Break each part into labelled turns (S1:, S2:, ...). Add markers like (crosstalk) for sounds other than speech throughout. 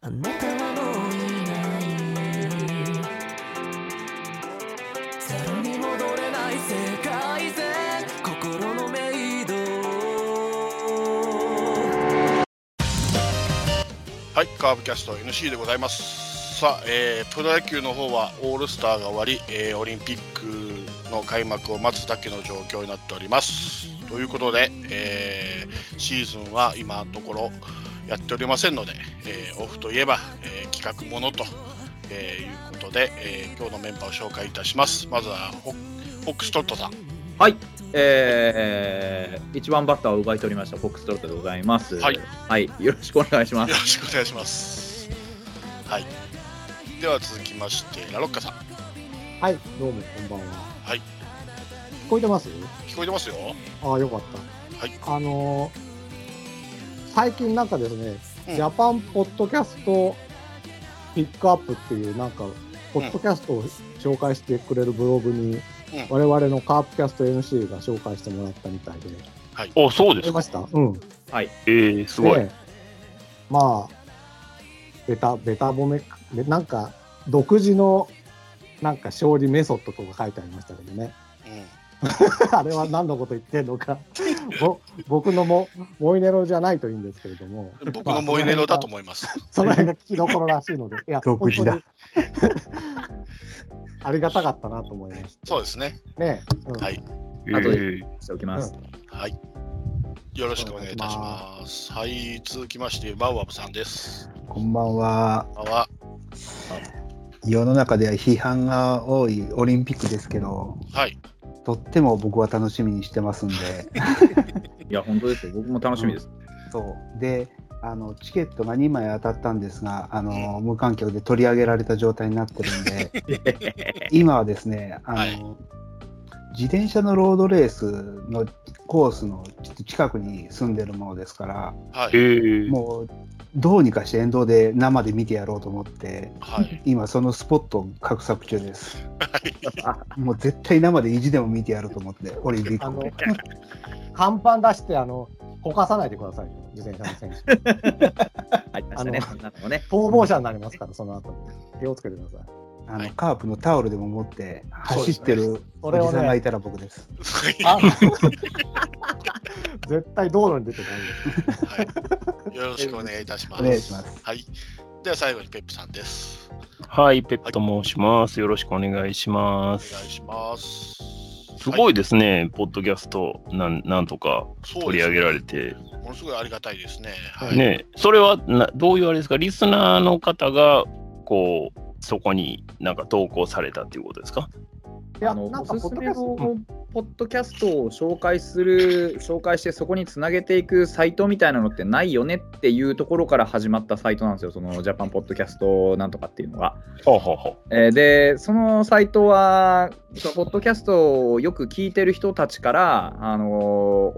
S1: あなたはもういないゼロに戻れない世界線心のメイド
S2: はい、カーブキャスト NC でございます。さあ、えープロ野球の方はオールスターが終わり、えーオリンピックの開幕を待つだけの状況になっております。ということで、えーシーズンは今のところやっておりませんので、えーオフといえば、えー企画ものと、えーいうことで、えー今日のメンバーを紹介いたします。まずはホホックストットさん。
S3: はい、えー、1番バッターを奪い取りました、フォックストロットでございます。
S2: はい、
S3: よろしくお願いしま
S2: よろ
S3: す。
S2: しくお願いします。はい。では続きまして、ラロッカさん。
S4: はい、どうもこんばんは。
S2: はい
S4: 聞こえてます
S2: 聞こえてますよ。
S4: ああ、よかった。
S2: はい。
S4: あのー最近なんかですね、
S2: うん
S4: ジャパンポッドキャストピックアップっていう、なんか、ポッドキャストを紹介してくれるブログ
S2: う
S4: に、
S2: ん
S4: 我々のカープキャスト MC が紹介してもらったみたいで、聞こ
S5: お、そうで
S4: え
S5: す
S4: ま
S5: か。
S4: したうん。
S5: えー、すごい。
S4: でまあ、ベタ、ベタ褒め、でなんか、独自の、なんか勝利メソッドとか書いてありましたけどね。 (laughs)
S2: う
S4: あれは何のこと言ってんのか、 (laughs) ぼ僕のもモイネロじゃないといいんですけれども、
S2: ん、僕のモイネロだと思います。
S4: その辺が聞きどころらしいので、いや、
S6: (laughs) 独自だ
S4: 本当にありがたかったなと思いまし
S2: (laughs) そうですね。
S4: たね。うん
S2: はい
S3: あとで
S5: えー
S3: しておきます。
S2: はい。よろしくお願いいたします。はい、続きまして、バウアブさんです。
S6: こんばんは。
S2: こんばんは。
S6: 世の中では批判が多いオリンピックですけど、
S2: はい。
S6: とっても僕は楽しみにしてますん
S2: (laughs)
S6: で、
S3: いや、本当ですよ、僕も楽しみです。
S6: そうであのチケットが2枚当たったんですが、あの無観客で取り上げられた状態になってるんで、
S2: (laughs)
S6: 今はですね、あの
S2: はい
S6: 自転車のロードレースのコースのちょっと近くに住んでるものですから、
S2: は
S5: え
S2: い。
S5: ー
S6: もうどうにかして沿道で生で見てやろうと思って、
S2: はい。
S5: (laughs)
S6: 今そのスポットを画策中です。もう絶対生で意地でも見てやると思って、オリンピック
S4: あの (laughs)
S6: を。
S4: 看板出して、あの、こかさないでくださいよ、自転車の選手。
S3: ありましたね、そんなのもね。
S4: 逃亡者になりますから、その後気をつけてください。
S6: あのカープのタオルでも持って走ってる
S4: そ
S6: お
S4: れ
S6: じ
S4: を
S6: さんが
S4: ね
S6: い、たら僕です。
S2: は
S4: あ (laughs) 絶対道路に出てないんですよ。
S2: い。よろしくお願いいたします。
S6: お願いします
S2: はい。では最後にペップさんです。
S5: はい、ペップと申します。よろしくお願いしま
S2: お
S5: す。
S2: 願いします。
S5: すごい
S2: で
S5: ですね、ポッドキャストなん、なんとか
S2: す、
S5: 取り上げられ
S2: そ
S5: て。
S2: うですねものすごいありがたいですね。はい。
S5: ね、それはな、どういうあれですか、リスナーの方が、こう、そこになんか投稿されたっていうことですか
S4: いや、
S3: あの
S4: なん
S3: お
S4: か、ポ
S3: す
S4: ッ
S3: す
S4: ドキ
S3: め
S4: ャ
S3: の
S4: スト、
S3: ポッドキャストを紹介する、紹介して、そこにつなげていくサイトみたいなのってないよねっていうところから始まったサイトなんですよ、そのジャパンポッドキャストなんとかっていうのが。
S5: ほうほうほ
S3: えーでそのサイトはそのポッドキャストをよく聞いてる人たちから、あの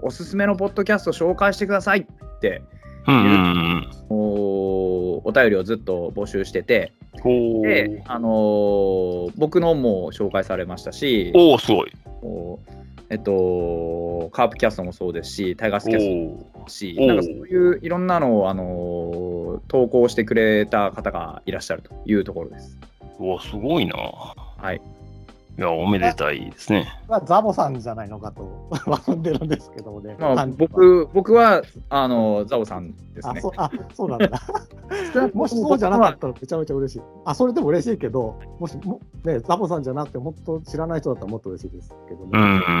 S3: ーおすすめのポッドキャスト紹介してくださいって
S5: う。うんうん
S3: おお便りをずっと募集してて
S5: うん。ほ
S3: で
S5: う、。
S3: あのー僕のも紹介されましたし
S5: おお、すごい。
S3: おえっと、カープキャストもそうですしタイガースキャストも
S5: おお。
S3: そうですし
S5: おう
S3: なんかそういういろんなのを、あのー投稿してくれた方がいらっしゃるというところです。
S5: うわ、すごいな。
S3: はい、
S5: いや、おめでたいですね。
S4: はザボさんじゃないのかと、 (laughs) 笑んでるんですけどもね。
S3: まあ、
S4: 感じは
S3: 僕僕はあのザオさんです
S4: あ
S3: ね
S4: そ。あそうなん
S3: (laughs)
S4: だ。もしそうじゃなかったらめちゃめちゃ嬉しい。あそれでも嬉しいけど、もしも、ね、ザボさんじゃなくて、もっと知らない人だったらもっと嬉しいですけどね。
S5: うんう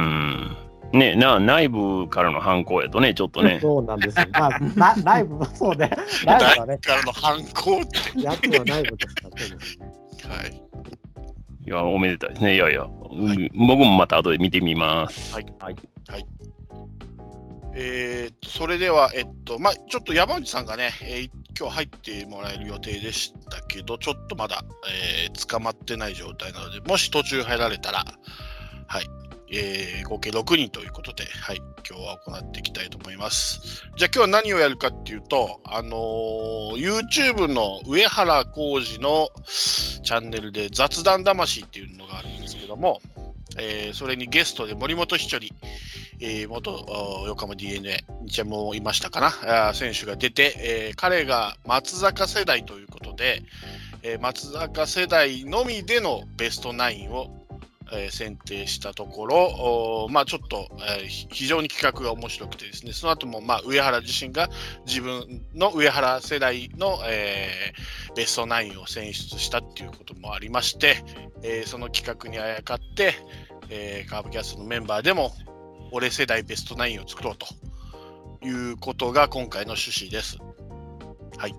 S5: ん。ね、な内部からの犯行やとね、ちょっとね。
S4: そうなんですよ。まあ、ラライブはそうね。ライブはね、
S2: からの反抗って。
S4: やつはライブですから、そうですね。
S2: はい。
S5: いや、おめでたいですね。いやいや、うん僕もまた後で見てみます。
S2: えー、それでは、えっと、まあ、ちょっと山内さんがね、えー今日入ってもらえる予定でしたけど、ちょっとまだ、えー捕まってない状態なので、もし途中入られたら、はい、えー合計6人ということで、はい、今日は行っていきたいと思います。じゃあ今日は何をやるかっていうと、あのー YouTube の上原浩二のチャンネルで雑談魂っていうのがあるんですけども、えーそれにゲストで森本ひちょりえー元お横浜 d n a 日ハムもいましたかなあー選手が出て、えー彼が松坂世代ということで、えー松坂世代のみでのベストナインを、えー選定したところ、おーまあ、ちょっと、えーひ非常に企画が面白くてですね、その後もまあ上原自身が自分の上原世代の、えーベストナインを選出したっていうこともありまして、えーその企画にあやかって、えーカーブキャストのメンバーでも俺世代ベストナインを作ろうということが今回の趣旨です。はい。
S3: は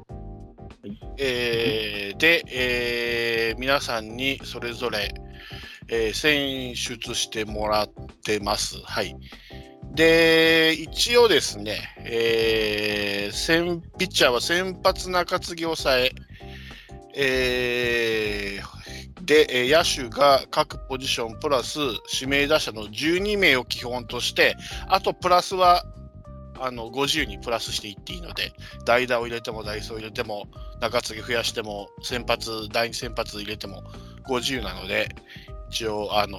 S3: い
S2: えーで、えー皆さんにそれぞれ、えー選出してもらってます。はい。で、一応ですね、えー先ピッチャーは先発中継ぎ抑え、えーで、えー野手が各ポジションプラス指名打者の12名を基本として、あとプラスはあのご自由にプラスしていっていいので、代打を入れても、ダイソーを入れても、中継ぎ増やしても、先発、第2先発入れても、ご自由なので、一応、あの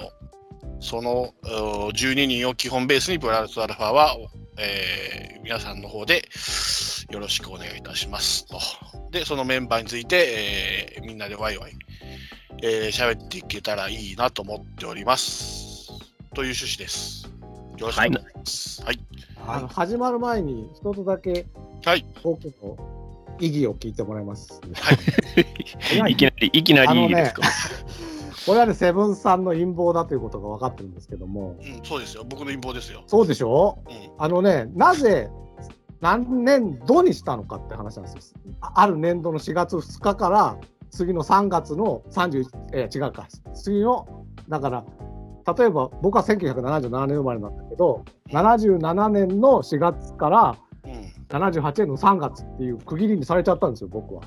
S2: そのうー12人を基本ベースにプラスアルファは、えー皆さんの方でよろしくお願いいたしますと。で、そのメンバーについて、えーみんなでワイワイ喋、えー喋っていけたらいいなと思っております。という趣旨です。よろしくお願いします。はい。
S4: あの始まる前に一つだけ
S2: はい。
S4: 僕の意義を聞いてもらいます。
S5: いきなり、いきなりいいで
S3: (laughs)
S5: すか、
S4: (laughs) これはね、セブンさんの陰謀だということが分かってるんですけども、
S2: うん、そうですよ。僕の陰謀ですよ。
S4: そうでしょ
S2: うん。
S4: あのね、なぜ何年度にしたのかって話なんですよ。あある年度の4月2日から次の3月の31、えー違うか、次の、だから、例えば僕は1977年生まれなんだけど、77年の4月から
S2: うん。
S4: 78年の3月っていう区切りにされちゃったんですよ、僕は。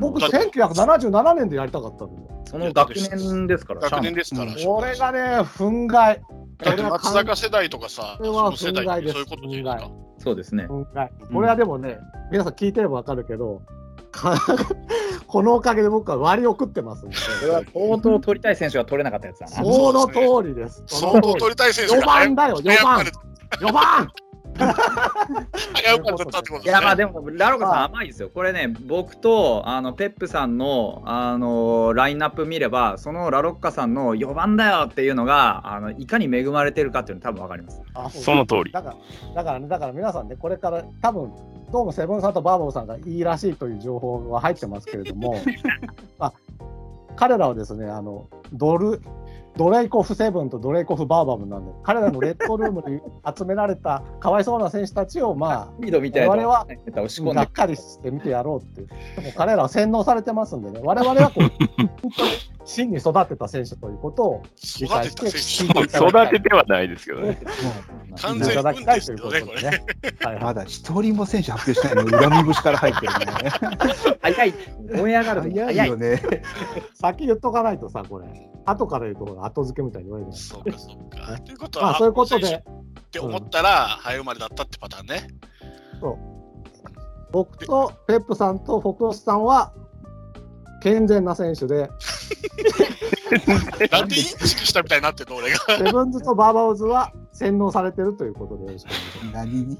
S4: 僕、
S2: だって
S4: 1977年でやりたかったのよ。
S3: その学年ですから、
S2: 学年ですから。
S3: うん
S4: これがね、憤慨。
S2: だって松坂世代とかさ、
S4: これ
S2: そ
S4: は
S2: の世代
S4: 憤慨
S2: って
S4: です
S2: そういうことじゃないですか。
S3: そうですね。
S4: 憤慨
S3: うん
S4: これはでもね、皆さん聞いてればわかるけど、 (laughs) かこのおかげで僕は割り送ってますんで、
S3: これは相当取りたい選手が取れなかったやつだ
S4: そ
S3: な。
S4: の通りです。
S2: 相当取りたい選手
S4: 4
S2: が早
S4: 番
S2: く
S4: だよ、
S2: 早
S4: 4
S2: くか
S4: 番
S2: ら、
S4: 4番
S2: 早くから取ったってこと
S3: い
S2: です
S3: やまあ
S2: ね。
S3: でも、ラロカさん甘いですよ。これね、僕とあのペップさんの、あのラインナップ見れば、そのラロッカさんの4番だよっていうのが、あのいかに恵まれてるかっていうの多分わかります。
S5: その通り。
S4: だから、だからね、だから皆さんね、これから多分、どうもセブンさんとバーボンさんがいいらしいという情報は入ってますけれども、まあ、彼らはですね、あの、ドル、ドレイコフセブンとドレイコフバーバムなんで、彼らのレッドルームに集められた (laughs) かわいそうな選手たちを、ま
S3: ミードみたいな
S4: 我々は
S3: ネタを押し込ん
S4: あ、が
S3: で
S4: っかりして見てやろうっていう。でも彼らは洗脳されてますんでね、我々はこう、本当に真に育てた選手ということを理解
S2: 育
S4: し
S2: てた選
S4: て、
S2: 手。
S4: 聞いていただきたい
S5: 育ててはないですけど
S3: (laughs)
S5: ね。
S2: 完
S4: い
S2: 全
S4: た
S2: に
S4: だ
S2: 運
S4: きた
S2: で
S4: い
S2: す
S4: と
S2: よ
S4: いうこと
S2: ね、
S4: で
S2: これ。
S4: ね。はいは
S6: ま
S4: い
S6: だ一人も選手発表してないのに恨み節から入ってるのね。
S3: 早い、燃え上がるのも
S6: 早
S3: 早
S6: い
S3: い
S6: よ。ね。
S4: 先言っとかないとさ、これ、後から言うところ後付けみたいに言われるじゃ
S2: そうか、そうか。ということ
S4: ないま
S2: は、
S4: あ、そういうこと
S2: 選
S4: で、
S2: 手って思ったら、早生まれだったってパターンね。
S4: 僕とペップさんとフォクロスさんは、健全な選手で、
S2: なんでインチキしたみたいになってるの、俺が。
S4: セブンズとバーバーズは洗脳されてるということでよろしくお願いし
S6: 何に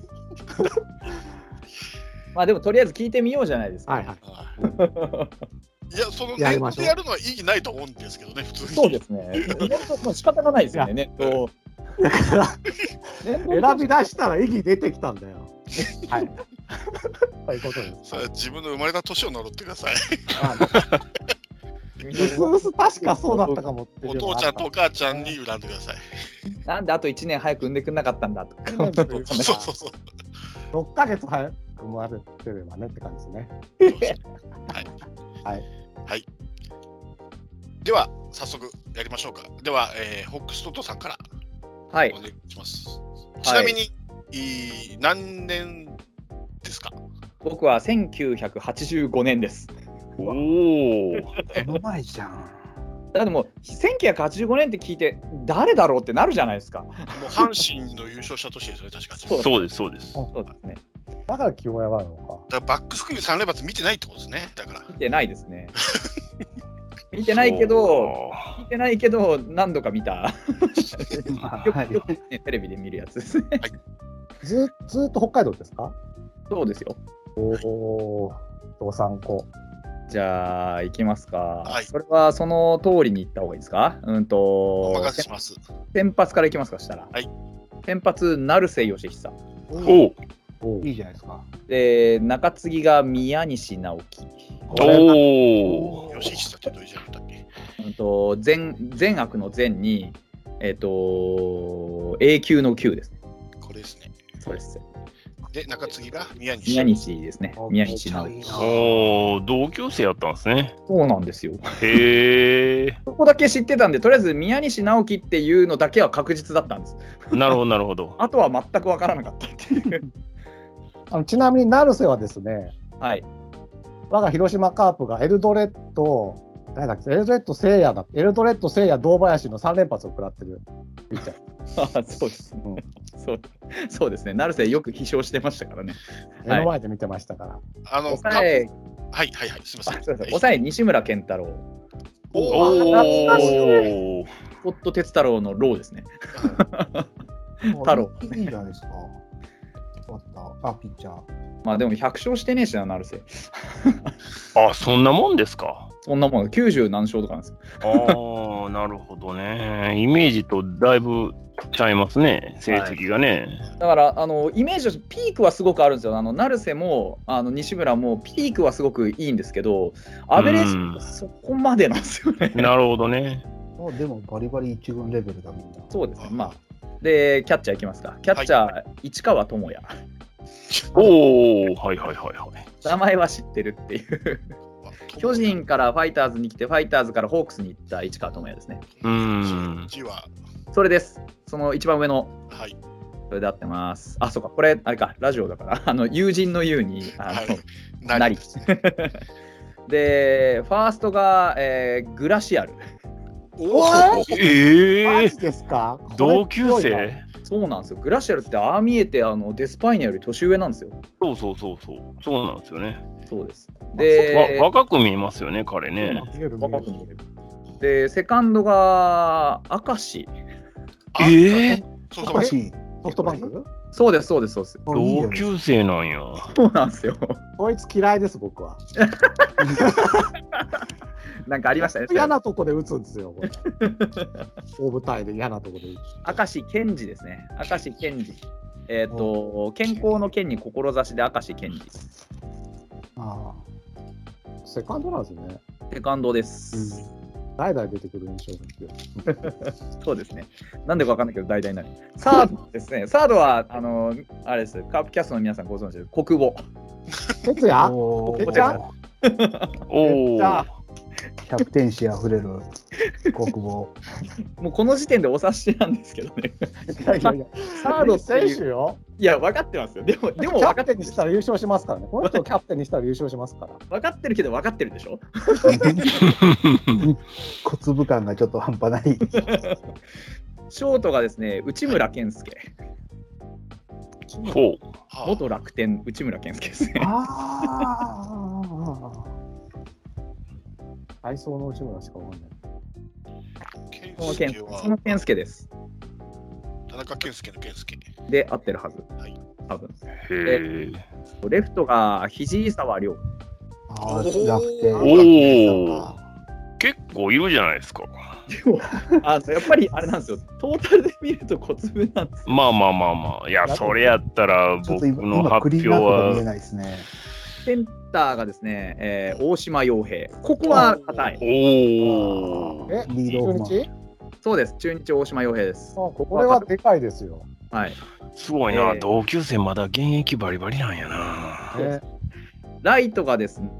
S3: まあでもとりあえず聞いてみようじゃないですか。
S4: ます。はいはい。
S2: いや、その
S4: や
S2: ネ
S4: りま
S2: ッ
S4: し
S2: トで
S4: ょう
S2: やるのは意義ないと思うんですけどね、普通に。
S3: そうですね。もう仕方がないですよね。ねこ (laughs) う
S4: 選び出したら意義出てきたんだよ。はい。 (laughs) ということです。
S2: さあ自分の生まれた年を呪ってください。
S4: うすうす確かそうだったかもっていう
S2: お
S4: の
S2: 父
S4: が
S2: ちゃ
S4: あっ
S2: ん
S4: た
S2: とお母ちゃんに恨んでください。
S3: なんであと1年早く産んでくんなかったんだとか。
S2: そうそうそう。
S4: 6ヶ月早く生まれてればねって感じですね。
S2: はい。
S4: はい。
S2: はい。では、早速やりましょうか。では、えー、ホックストットさんから
S3: はい
S2: お。願いします。ちなみに、いい何年ですか
S3: 僕は1985年です。
S5: おお。
S6: この前じゃん。
S3: だってもう1985年って聞いて誰だろうってなるじゃないですか。
S2: もう阪神の優勝した年ですよね、確か。
S3: そう
S5: そうです、そうです。
S3: そうですね。
S4: だから気をやばいのか。
S2: だからバックスクリーン三連発見てないってことですね。だから。
S3: 見てないですね。見てないけど、見てないけど何度か見た。
S6: まあ
S3: よ
S6: は
S3: く
S6: い
S3: よく、ね、テレビで見るやつですね。
S4: ずずーっと北海道ですか
S3: そうですよ。
S4: おお、道産子。
S3: じゃあ、行きますか。
S2: はい
S3: それはその通りに行った方がいいですかうん
S2: お
S3: と
S2: 任、せします。
S3: 先発から行きますか、したら。
S2: はい
S3: 先発、成瀬義久。
S5: おう
S4: おう
S6: いいじゃないですか。
S3: で、中継ぎが宮西直樹。
S5: おお
S2: 吉久ってどういうじゃなかったっけ
S3: うんと、善善悪の善に、えっ、と、永久の久ですね。
S2: これですね。
S3: そうです。
S2: で、中継ぎが宮西。
S3: 宮西ですね。宮西直
S6: めっ
S3: 樹。
S6: ちゃいいな
S5: おー同級生やったんですね。
S3: そうなんですよ。
S5: へえ。
S3: そこだけ知ってたんで、とりあえず宮西直樹っていうのだけは確実だったんです。
S5: なるほどなる
S3: (laughs)
S5: ほど。
S3: あとは全くわからなかったっていう。
S4: あのちなみに成瀬はですね
S3: はい。
S4: 我が広島カープがエルドレッド誰だっけエルドレッド聖夜だエルドレッド聖夜堂林の3連発を食らってるピッチャー
S3: あそうです。そうそうですね。成瀬よく飛翔してましたからね。
S4: 目の前で見てましたから、
S2: あの、
S3: 抑
S2: かはい
S3: え、
S2: はいはい、すみません。
S3: そうです抑え西村健太郎、
S2: おー
S5: おお。
S3: 夫哲太郎のローですね。太郎
S6: いいいいじゃないですか。終わった。あ、ピッチャー。
S3: まあでも100勝してねえしな、成瀬。
S5: あそんなもんですか。
S3: そんなもん、90何勝とかなんですよ。
S5: ああなるほどね。イメージとだいぶちゃいますね成績がね。
S3: だから、あの、イメージとしてピークはすごくあるんですよ。あの、成瀬も、あの、西村も、ピークはすごくいいんですけど、アベレー
S5: うん
S3: ジ、そこまでなんですよね。
S5: なるほどね。
S6: あでもバリバリ一軍レベルだみんな。
S3: そうですね。まあ。で、キャッチャーいきますか。キャッチャー、市川智也。
S5: おおはいはいはいはい。
S3: 名前は知ってるっていう。巨人からファイターズに来て、ファイターズからホークスに行った市川智也ですね。
S5: うーん
S2: 字は、
S3: それです。その一番上の、
S2: はい。
S3: それで合ってます。あ、そうか、これ、あれか、ラジオだから、 (laughs) あの、友人の友に、あの、
S2: はい
S3: なり。で、ファーストが、えーグラシアル。
S2: お
S4: お
S2: ー
S5: え
S4: マ
S5: え
S4: ジですか
S5: 同級
S4: これ強いな
S5: 生
S3: そうなんですよ。グラシアルって、ああ見えて、あの、デスパイネより年上なんですよ。
S5: そうそうそうそうそうなんですよね。
S3: そうです。で、
S5: わ若く見えますよね彼ね。
S4: 見える見える
S3: 若く見えるで、セカンドが、明石。
S2: あ
S5: ええ
S2: そう
S6: お
S2: そう
S6: かしい。
S4: ソフトバンク
S3: そうです、そうです、そうです。
S6: いいじゃないで
S5: 同
S6: すか
S5: 級生なんや。
S3: そうなんですよ。 (laughs)
S4: こいつ嫌いです僕は
S3: なんかありましたね。
S4: 嫌なとこで打つんですよこれ大舞台で嫌なとこで打つ
S3: 明石健二ですね。明石健二。えっ、と、健康の健に志で明石健二。
S6: あ
S4: セカンドなんですね
S3: セカンドで
S6: あ、うん
S3: す。
S4: 代々出てくる印象ですよ
S3: そうですね。なんでかわかんないけど、大体なる。サードですね。サードは、あの、あれです。カープキャストの皆さんご存知です。国母。
S4: 哲也
S6: おー
S4: ここじゃん
S5: おお。
S4: じゃあ
S6: キャプテンシあふれる国防。
S3: もうこの時点でお察しなんですけどね。 (laughs)
S4: いやいやいや
S3: サードって
S4: 選
S3: いう
S4: 手よ
S3: いや、分かってますよ。でも、で
S4: で
S3: も
S4: もキ
S3: 分
S4: ャ
S3: かっ
S4: プテンにしたら優勝しますからねこの人をキャプテンにしたら優勝しますから
S3: 分かってるけど、分かってるでしょ。
S6: 小粒感がちょっと半端ない。
S3: ショートがですね、内村健介。
S5: ほう。
S2: あ
S3: 元楽天、内村健介です
S4: (laughs)
S3: ね。
S6: あ
S4: 体操の内村しかわかんない
S2: 健
S3: この健
S2: 介
S3: 介
S2: は
S3: その健介です。
S2: 田中健介の健介。
S3: で、合ってるはず。
S2: はい
S3: 多分。
S5: へえ。
S3: レフトが肘沢
S4: (laughs)
S3: 亮。
S6: あ。ああ、なくて。
S5: おお。結構いるじゃないですか。
S3: でも、あのやっぱりあれなんですよ。トータルで見ると小粒なんです。
S5: まあまあまあまあ。いや、それやったら
S6: ちょっ
S5: 僕
S6: と今、
S5: の
S6: 今
S5: 発
S6: クリ
S5: 表
S6: ーンナップが見え
S5: は。
S6: ないですね。
S3: センターがですね、えー大島洋平。ここは硬い。
S5: おお。
S4: え
S6: リードオフマン
S4: 中日
S3: そうです。中日大島洋平です。
S4: あこれはでかいですよ、
S3: はい。
S5: すごい
S3: え
S5: な。
S3: ー
S5: 同級生まだ現役バリバリなんやな。
S4: ね
S3: ライトがですね、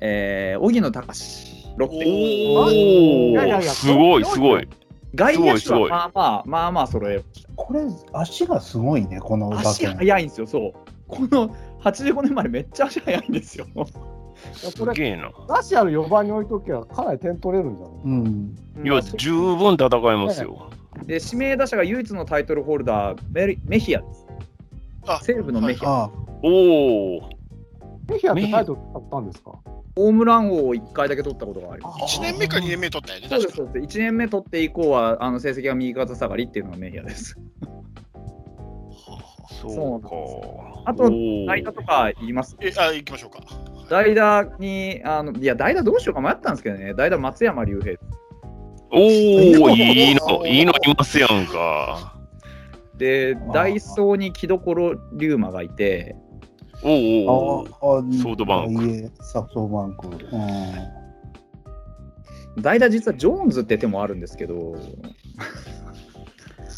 S3: えー、荻野隆。ロッテ。
S4: いやいや
S5: おお。
S4: いや
S5: すごいすごい。
S3: 外野
S5: す
S3: 手
S5: ご
S3: はいまあまあ、まあまあ揃え。
S6: これ、足がすごいね、この馬
S3: 足
S6: 券。
S3: 速いんですよ、そう。この85年前めっちゃ足速いんですよ。
S5: すげえな。
S4: ラシアル4番に置いとけばかなり点取れるんじゃない
S6: うん。
S5: いや、十分戦えますよ。
S3: (laughs) で指名打者が唯一のタイトルホルダーメリメヒアです。
S2: あ
S3: 西武のメヒア。
S6: あ
S5: おお。
S4: メヒアってタイトル取ったんですか
S3: ホームラン王を1回だけ取ったことがあります。
S6: あ
S2: 1年目か2年目取ったよね、
S3: そうで
S2: 確か
S3: すそうです1年目取って以降はあの成績が右肩下がりっていうのがメヒアです。
S5: そうか。
S3: あと
S5: おー
S3: 代打とか言います
S2: え、あ、行きましょうか。
S3: 代打に、あのいや、代打どうしようか迷ったんですけどね、代打松山竜平。 (laughs)
S5: おお、いいの、いいのいますやんか。
S3: で
S6: あ、ー
S3: ダイソーに木所龍馬がいて、
S5: おー
S6: あ
S5: おー、
S6: ソ
S5: ソードバンク
S6: いえ、ソードバンク。うん
S3: 代打実はジョーンズって手もあるんですけど、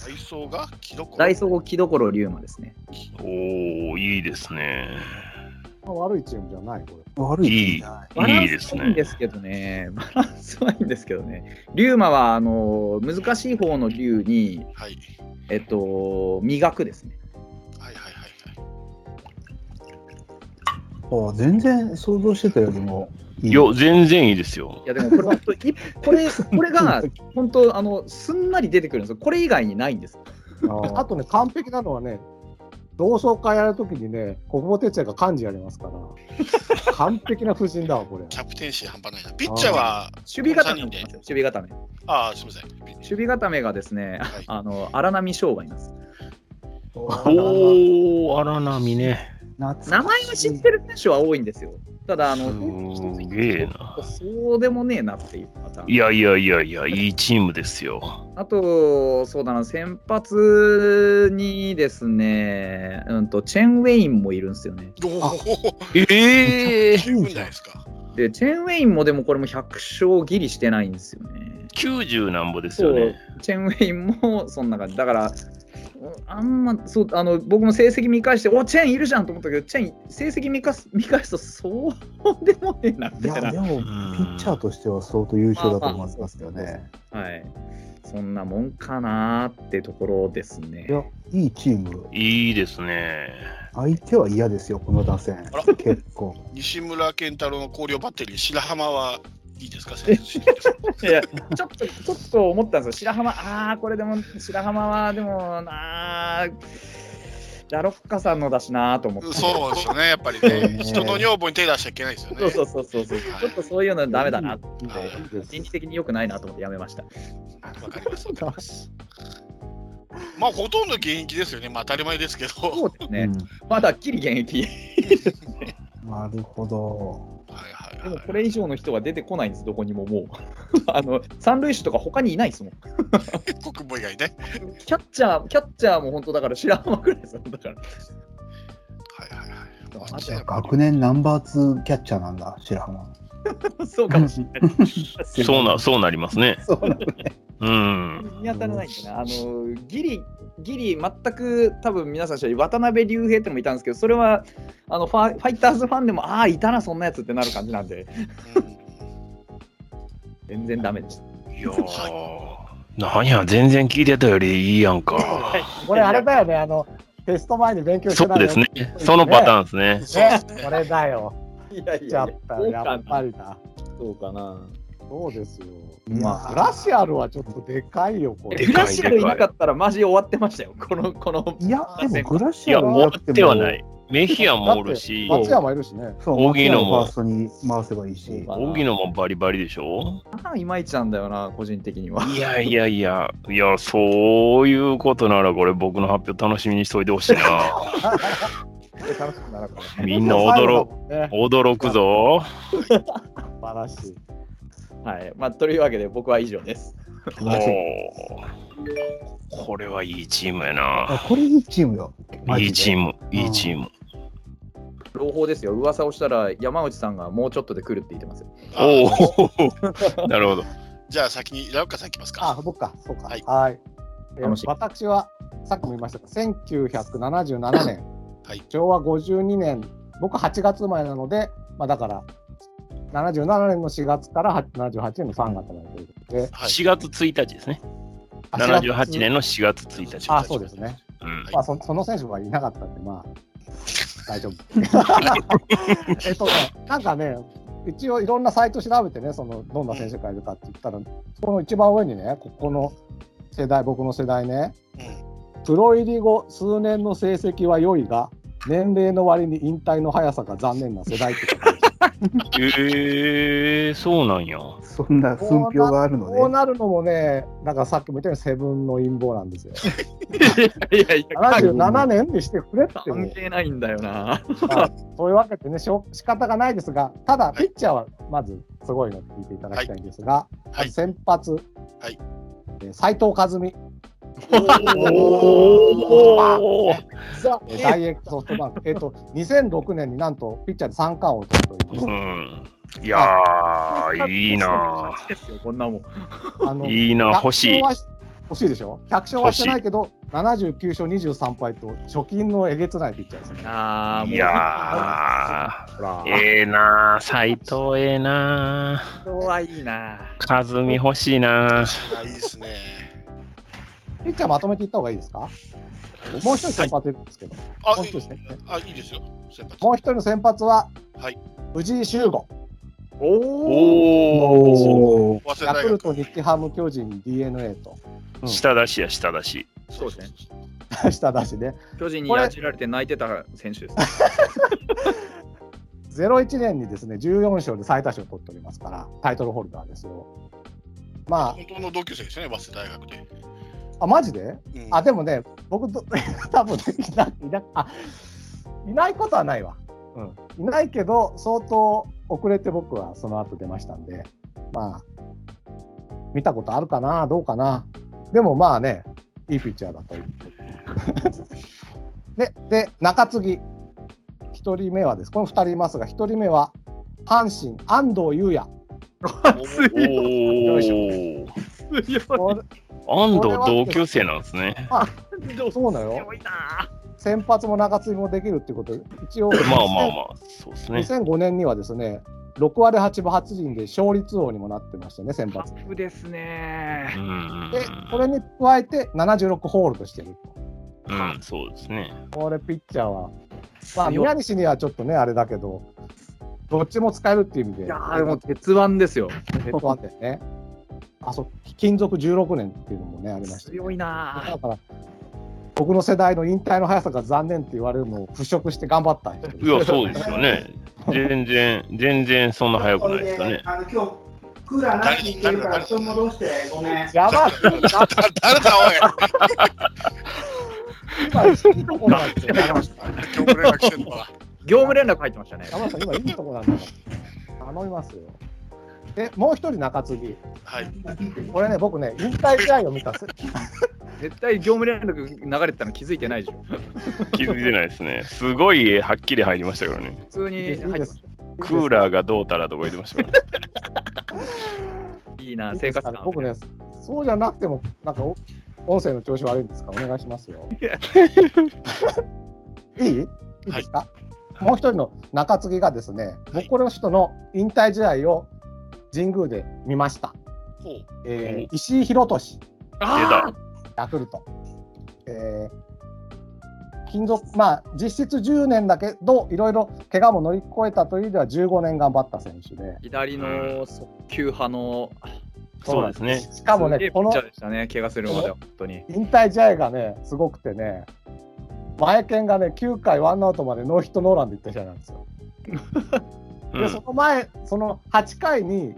S2: ダイソーがキノコ
S3: ダイソー木所龍馬ですね。
S5: おお、いいですね。
S4: まあ悪いチームじゃない、これ。
S6: 悪いじゃない。
S3: バラン
S5: いいです
S3: ス
S5: ね
S3: はいいんですけどね、バランスはいいんですけどね、龍馬はあの難しい方の龍に、
S2: はい
S3: えっと、磨くですね。
S2: はいはいはいはい。
S6: あ全然想像してたよりもいい。
S5: いや、全然いいですよ
S3: い。や、でもこれ本 (laughs) 当、いこれ、これが本当、あのすんなり出てくるんですよ。これ以外にないんです。
S4: あとね、完璧なのはね、同窓会やるときにね、国防哲也が漢字やります
S6: (laughs)
S4: から、完璧な布陣だわ、これ。
S2: キャプテンシー半端ないな。ピッチャーは、
S3: 守備固め
S2: 三人
S3: も
S2: で
S3: いますよ守備固め。守
S2: ああ、すみません。ピッチ
S3: 備固めがですね、
S2: はい
S3: あの荒波翔がいます。
S5: おお、荒波ね。
S3: 名前は知ってる選手は多いんですよ。ただ、あ
S5: す
S3: の、
S5: げえな。
S3: そうでもねえなっていうパターン。
S5: いやいやいやいや、いいチームですよ。
S3: あと、そうだな、先発にですね、うんと、チェン・ウェインもいるんですよね。
S2: おお、
S5: ええ
S2: 十分じゃ (laughs) ないですか。
S3: で、チェン・ウェインもでもこれも100勝ギリしてないんですよね。
S5: 90なんぼですよね。
S3: チェン・ウェインもそんな感じ。だから、うんあんま、そう、あの、僕も成績見返して、お、チェンいるじゃんと思ったけど、チェン、成績見かす見返すと、そうでもねえな、み
S6: い
S3: たいな
S6: や、で。も、ピッチャーとしては相当優秀だと思いますけど
S3: まあまあ
S6: ね。
S3: はい。そんなもんかなーってところですね
S6: い。や、いいチーム。
S5: いいですね。
S6: 相手は嫌ですよ、この打線
S2: あら。
S6: 結構。
S2: 西村健太郎の交流バッテリー、白浜はいいですか、選手シリーズ
S3: いや、ちょっと、ちょっと思ったんですよ。白浜、ああ、これでも、白浜は、でも、なあ、ラロッカさんのだしなーと思って。
S2: そうですよね、やっぱり
S6: そう
S2: ね。
S6: ね
S2: 人の女房に手出しちゃいけないですよね。
S3: そうそうそうそうそう。ちょっとそういうのダメだな。
S2: はい
S3: 人事的に良くないなと思ってやめました。
S2: わかります、わかります。まあ、ほとんど現役ですよね。まあ、当たり前ですけど。
S3: そうですね。
S6: うん
S3: まだっきり現役。
S6: なるほど。
S2: はいはい
S3: で
S2: はい
S3: もこれ以上の人が出てこないんです、どこにももう。 (laughs) あの、三塁手とか他にいないですもん。
S2: 国母以外ね。
S3: キャッチャー、キャッチャーも本当だから白浜くらいですよ。だから。
S2: はいはいはい。まあ
S3: あと
S6: 学年ナンバー2キャッチャーなんだ、白浜。
S3: そうかもしれない。
S6: (laughs)
S5: そうな、そうなりますね。
S6: そうなんだ。
S5: うん。
S3: 見当たらないんだな。あの、ギリ、ギリ、全く多分皆さん知らない渡辺竜兵ってのもいたんですけど、それは、あのファ、ファイターズファンでも、ああ、いたな、そんなやつってなる感じなんで、
S2: うん
S3: 全然ダメでした。
S5: いやー。なんや、全然聞いてたよりいいやんか。
S4: これ、あれだよね、あの、テスト前に勉強して
S5: そう
S4: ない
S5: ですね。そのパターンですね。
S4: ーン。ね、これだよ。
S3: いやい
S4: ちゃった、やっぱりだ。
S3: そうかな。
S4: そうですよ。
S3: ま
S4: グラシアルはちょっとでかいよ、こ
S5: で
S3: え
S4: れ。
S3: グ
S5: かい
S3: ラシアルいなかったら、マジ終わってましたよ、この、この。
S6: いや、でもグラ
S5: い
S6: シア
S5: や、
S6: ル
S5: 終わ
S6: なく。
S5: ってはないい。メヒアもおるし、
S4: 松山いるしね。
S6: そう、
S5: 荻野も
S6: ファーストに回せばいいし。
S5: 荻野もバリバリでしょ
S3: まあいまいちなんだよな、個人的には。
S5: いやいやいや、いや、そういうことなら、これ僕の発表楽しみにしといてほしい (laughs) な。
S3: 楽しくならか
S5: みんな驚、
S4: ね。
S5: 驚くぞ。
S4: 素晴らしい。
S3: はい。まあ、というわけで、僕は以上です。
S5: おーこれはいいチームやな。
S6: あこれいいチームよ。マジ
S5: い
S6: で
S5: いチーム、いいチーム。
S3: 朗報ですよ。噂をしたら、山内さんがもうちょっとで来るって言ってますよ。
S2: あ
S5: おお、 (laughs) なるほど。
S2: じゃあ、先に、ラウカさんいきます
S4: あ
S2: か。、
S4: 僕か、そうか。
S2: は
S4: はいい。えー
S3: 楽しい
S4: 私は、さっきも言いましたが、1977年、
S2: はい
S4: 昭和52年、僕8月生まれなので、まあだから、77年の4月から78年の3月までということで、
S2: はい
S5: 4月1日ですね。
S4: あ
S5: 78年。の4月1日。
S4: あ、そうですね。
S5: うん
S4: まあそその選手はいなかったんで、まあ、大丈夫。えっとね、なんかね、一応いろんなサイト調べてね、そのどんな選手がいるかって言ったら、この一番上にね、ここの世代、僕の世代ね、
S2: うん
S4: プロ入り後、数年の成績は良いが、年齢の割に引退の速さが残念な世代って書いてある
S5: へえー、そうなんや。
S6: そんな寸評があるの
S4: こう
S6: で、
S4: なるのもね、なんかさっきも言ったようにセブンの陰謀なんですよ。
S5: いやい
S4: 77年にしてくれって、
S3: 関
S4: ね、
S3: 係ないんだよな。
S4: そういうわけでね、しょ仕方がないですが、ただ、ピッチャーはまずすごいのを聞いていただきたいんですが、
S2: はい
S4: 先発、
S2: はい
S4: 斎藤和美、
S5: おお。
S4: ザ・ダイエクソフトバンク、えっと、2006年になんとピッチャーで三冠王を取るというう、
S5: ん。いやー、いいな
S3: こんなもん。
S4: あの
S5: いいな欲しい
S4: 100。勝は欲しいでしょ ?100 勝はしてないけど、79勝23敗と、貯金のえげつないピッチャーですね。
S3: ああ、もう。
S5: いや
S3: ほら
S5: ー、。ええなー、斎藤ええなー。
S3: 人はいいな。
S5: 和美欲しいな
S2: い
S5: ー。
S2: やいいですね。
S4: ピッチャーまとめていった方がいいですかもう一人先発いるんですけど、
S2: あ、
S4: もう
S2: い
S4: 一
S2: い
S4: 人先発。
S2: あいいですよ。先発
S4: もう一人の先発は、
S2: はい
S4: 藤井修吾、
S3: おお。
S5: おお。
S6: おー
S2: 早稲
S4: ヤ
S2: 田大
S4: クル
S2: 学。
S4: ト、日ハム、巨人、d n a と、
S5: 下出しや、下出し。
S3: そうですね。
S4: 下出しね、
S3: 巨人にやじられて泣いてた選手ですね。
S4: 01年にですね14勝で最多勝を取っておりますから、タイトルホルダーですよ。ま
S2: 本当の同級生ですよね、早稲田大学で。
S4: あ、あマジで
S2: うん
S4: あ、でもね、僕ど、 (laughs) 多分ねいないいなあいないことはないわ、うん。いないけど、相当遅れて僕はその後出ましたんで、まあ、見たことあるかな、どうかな。でもまあね、いいピッチャーだと (laughs) いう。で、で、中継ぎ、1人目はです、この2人いますが、1人目は阪神、 (laughs) 安藤優也。
S5: お
S4: いし
S5: お。
S4: これ
S5: 安藤同級生なんですね。
S4: そうなの先発も中継ぎもできるっていうことで、一応、
S5: まあまあまあ、そうですね。
S4: 2005年にはですね、6割8分8厘で勝率王にもなってましたね、先
S3: タ
S4: 発。
S3: フですね
S5: う。ん
S4: で、これに加えて76ホールドしてる。
S5: うん、そうですね。
S4: これ、ピッチャーは、まあ、
S3: 強い
S4: 宮西にはちょっとね、あれだけど、どっちも使えるっていう意味で、
S3: いやー、でも鉄腕ですよ。
S4: ヘッドアンね。あ、そう、金属16年っていうのもね、ありましたね、
S3: 強いな
S4: だから、僕の世代の引退の速さが残念って言われるのを払拭して頑張ったんです
S5: いや、そうですよね。全然、全然そんな早くないですか (laughs) ね。
S7: あの今日クーラーなしにしてるから、布団戻して、ごめん。
S3: (laughs)
S4: やばい、
S2: 誰だ、
S4: 今、いいとこなんです
S3: (laughs)
S4: よ。
S2: おい今日これが来てるのは。
S3: 業務連絡入ってましたね。
S4: 山田さん、今いいとこなんだから。頼みますよ。で、もう一人中継ぎ。
S2: はい。
S4: これね、僕ね、引退試合を見た。
S3: 絶対業務連絡流れてたの気づいてないでしょ。
S5: 気づいてないですね。すごい、はっきり入りましたからね。
S3: 普通に入ってま
S4: いいで
S3: し
S4: す
S5: クーラーがどうたらとか言ってましたからね。
S3: た。いいない
S4: い
S3: 生
S4: です
S3: 活
S4: かね
S3: 感。
S4: 僕ね、そうじゃなくても、なんかお、音声の調子悪いんですかお願いしま
S3: (laughs)
S4: すよ。いいいいですか、もう一人の中継ぎがですね、僕この人の引退試合を神宮で見ました。
S2: ほう。
S4: えー、石井宏俊。
S3: あ
S4: ヤクルト。えー金属まあ、実質10年だけど、いろいろ怪我も乗り越えたという意味では15年頑張った選手で
S3: ー、左の速球派の、
S5: そうですね。
S4: しかも
S3: すげえ
S4: ね、
S3: ピ
S4: こ
S3: ッ
S4: の
S3: チャーでしたね、怪我するまでは本当に。
S4: 引退試合がね、すごくてね、前剣がね、9回ワンアウトまでノーヒットノーランでいった試合なんですよ。
S5: う
S4: で、そ
S5: ん、
S4: の前、その8回に、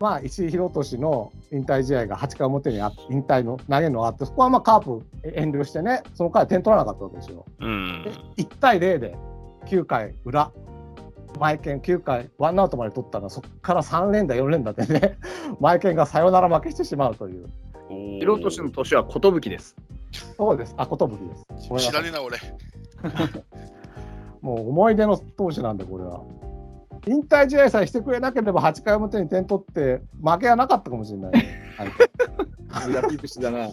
S4: まあ、石井宏俊の引退試合が8回表にあ引退の投げるのがあって、そこはまあカープ遠慮してね、その回は点取らなかったわけですよ。
S5: うん
S4: で、1対0で9回裏、前剣9回、ワンアウトまで取ったら、そこから3連打、4連打でね、 (laughs) 前剣がサヨナラ負けしてしまうという、
S5: お
S3: 素人氏の
S5: ー
S3: 年は寿です。
S4: そうです、あ、ことぶきです。ごめん
S2: 知
S4: な
S2: ら
S4: さい
S2: ねえな、俺。
S4: もう思い出の投手なんで、これは。引退試合さえしてくれなければ、8回表に点取って、負けはなかったかもしれない。はい
S3: 無駄ピープしだ
S4: (laughs)
S3: な。
S4: も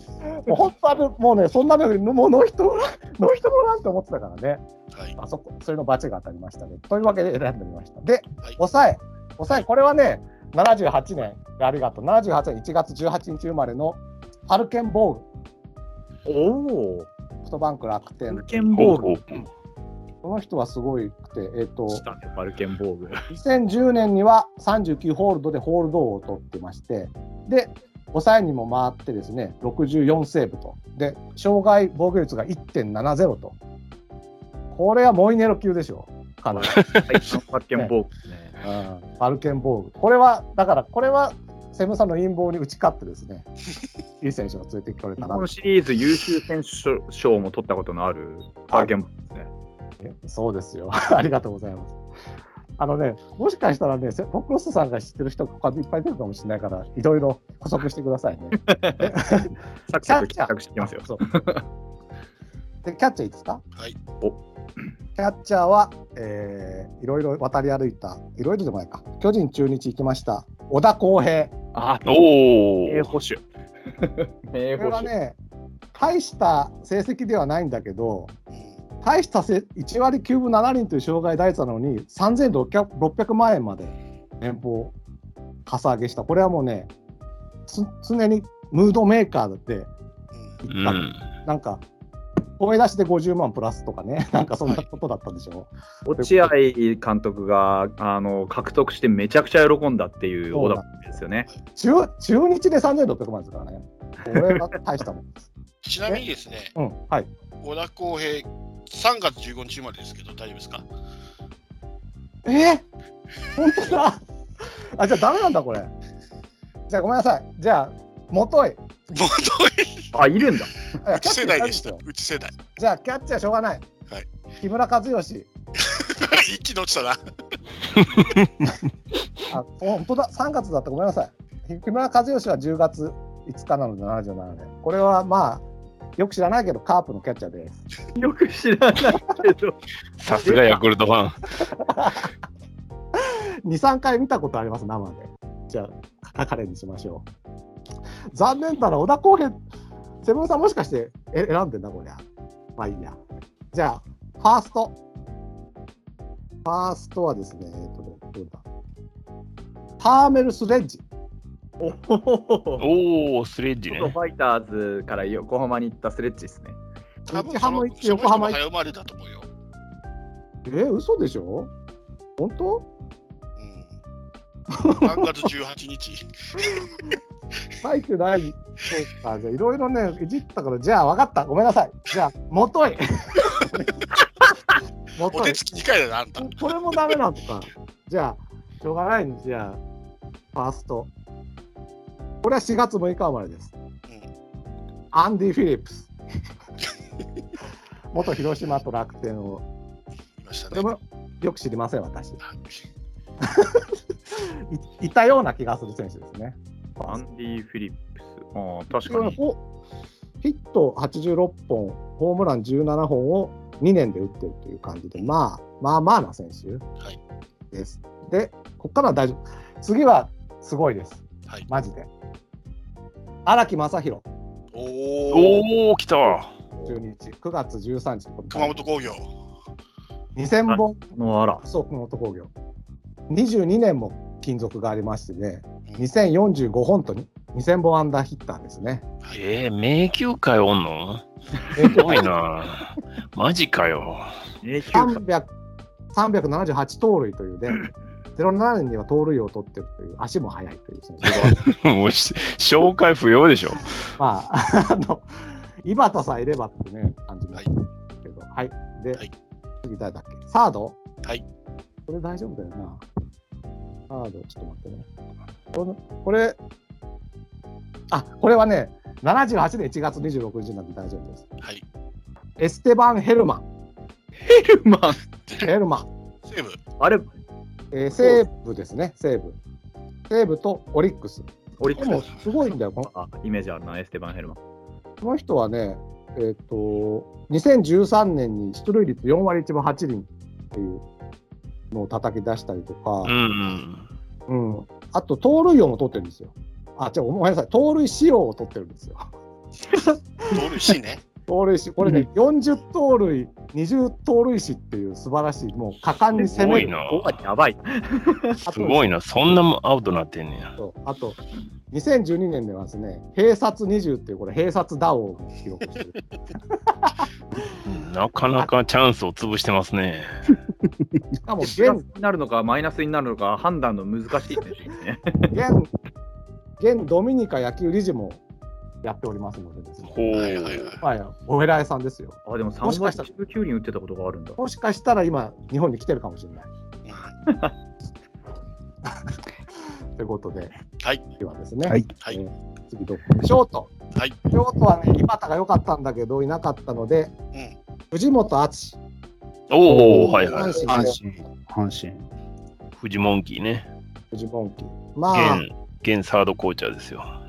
S4: う本当はね、もうね、そんなのより、もうノーヒットノーラン、ノーヒットノーランって思ってたからね。
S2: はい。
S4: あそこ、それの罰が当たりましたね。というわけで選んでみました。で
S2: はい、
S4: 抑え、抑え、これはね、78年、ありがとう、78年1月18日生まれのハルケンボーグ、
S3: おお。
S4: ソフトバンク楽天、
S3: ケン
S5: ほ
S3: ル。
S5: うほう
S4: この人はすごいくて、えっ、と、
S3: したね、バルケンボーグ。
S4: 2010年には39ホールドでホールド王を取ってまして、で、抑えにも回ってですね、64セーブと。で、障害防御率が1.70と。これはモイネロ級でしょ。かな。
S3: 最初のパッケンボークね。
S4: うんバルケンボーグ。これは、だからこれは、セブンさんの陰謀に打ち勝ってで
S3: (laughs)
S4: すね、いい選手が連れてこれ
S3: こ
S4: たな
S3: の。シリーズ優秀選手賞も取ったことのあるパッケンボークですね。
S4: えそうですよ。 (laughs) ありがとうございます。あのね、もしかしたらね、セフォックロストさんが知ってる人、他にいっぱい出るかもしれないから、いろいろ補足してくだ
S3: (laughs)
S4: さいね。
S3: サクサク検索してきますよ。
S4: そうで、キャッチャーいいですか
S2: はい。
S3: お
S4: キャッチャーは、えーいろいろ渡り歩いた、いろいろでもないか、巨人中日行きました、小田康平。
S3: あ、
S5: おお。
S3: 名捕手。 (laughs) 名
S4: こ
S3: 捕
S4: れは
S3: 手。
S4: ね、大した成績ではないんだけど、大したせ1割9分7厘という障害打率なのに、3600万円まで年俸かさ上げした、これはもうね、つ常にムードメーカーで、
S5: う
S4: あ
S5: ん。
S4: なんか、声出しで50万プラスとかね、 (laughs) なんかそんなことだったんでしょ
S3: 落合監督があの獲得してめちゃくちゃ喜んだっていう小田君ですよね。
S4: 中中日で3600万ですからね、これは大したもんです。
S2: ちなみにですね、
S4: うんはい、
S2: 小田康平、3月15日生まれですけど、大丈夫ですか
S4: え (laughs) ー、本当だあじゃあダメなんだこれじゃあごめんなさいじゃあ元い
S2: もうどう
S3: あ、いるんだ。
S2: う (laughs) ち世代でした。
S4: キャッチ
S2: うち世
S4: ャーいたんすよ
S2: 代。 (laughs)
S4: じゃあキャッチャーしょうがない、
S2: はい、
S4: 木村和義
S2: 一気に落ちたな。
S4: あ本当だ3月だったごめんなさい木村和義は10月5日なので77年これはまあよく知らないけどカープのキャッチャーです
S3: よく知らないけど。
S5: さすがヤクルトファン。
S4: 23回見たことあります生でじゃあ肩彼にしましょう残念だな小田康平セブンさんもしかしてえ選んでんだこりゃまあいいやじゃあファーストファーストはですねえっとねどうだターメルスレッジ
S3: おお。
S5: おお、スレッジね。
S3: ファイターズから横浜に行ったスレッチですね。
S2: 多分
S4: 日
S2: そ
S4: ハム
S2: の
S4: 行って
S2: その人も
S4: 横浜行っ
S2: 早生まれだと思うよ。
S4: え嘘でしょ本当
S2: うん、3月18日。
S4: (laughs) 書いてないそうかじゃあいろいろねいじったからじゃあ分かったごめんなさいじゃあ元
S2: (laughs)
S4: い
S2: お
S4: 元
S2: 手
S4: い
S2: つき2回だな、あんた。
S4: (laughs) これもダメなのか。じゃあ、しょうがないんでじゃあ、ファースト。これは4月6日生まれです。アンディ・フィリップス。 (laughs) 元広島と楽天を。
S2: いました
S4: こ
S2: ね
S4: れ。もよく知りません、私。
S2: はい
S4: いいたような気がする選手ですね。
S3: アンディ・フィリップス。ああ、確かに。
S4: おヒット86本、ホームラン17本を2年で打ってるという感じで、まあ、まあまあな選手
S2: はい
S4: です。で、ここからは大丈夫。次はすごいです。
S2: はい
S4: マジで。荒木正宏、
S2: おお。
S5: おお、来た。
S4: 中日、9月13日、これ
S2: 熊本工業。
S4: 2000本
S3: のあら。
S4: そう、熊本工業。22年も金属がありましてね、
S2: うん
S4: 2045本と2000本アンダーヒッターです
S2: (laughs)
S4: ね。
S5: えー、迷宮界おんの
S4: え
S5: すごいな。マジかよ。
S3: 永久か
S4: 300 378盗塁というね、07年には盗塁を取ってるという、足も速いという選手で
S5: もうし紹介不要でしょ。
S4: まあ、あの、井端さんいればってね、感じますけど、はい。で、
S2: はい
S4: 次誰だっけ、サード
S2: はい。
S4: これ大丈夫だよな。サード、ちょっと待ってね。このこれ、あ、これはね、78年1月26日なんで大丈夫です。
S2: はい。
S4: エステバン・ヘルマン。
S3: ヘルマン。
S4: ヘルマン。
S2: 西武。
S3: あれ、
S4: えー西武ですね、西武。西武とオリックス。
S3: オリッ
S4: で
S3: ク
S4: も
S3: ス。
S4: すごいんだよ、この
S3: あ、イメージあるな、エステバン・ヘルマン。
S4: この人はね、えっと2013年に出塁率4割1分8厘っていうのを叩き出したりとか
S5: う、ん
S4: うんあと盗塁王も取ってるんですよ。あ、違う、ごめんなさい、盗塁仕様を取ってるんですよ。 (laughs)
S2: 盗塁しね。
S4: 盗塁し、これね、40盗塁、20盗塁士っていう素晴らしい、もう果敢
S5: う
S4: に
S5: ん。す
S4: 攻
S5: ご
S4: め
S5: い
S4: る。
S5: な。
S3: 5はやばい。
S4: あ
S5: (laughs) す
S4: と
S5: ごいな。そんなもんアウトなってんねや。
S4: そうあと、2012年ではですね、併殺20っていう、これ、併殺打王も記録してる。
S5: なかなかチャンスを潰してますね。
S4: しかも
S3: プ
S4: 現
S3: ラスになるのか、マイナスになるのか、判断の難しい選手ですね。
S4: 現現ドミニカ野球理事もやっておりますのでですね、
S5: ほ
S2: はいはいは
S5: う。
S2: い。
S4: はい、お偉いさんですよ。
S3: (laughs) あ、でも
S4: もし
S3: 3
S4: か
S3: 倍
S4: したら
S3: 19人打ってたことがあるんだ。
S4: もしかしたら今、日本に来てるかもしれない。 (laughs) ということで、
S2: はい、
S4: ではですね、
S6: はい
S2: はい
S4: 次どこでしょうと。
S2: はい
S4: 京都はね、井端が良かったんだけど、いなかったので、
S2: うん
S4: 藤本敦、
S5: おお、はいはい。
S4: 阪神
S6: 阪
S4: の
S6: 神、阪神。
S5: フジモンキーね。
S4: 藤本家。まあ、
S5: 現、現サードコーチャーですよ。
S3: は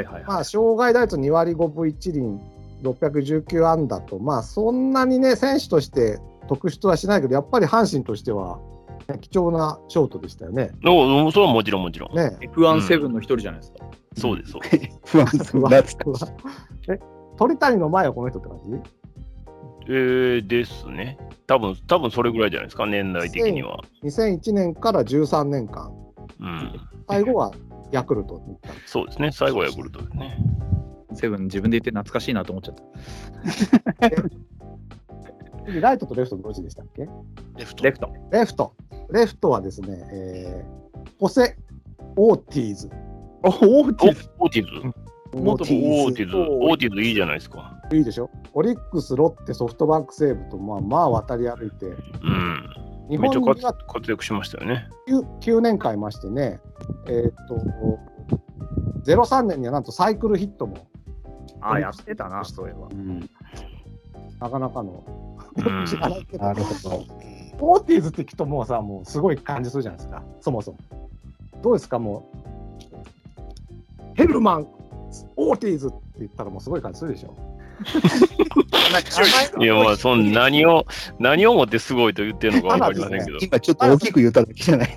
S3: いはいはい。
S4: まあ、障害打率2割5分1厘、619安打と、まあ、そんなにね、選手として特殊とはしないけど、やっぱり阪神としては、ね貴重なショートでしたよね。
S5: おお、それはもちろんもちろん。
S3: (laughs)
S4: ね
S3: F17 の一人じゃないですか。
S5: そうです、そうです。
S6: 不安
S4: う
S6: そう
S4: わ
S6: だった。
S4: うわ (laughs) え鳥谷の前はこの人って感じ
S5: えー、ですね。多分多分それぐらいじゃないですか、年代的には。
S4: 2001年から13年間、
S5: うん。
S4: 最後はヤクルトに行ったんで
S5: そうですね、最後はヤクルトですね。
S3: セブン自分で言って懐かしいなと思っちゃった。
S4: す次ライトとレフトどっちでしたっけ
S2: レフト。
S3: レフト。
S4: レフト、レフトはですね、えー、ホセ・オーティーズ、
S3: おお
S5: おオーティズ。元もオーティズ。オーティズいいじゃないですか。
S4: いいでしょ、オリックス、ロッテ、ソフトバンク、西武と、まあ、まあ渡り歩いて、
S5: うん。
S4: 日
S5: めっ
S4: 本
S5: ちゃ
S4: に
S5: 活
S4: は
S5: 活躍しましたよね。
S4: 9, 9年間いましてね、えーっと、03年にはなんとサイクルヒットも、
S3: あ、やってたな、そういえば
S6: う。ん
S4: なかなかの、
S5: うん
S4: 知らないけど
S6: なるほど。
S2: うん
S4: オーティーズって聞くともうさ、もうすごい感じするじゃないですか、そもそも。どうですか、もう、ヘルマン、オーティーズって言ったらもうすごい感じするでし
S5: (laughs)
S4: ょ。
S2: なんか強いです
S5: いや、まあ、そん何を、何をもってすごいと言ってるのか分かりませんけど。
S6: 今ちょっと大きく言っただけじゃない。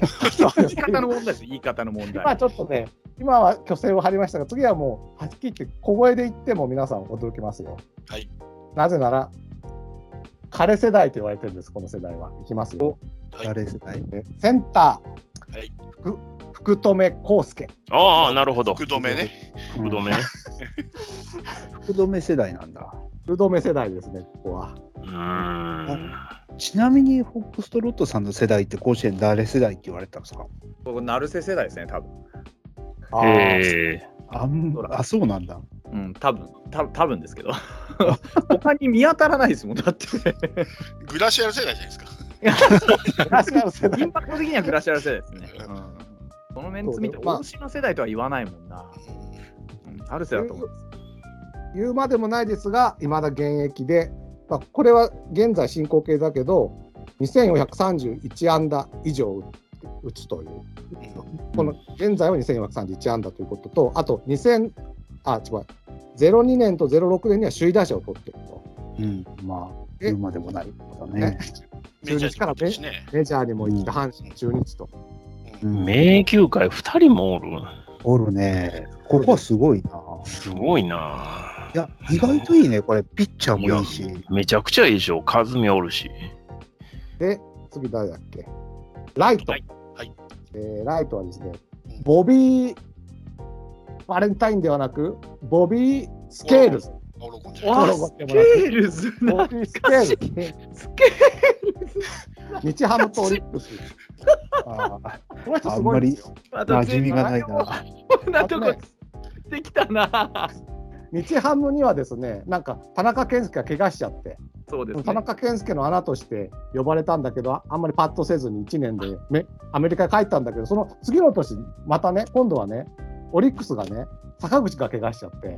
S3: 言い方の問題です、言い方の問題。
S4: まあちょっとね、今は虚勢を張りましたが、次はもう、はっきり言って小声で言っても皆さん驚きますよ。
S2: はい
S4: なぜなら、彼世代と言われてるんです、この世代は。いきますよ。
S6: あれ世代。
S4: えセンター、
S2: はい
S4: 福福留孝介。
S5: ああ、なるほど。
S2: 福留ね。
S5: 福留ね。
S6: 福留世代なんだ。
S4: 福留世代ですね、ここは。
S5: うーん。
S6: ちなみに、ホックストロットさんの世代って甲子園誰世代って言われてたんですか
S3: 僕、成瀬世代ですね、多分。
S4: あー
S5: へえ。
S6: あん
S3: そうだ
S6: あ、そうなんだ。
S3: うん、多分、た多分ですけど。 (laughs) 他に見当たらないですもん、だって。
S2: グラシアル世代じゃないですか。
S4: 東山世代
S3: インパクト的にはグラシアル世代ですね。うん、このメンツ見て、大島世代とは言わないもんな。うん、成瀬だと思う。
S4: 言うまでもないですが、いまだ現役で、まあ、これは現在進行形だけど、2431安打以上打つという、この現在は2431安打ということと、あと2000、あ、違う、02年と06年には首位打者を取っていると、
S6: うん、まあ、
S4: え
S6: 言うまでもないことだね。
S2: メジャーにも行ってるしね。
S4: メジャーにも行って、
S6: うん
S4: 阪神、中日と、
S6: うん
S5: 名球会2人もおる。
S6: おるね。ここはすごいな。
S5: すごいない
S6: や、意外といいね、これ。ピッチャーもいいし。
S5: めちゃくちゃいいでしょ。和美おるし。
S4: で、次誰だっけ、ライト、
S2: はいはい
S4: えーライトはですね
S2: うん、
S4: ボビー・バレンタインではなく、ボビー・スケールズ。
S2: オロコンじゃない
S3: あ、
S4: わ
S3: スケールズ
S4: ボ
S3: な。
S4: ービー・スケールズ。
S3: スケ
S4: 日ハムとオリックス。
S6: あー
S4: この人
S6: あ
S4: (laughs) す
S6: ん
S4: ご
S6: ま
S4: いんで
S6: り
S4: すよ。
S3: ール
S6: 馴染みがないな。
S3: こんなとこできたな。
S4: 日ハムにはですね、なんか田中健介が怪我しちゃって、
S3: そうです
S4: 田
S3: ね。
S4: 中健介の穴として呼ばれたんだけど、ああんまりパッとせずに1年でめアメリカに帰ったんだけど、その次の年、またね、今度はね、オリックスがね、坂口が怪我しちゃって、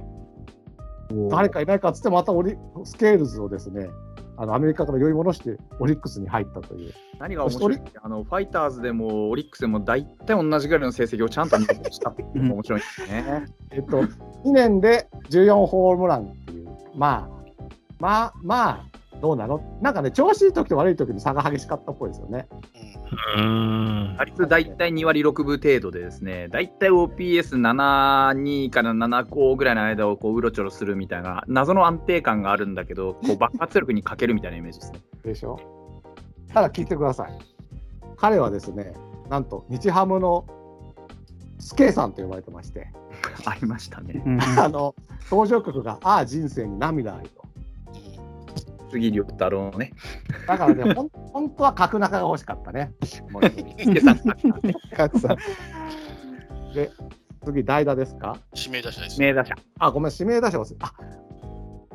S4: 誰かいないかっつって、またオリスケールズをですね、あのアメリカから呼び戻して、オリックスに入ったという。
S3: 何が面白いってあのファイターズでもオリックスでも大体同じぐらいの成績をちゃんと残したっていうのが面白いですね。
S4: えっと、2
S3: (laughs)
S4: 年で14ホームランっていう、まあ、まあ、まあ、どうなのなんかね、調子いい時と悪い時に差が激しかったっぽいですよね。
S2: うん
S5: うーん。
S3: 打率大体2割6分程度でですね、大体 OPS72 から75ぐらいの間をこううろちょろするみたいな、謎の安定感があるんだけど、こう爆発力に欠けるみたいなイメージですね。
S4: でしょただ聞いてください。彼はですね、なんと日ハムのスケさんと呼ばれてまして、
S3: ありましたね。
S6: うん
S4: あの、登場曲が、ああ、人生に涙ありと。
S3: 次、亮太郎ね。
S4: だからね、ほん (laughs) 本当は角中が (laughs) 欲しかったね。もう一人
S3: スケさん
S6: 勝さん
S4: 次、代打ですか
S2: 指名出したいです。
S3: 名打者。
S4: あ、ごめん、指名出してます。あ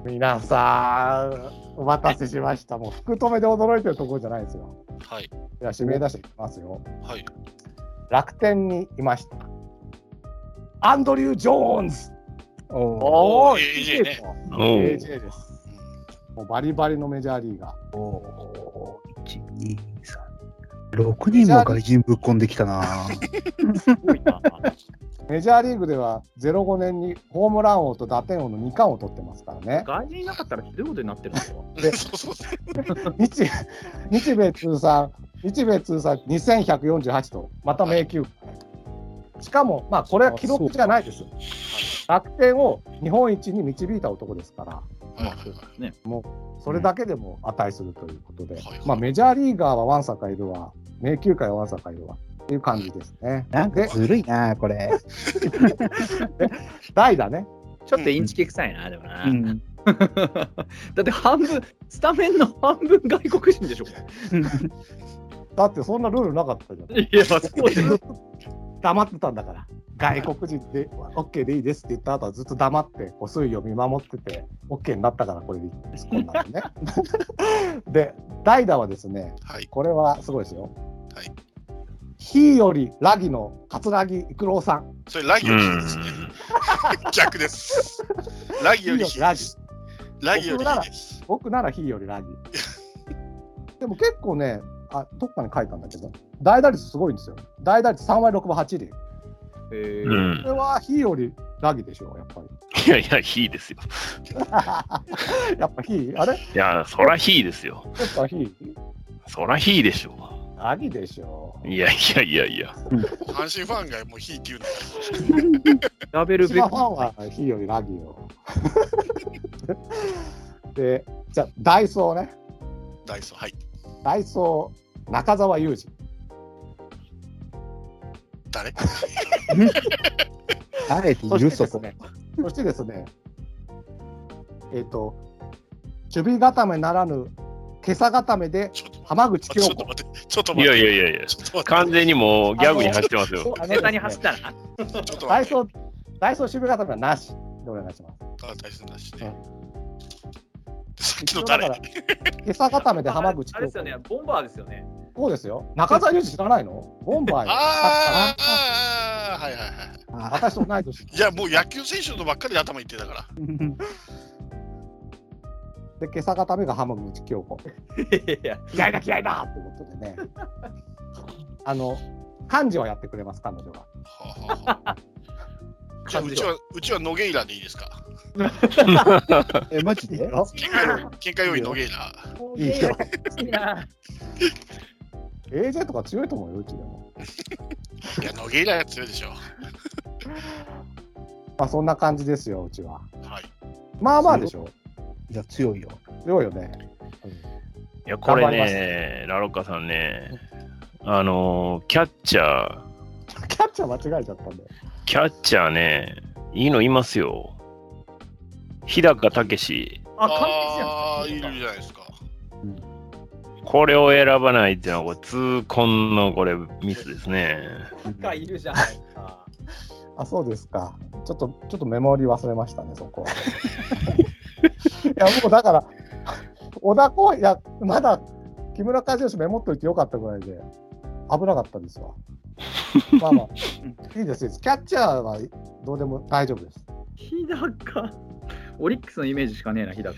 S4: 皆さん、お待たせしました。もう、福留で驚いてるところじゃないですよ。
S2: はい。
S4: では、指名出していきますよ。
S2: はい。
S4: 楽天にいました。アンドリュー・ジョーンズ
S6: お
S2: お
S6: ー
S2: ー
S4: おー
S2: AJ ね
S4: です
S5: おー
S4: AJ です。もうバリバリのメジャーリーガー。
S6: おー1、2、3、6人も外人ぶっこんできたな。
S4: メジャーリーグでは05年にホームラン王と打点王の2冠を取ってますからね。
S3: 外人いなかったらひどいことになってるんですよ。
S2: うん (laughs) そうそうそう。
S4: 日日米通算、日米通算2148と、また名球会。しかも、まあ、これは記録じゃないですよ。楽天を日本一に導いた男ですから、
S2: はいはい
S3: ね。
S4: それだけでも値するということで、
S2: はいはい
S4: まあ、メジャーリーガーはワンサカいるわ、名球会はワンサカいるわっていう感じですね。
S6: なんか
S4: で、 (laughs)
S6: ずるいな、これ。
S4: 代打ね、
S3: ちょっとインチキ臭いな、でもな。
S6: うん。
S3: だって半分、スタメンの半分外国人でしょ、こ
S4: だってそんなルールなかったじゃん。 (laughs)
S3: れ。いや、そうですよ。
S4: 黙ってたんだから外国人で OK でいいですって言った後はずっと黙ってこう推移を見守ってて OK になったからこれでいいですこんなの
S2: (laughs)
S4: ねで代打はですね
S2: はい。
S4: これはすごいですよ
S2: はい
S4: 日よりラギの桂木育郎さん
S2: それ、ラギよりいいですね。 (laughs) 逆です。ラギよりいい
S4: ラ
S2: で
S4: ギ
S2: す。ラギよりいいです。
S4: 僕なら日よりラギ (laughs) でも結構ねあどっかに書いたんだけど代打率すごいんですよ代打率3割6分8厘
S3: えー
S5: う
S4: こ
S5: ん
S4: れ。は日よりラギでしょやっぱり
S5: いやいや、非ですよ。
S4: やっぱ日あれや
S5: いや、そら非ですよ。
S4: っぱ日
S5: そら非でしょ
S4: ラギでしょ
S5: う。いやいやいやいや。
S2: 阪神ファンがもうひいって言うの
S3: ラベル
S4: 一
S3: ベ
S4: 番ファンはヒーよりラギよ。 (laughs) で、じゃあ、ダイソーね。
S2: ダイソー。はい。
S4: ダイソー、中澤裕
S2: 誰 (laughs)
S6: あえて
S4: 二。
S6: いるそ
S4: です
S6: こ。
S4: ね、そしてですね、えっ、と、守備固めならぬ、今朝固めで
S2: ちょっと待
S4: 浜口
S2: って。
S4: 京
S2: ちょっと
S4: 子。
S2: 待って。ちょっと
S5: い
S2: 待って。
S5: やいやいやいや。
S2: ちょっと待
S5: 完全にもうギャグに走ってますよ。
S4: あの
S3: ネタに走ったら。
S2: って。ちょっと
S4: ダイ
S2: 待って。
S4: ソー、ダイソー守備固めはなしでお願いします。
S2: あダイソーなし
S4: う
S2: ね
S4: ん。
S2: さっきの誰
S4: だから今朝固めで浜口
S3: あれで
S4: 京
S3: すよね
S4: 子。、
S3: ボンバーですよね。
S4: そうですよ。中澤裕二知らないのボンバーよ。
S2: あーあー、はいはいはい。
S6: あ
S4: 私と同い年。
S2: いや、もう野球選手のばっかりで頭いってたから。
S4: で、今朝固めが浜口京子。
S3: いや、
S4: 嫌いだ嫌いだってことでねあの漢字はやってくれます彼女が
S2: はあはあはあじゃあうちは、うちはノゲイラでいいです
S8: (laughs)
S2: か
S6: え、マジ
S4: いい
S6: で
S4: よ
S2: 喧嘩より、喧嘩よりノゲイラ。
S4: いいよ
S3: いいな。
S4: AJ とか強いと思うようちでも、
S2: いや、ノゲイラが強いでしょ。
S4: まあ、そんな感じですようち
S2: は
S4: は
S2: い。
S4: まあまあでしょ
S6: いや、強いよ。
S4: 強いよね
S5: いや、これ
S4: 頑張ります
S5: ね、ラロッカさんね、あのー、キャッチャー、
S4: キャッチャー間違えちゃったんだよ
S5: キャッチャーね、いいのいますよ。日高武史、
S3: あ、完璧じゃ
S2: あー
S3: ん
S2: い。るじゃないですか。
S5: これを選ばないっていうのは、これ痛恨のこれミスですね。
S3: なんかいるじゃないですか。
S4: あそうですかちょっとちょっとメモリ忘れましたねそこはいやもうだから小田公いやまだ木村和義メモっといてよかったぐらいで危なかったですわまあまあいいですいいですキャッチャーはどうでも大丈夫です
S3: 日高。オリックスのイメージしかねえな、日高。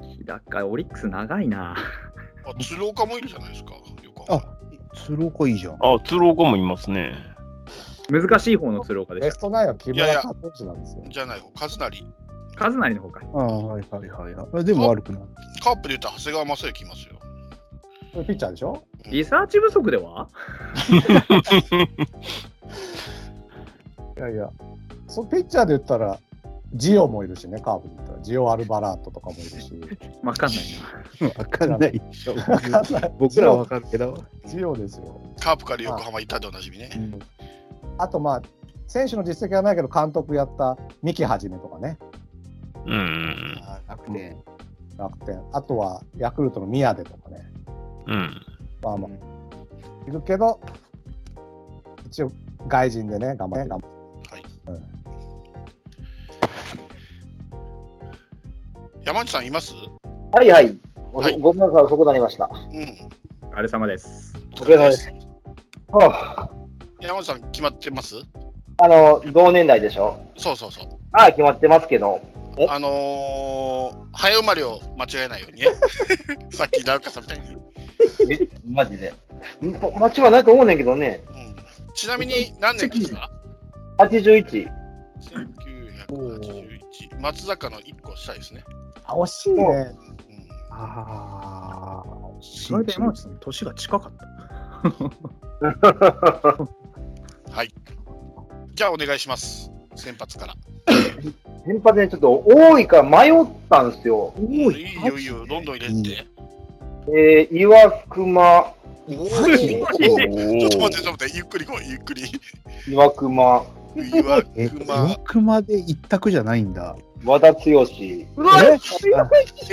S3: 日高、オリックス長いな。
S2: あ、鶴岡もいるじゃないですか。よくわかんない
S6: あ、鶴岡いいじゃん。
S5: あ、鶴岡もいますね。
S3: 難しい方の鶴岡で
S4: ベ
S3: す。
S4: ストナインは木村
S2: いやいや
S4: 和義なんですよ
S2: じゃない方、カズナリ。
S3: カズナリの方か。
S6: ああ、はいはいはいはい。あでも悪くない。
S2: カープで言ったら長谷川正行いますよ。
S4: これピッチャーでしょ
S3: リサーチ不足ではい
S4: やいやそのピッチャーで言ったらジオもいるしねカーブで言ったらジオ・アルバラートとかもいるし
S3: わかんない
S6: わかんないでしょ。僕
S4: 僕
S6: ら
S4: ら
S6: は
S4: は
S6: わかるけど。
S4: ジオですよ
S2: カープから横浜行ったでおなじみね。
S4: あとまあ選手の実績はないけど監督やった三木はじめとかね
S5: うんうん
S6: 楽天。
S4: 楽天あとはヤクルトの宮出とかね
S5: うん。うん。
S4: まあまあいるけど一応外人でね、頑張って。頑張って
S2: はい
S4: うん。
S2: 山内さんいます？
S8: はいはい。お
S2: はい
S8: ごめんなさい、遅くなりました。
S2: うん。
S3: あれ様です。
S8: お疲れ様です。あ
S2: 山内さん決まってます？
S8: あの、同年代でしょ。
S2: そうそうそう。
S8: ああ、決まってますけど。お
S2: あのー、早生まれを間違えないよう (laughs) にね。さっきラウカさんみたいに。
S8: えマジで。んま間違いないと思うねんけどね。
S2: うん、ちなみに何年ですか
S8: 81。
S2: 1981松坂の1個下ですね、
S4: あ、惜しいね。
S2: うん、
S6: ああ。
S3: 意外と山内さん、年が近かった。
S2: (laughs) じゃあお願いします先発から
S8: 先発ね、ちょっと多いから迷ったんですよ。
S2: いいよいいよどんどん入れて、
S8: えー、岩熊、岩
S2: (laughs) ちょっと待ってちょっと待ってゆっくりこうゆっくり (laughs)
S8: 熊、
S2: 岩
S6: え、
S2: 熊
S6: 岩熊で一択じゃないんだ。
S8: 和田剛。い
S6: え
S2: え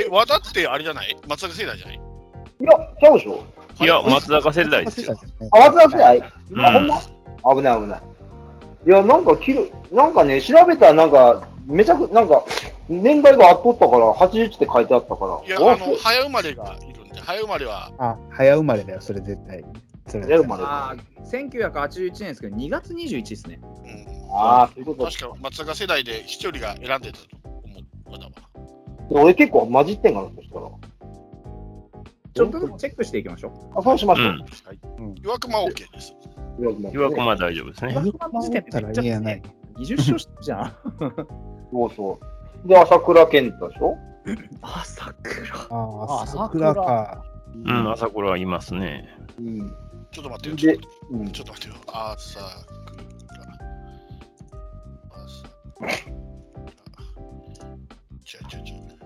S2: 和田ってあれじゃない松坂世代じゃない
S8: や、ちゃうでしょ。
S5: いや、松坂世代ですよ。
S8: あ、和田剛じゃない。
S5: うん
S8: あ、ほんま危ない危ない。いや、なんか切る、なんかね、調べたらなんか、めちゃく、なんか、年代があっとったから、81って書いてあったから。
S2: いや
S8: お
S2: あの早生まれがいるんで早生まれは
S6: あ、早生まれだよ、それ絶対。それ
S8: 出るまで。あ
S3: ああ、1981年ですけど、2月21ですね。
S2: うん
S8: あー、そういうこと。
S2: 確か松坂世代で一人が選んでたと思う和田は
S8: 俺結構混じってんかな、そしたら。
S3: ちょっとずつチェックしていきましょう。
S8: あ、そうしま
S5: う
S8: す
S5: ん。
S2: 岩熊 OK です
S5: 岩隈は大丈夫ですね。
S6: 岩熊だったらいやない。
S3: 20勝じゃん。
S8: そうそう。で、朝倉健太でしょ
S3: あ、桜。
S6: あ
S4: あ
S6: あ、桜か。
S5: うん、朝倉はいますね。
S8: うん。
S2: ちょっと待ってよちょっと待って
S8: うん
S2: ちょっと待ってよ。朝倉。朝倉。違う違う違う。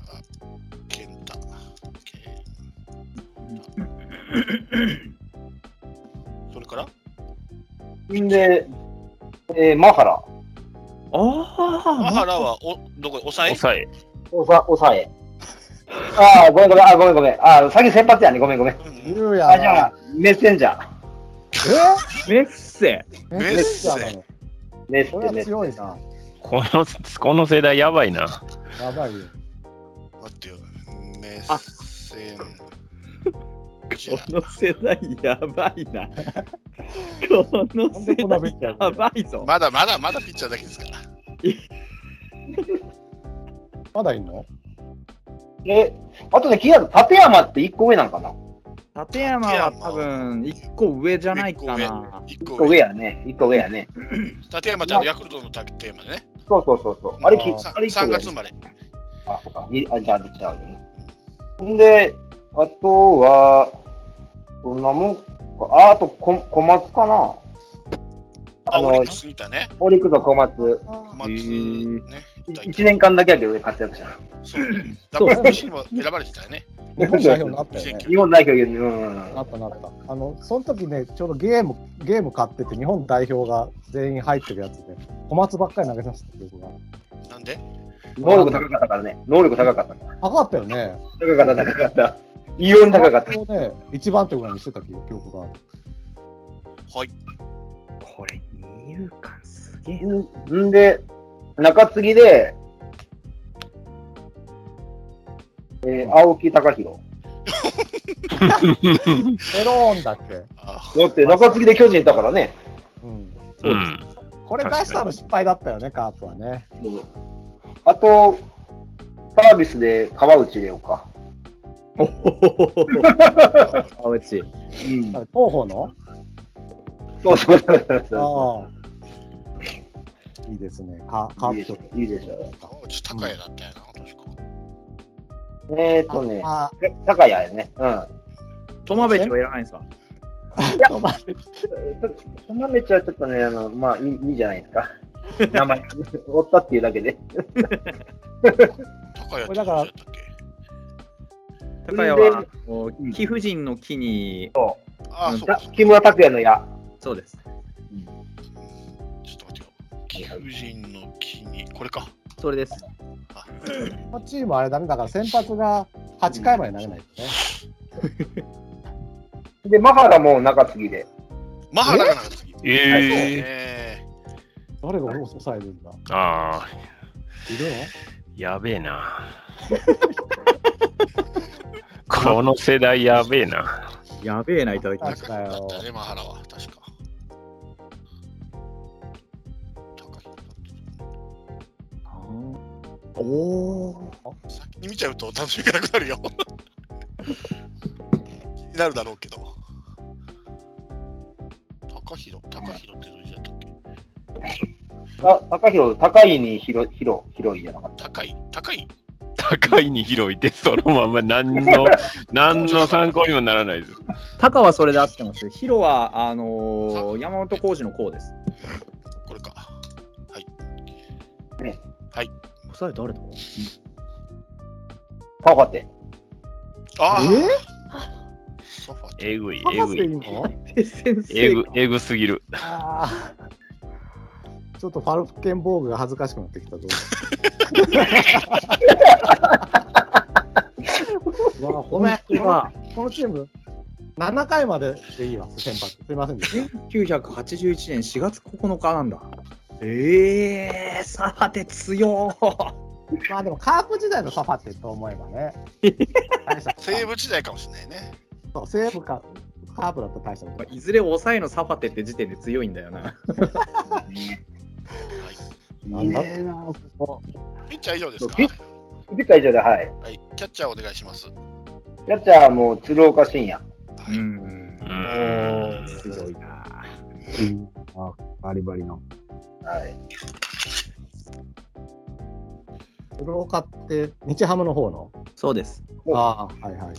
S2: あ、健太。健
S5: (laughs)
S2: 太。それから
S8: で、えー、マハラ、
S2: マ
S3: あ
S2: ハラはおどこ抑え
S5: 抑え。
S8: おさ、おさえ。ああ、ごめんごめん、あごめんごめん。ああ、先先発やね、ごめんごめん。
S2: うん
S4: 言うや
S8: あ、じゃ
S4: な。
S8: あ、メッセンジャー。
S3: あ、メッセ。
S4: え
S2: メッセ
S4: メッセ
S8: メッ
S4: これ
S8: セ
S4: は
S8: メッセ。
S4: 強いな。
S5: この、この世代やばいな。
S4: やばいよ。
S2: 待ってよ。メッセンジャー。
S3: の世代やばいな。この
S4: 世代やば
S3: いぞ。
S2: まだまだまだピッチャーだけですから。
S4: まだいんの
S8: え、あとね、気になる、立山って1個上なんかな
S3: 立山は多分1個上じゃないかな。
S2: 一個上。一
S8: 1個
S2: 個
S8: 上
S2: 上
S8: やね。1個上やね。
S2: 立山ちゃんのヤクルトのテーマでね。
S8: そうそうそうそう。あれ、き
S2: さ
S8: あれ1
S2: 3
S8: 個上や
S2: 月生
S8: ね。
S2: まれ。
S8: あ、そうか。にあ、じゃあ、じゃあ、ね。んで、あとは、どんなもんか。あ、あと、こ小松かな
S2: あ
S8: あ
S2: の、
S8: の
S2: オリック、スにいたね。
S8: オリックスの小松。
S2: 小松
S3: へー
S2: ね。いたいた
S8: 1年間だけやけどね、活躍した。
S2: そうね。WBC にも選ばれてたよね。
S4: 日本代表になったよね。
S2: 2009
S8: 日本代表に、うん。
S4: なったなった。あの、その時ね、ちょうどゲーム、ゲーム買ってて、日本代表が全員入ってるやつで、小松ばっかり投げさせてるが。
S2: なんで
S8: 能力高かったからね。能力高かったから。
S4: 高かったよね。
S8: 高かった、高かった。異様に高かった。
S4: 小松をね、一番手ぐらいにしてた記憶がある。
S2: はい。
S3: これ、二遊間すげえ。
S8: んんで、中継ぎで、えー青木隆弘。
S4: ペローンだっけ
S2: あ
S8: だって中継ぎで巨人いたからね。
S4: うん。
S5: うん。
S4: これ出したの失敗だったよね、カープはね。
S8: あと、サービスで川内入れようか。
S3: おほほほほ。青内。
S8: うん。
S4: あ東方の
S8: そうそうそうそうそ
S4: ああ。いいですね。カカ
S8: う。い
S4: ー
S8: いで
S4: プ
S8: し
S4: と
S8: ょ。いいでしょ。
S2: あ、ちょっと高いだったよな、確か。
S8: えーっとね、
S4: あ
S8: 高谷やね。うん。
S3: 友部はいらないんですか
S8: そのめちはちょっとね、あの、まあいい、いいじゃないですか。 (laughs) 名前、おったっていうだけで。
S2: 高い
S4: これ
S2: だか
S4: だからら。
S3: 高谷は、もう貴婦人の木に、
S2: ああ、そう
S8: た
S2: か。
S8: 木村拓哉の矢。
S3: そうです。
S2: ちょっと待ってよ。貴婦人の木に、これか。
S3: それです。
S4: あ、このチームあれだね。だから先発が8回まで投げないとね。
S8: で、マハラも中継ぎで。
S2: マハラがなんか次。
S5: ええ
S2: え
S4: 誰が俺を抑えるんだ
S5: ああ、
S4: いるの
S5: やべえな。 (laughs) この世代やべえな。
S3: やべえな、いただき
S2: ー、
S3: ま
S4: あ
S3: し
S2: 高くなったね、マハラは。確か。高
S3: た。おお。
S2: い先に見ちゃうと楽しみがなくなるよ。 (laughs) 気になるだろうけど。高弘、高弘ってどういう字だったっけ
S8: あ、高広、高いに広、広、広いじゃなかっ
S2: 高い高い
S5: 高いに広いて、そのまま何の、何の参考にもならないです。
S3: タカはそれで合ってます。ヒロは、あのー山本浩二の浩です。
S2: これか。
S3: それ誰だ
S8: た。パファテ。
S2: ああ、
S4: え
S2: ソファ
S5: えぐい、え
S4: 博
S5: ぐ
S4: 士いい
S5: い。
S4: の
S3: 先生。
S5: えぐ、えぐすぎる。
S4: あーちょっとファルケンボーグが恥ずかしくなってきたぞ。うわごめん、今、このチーム、7回まででいいわ、先発。すいませんでした。
S3: 1981年4月9日なんだ。ええー、サハテ強
S4: まあでも、カープ時代のサファテと思えばね。大した
S2: 西武時代かもしれないね。
S4: そう西武か、カープだったら大したことない
S3: いずれ抑えのサファテって時点で強いんだよな。
S2: はい。
S4: なんだ
S6: ええな
S2: ピッチャー以上ですか
S8: ピッピッチャー以上で、はい。
S2: はい。キャッチャーお願いします。は
S8: キャッチャーも鶴岡信也。
S2: い。
S3: ん
S5: う。
S8: ん
S5: ん。
S3: 強いな。
S6: うんあバリバリの。
S8: はい。
S4: 鶴岡って、日ハムの方の。
S3: そうです。
S8: お
S4: ああ、はいはい。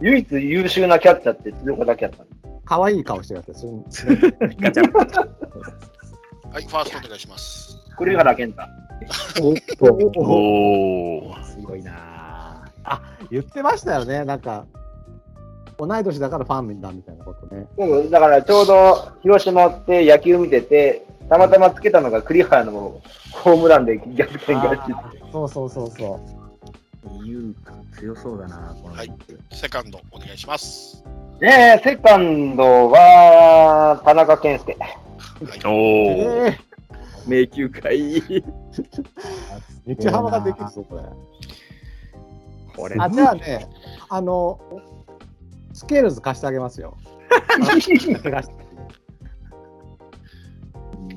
S8: 唯一優秀なキャッチャーって鶴岡だけやったんです。
S4: 可愛い顔してるやつです。
S3: ガチャ。
S2: はい、ファーストお願いします。
S8: 栗原健太。
S4: (laughs)
S5: おお。
S3: 強いな。
S4: 言ってましたよね、なんか、同い年だからファンだみたいなことね。
S8: そうだからちょうど広島って野球見てて、たまたまつけたのが栗原のホームランで逆転勝ち。
S4: そうそうそうそ
S3: 優香強そうだな、この
S2: はいセカンドお願いします。
S8: ねえ、セカンドは田中健介。
S2: はい。
S4: う。
S5: おお。
S4: え
S3: 迷宮会。
S4: え日ハムができるぞ、これ。
S3: これ
S4: あ、じゃあね、あの、スケールズ貸してあげます (laughs) よ。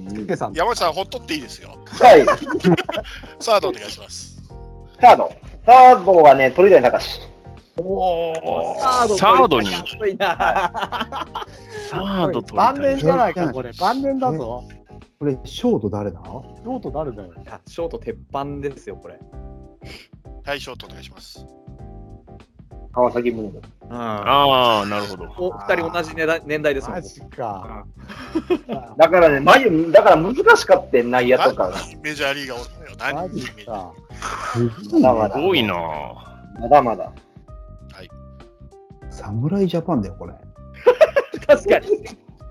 S4: スケさん、
S2: 山内さん、ほっとっていいですよ。
S8: はい、
S2: サードお願いします。
S8: サード。サードはね、鳥谷隆。
S5: サードに、
S3: 強いな。
S5: サード取
S4: 晩
S5: りた
S4: 年
S5: い。
S4: じゃないか、これ。晩年だぞ。
S6: これ、ショート誰だ
S4: 京都誰だよ。
S3: ショート鉄板ですよ、これ。
S2: はい、ショートお願いします。
S8: 川崎宗則。
S3: あ
S5: ああ、なるほど。
S3: お二人同じ年代年代ですも
S4: マ
S3: ん。
S4: ジか。
S8: だからね、眉だから難しかってん、内野とか。
S2: 何人メジャーリーガーおるのよ。
S4: マ
S2: 何
S4: ジ
S2: 人メジャー
S4: か。
S8: まだまだ。
S5: すごいな。
S8: まだまだ。
S6: 侍ジャパンだよ、これ。
S3: 確かに。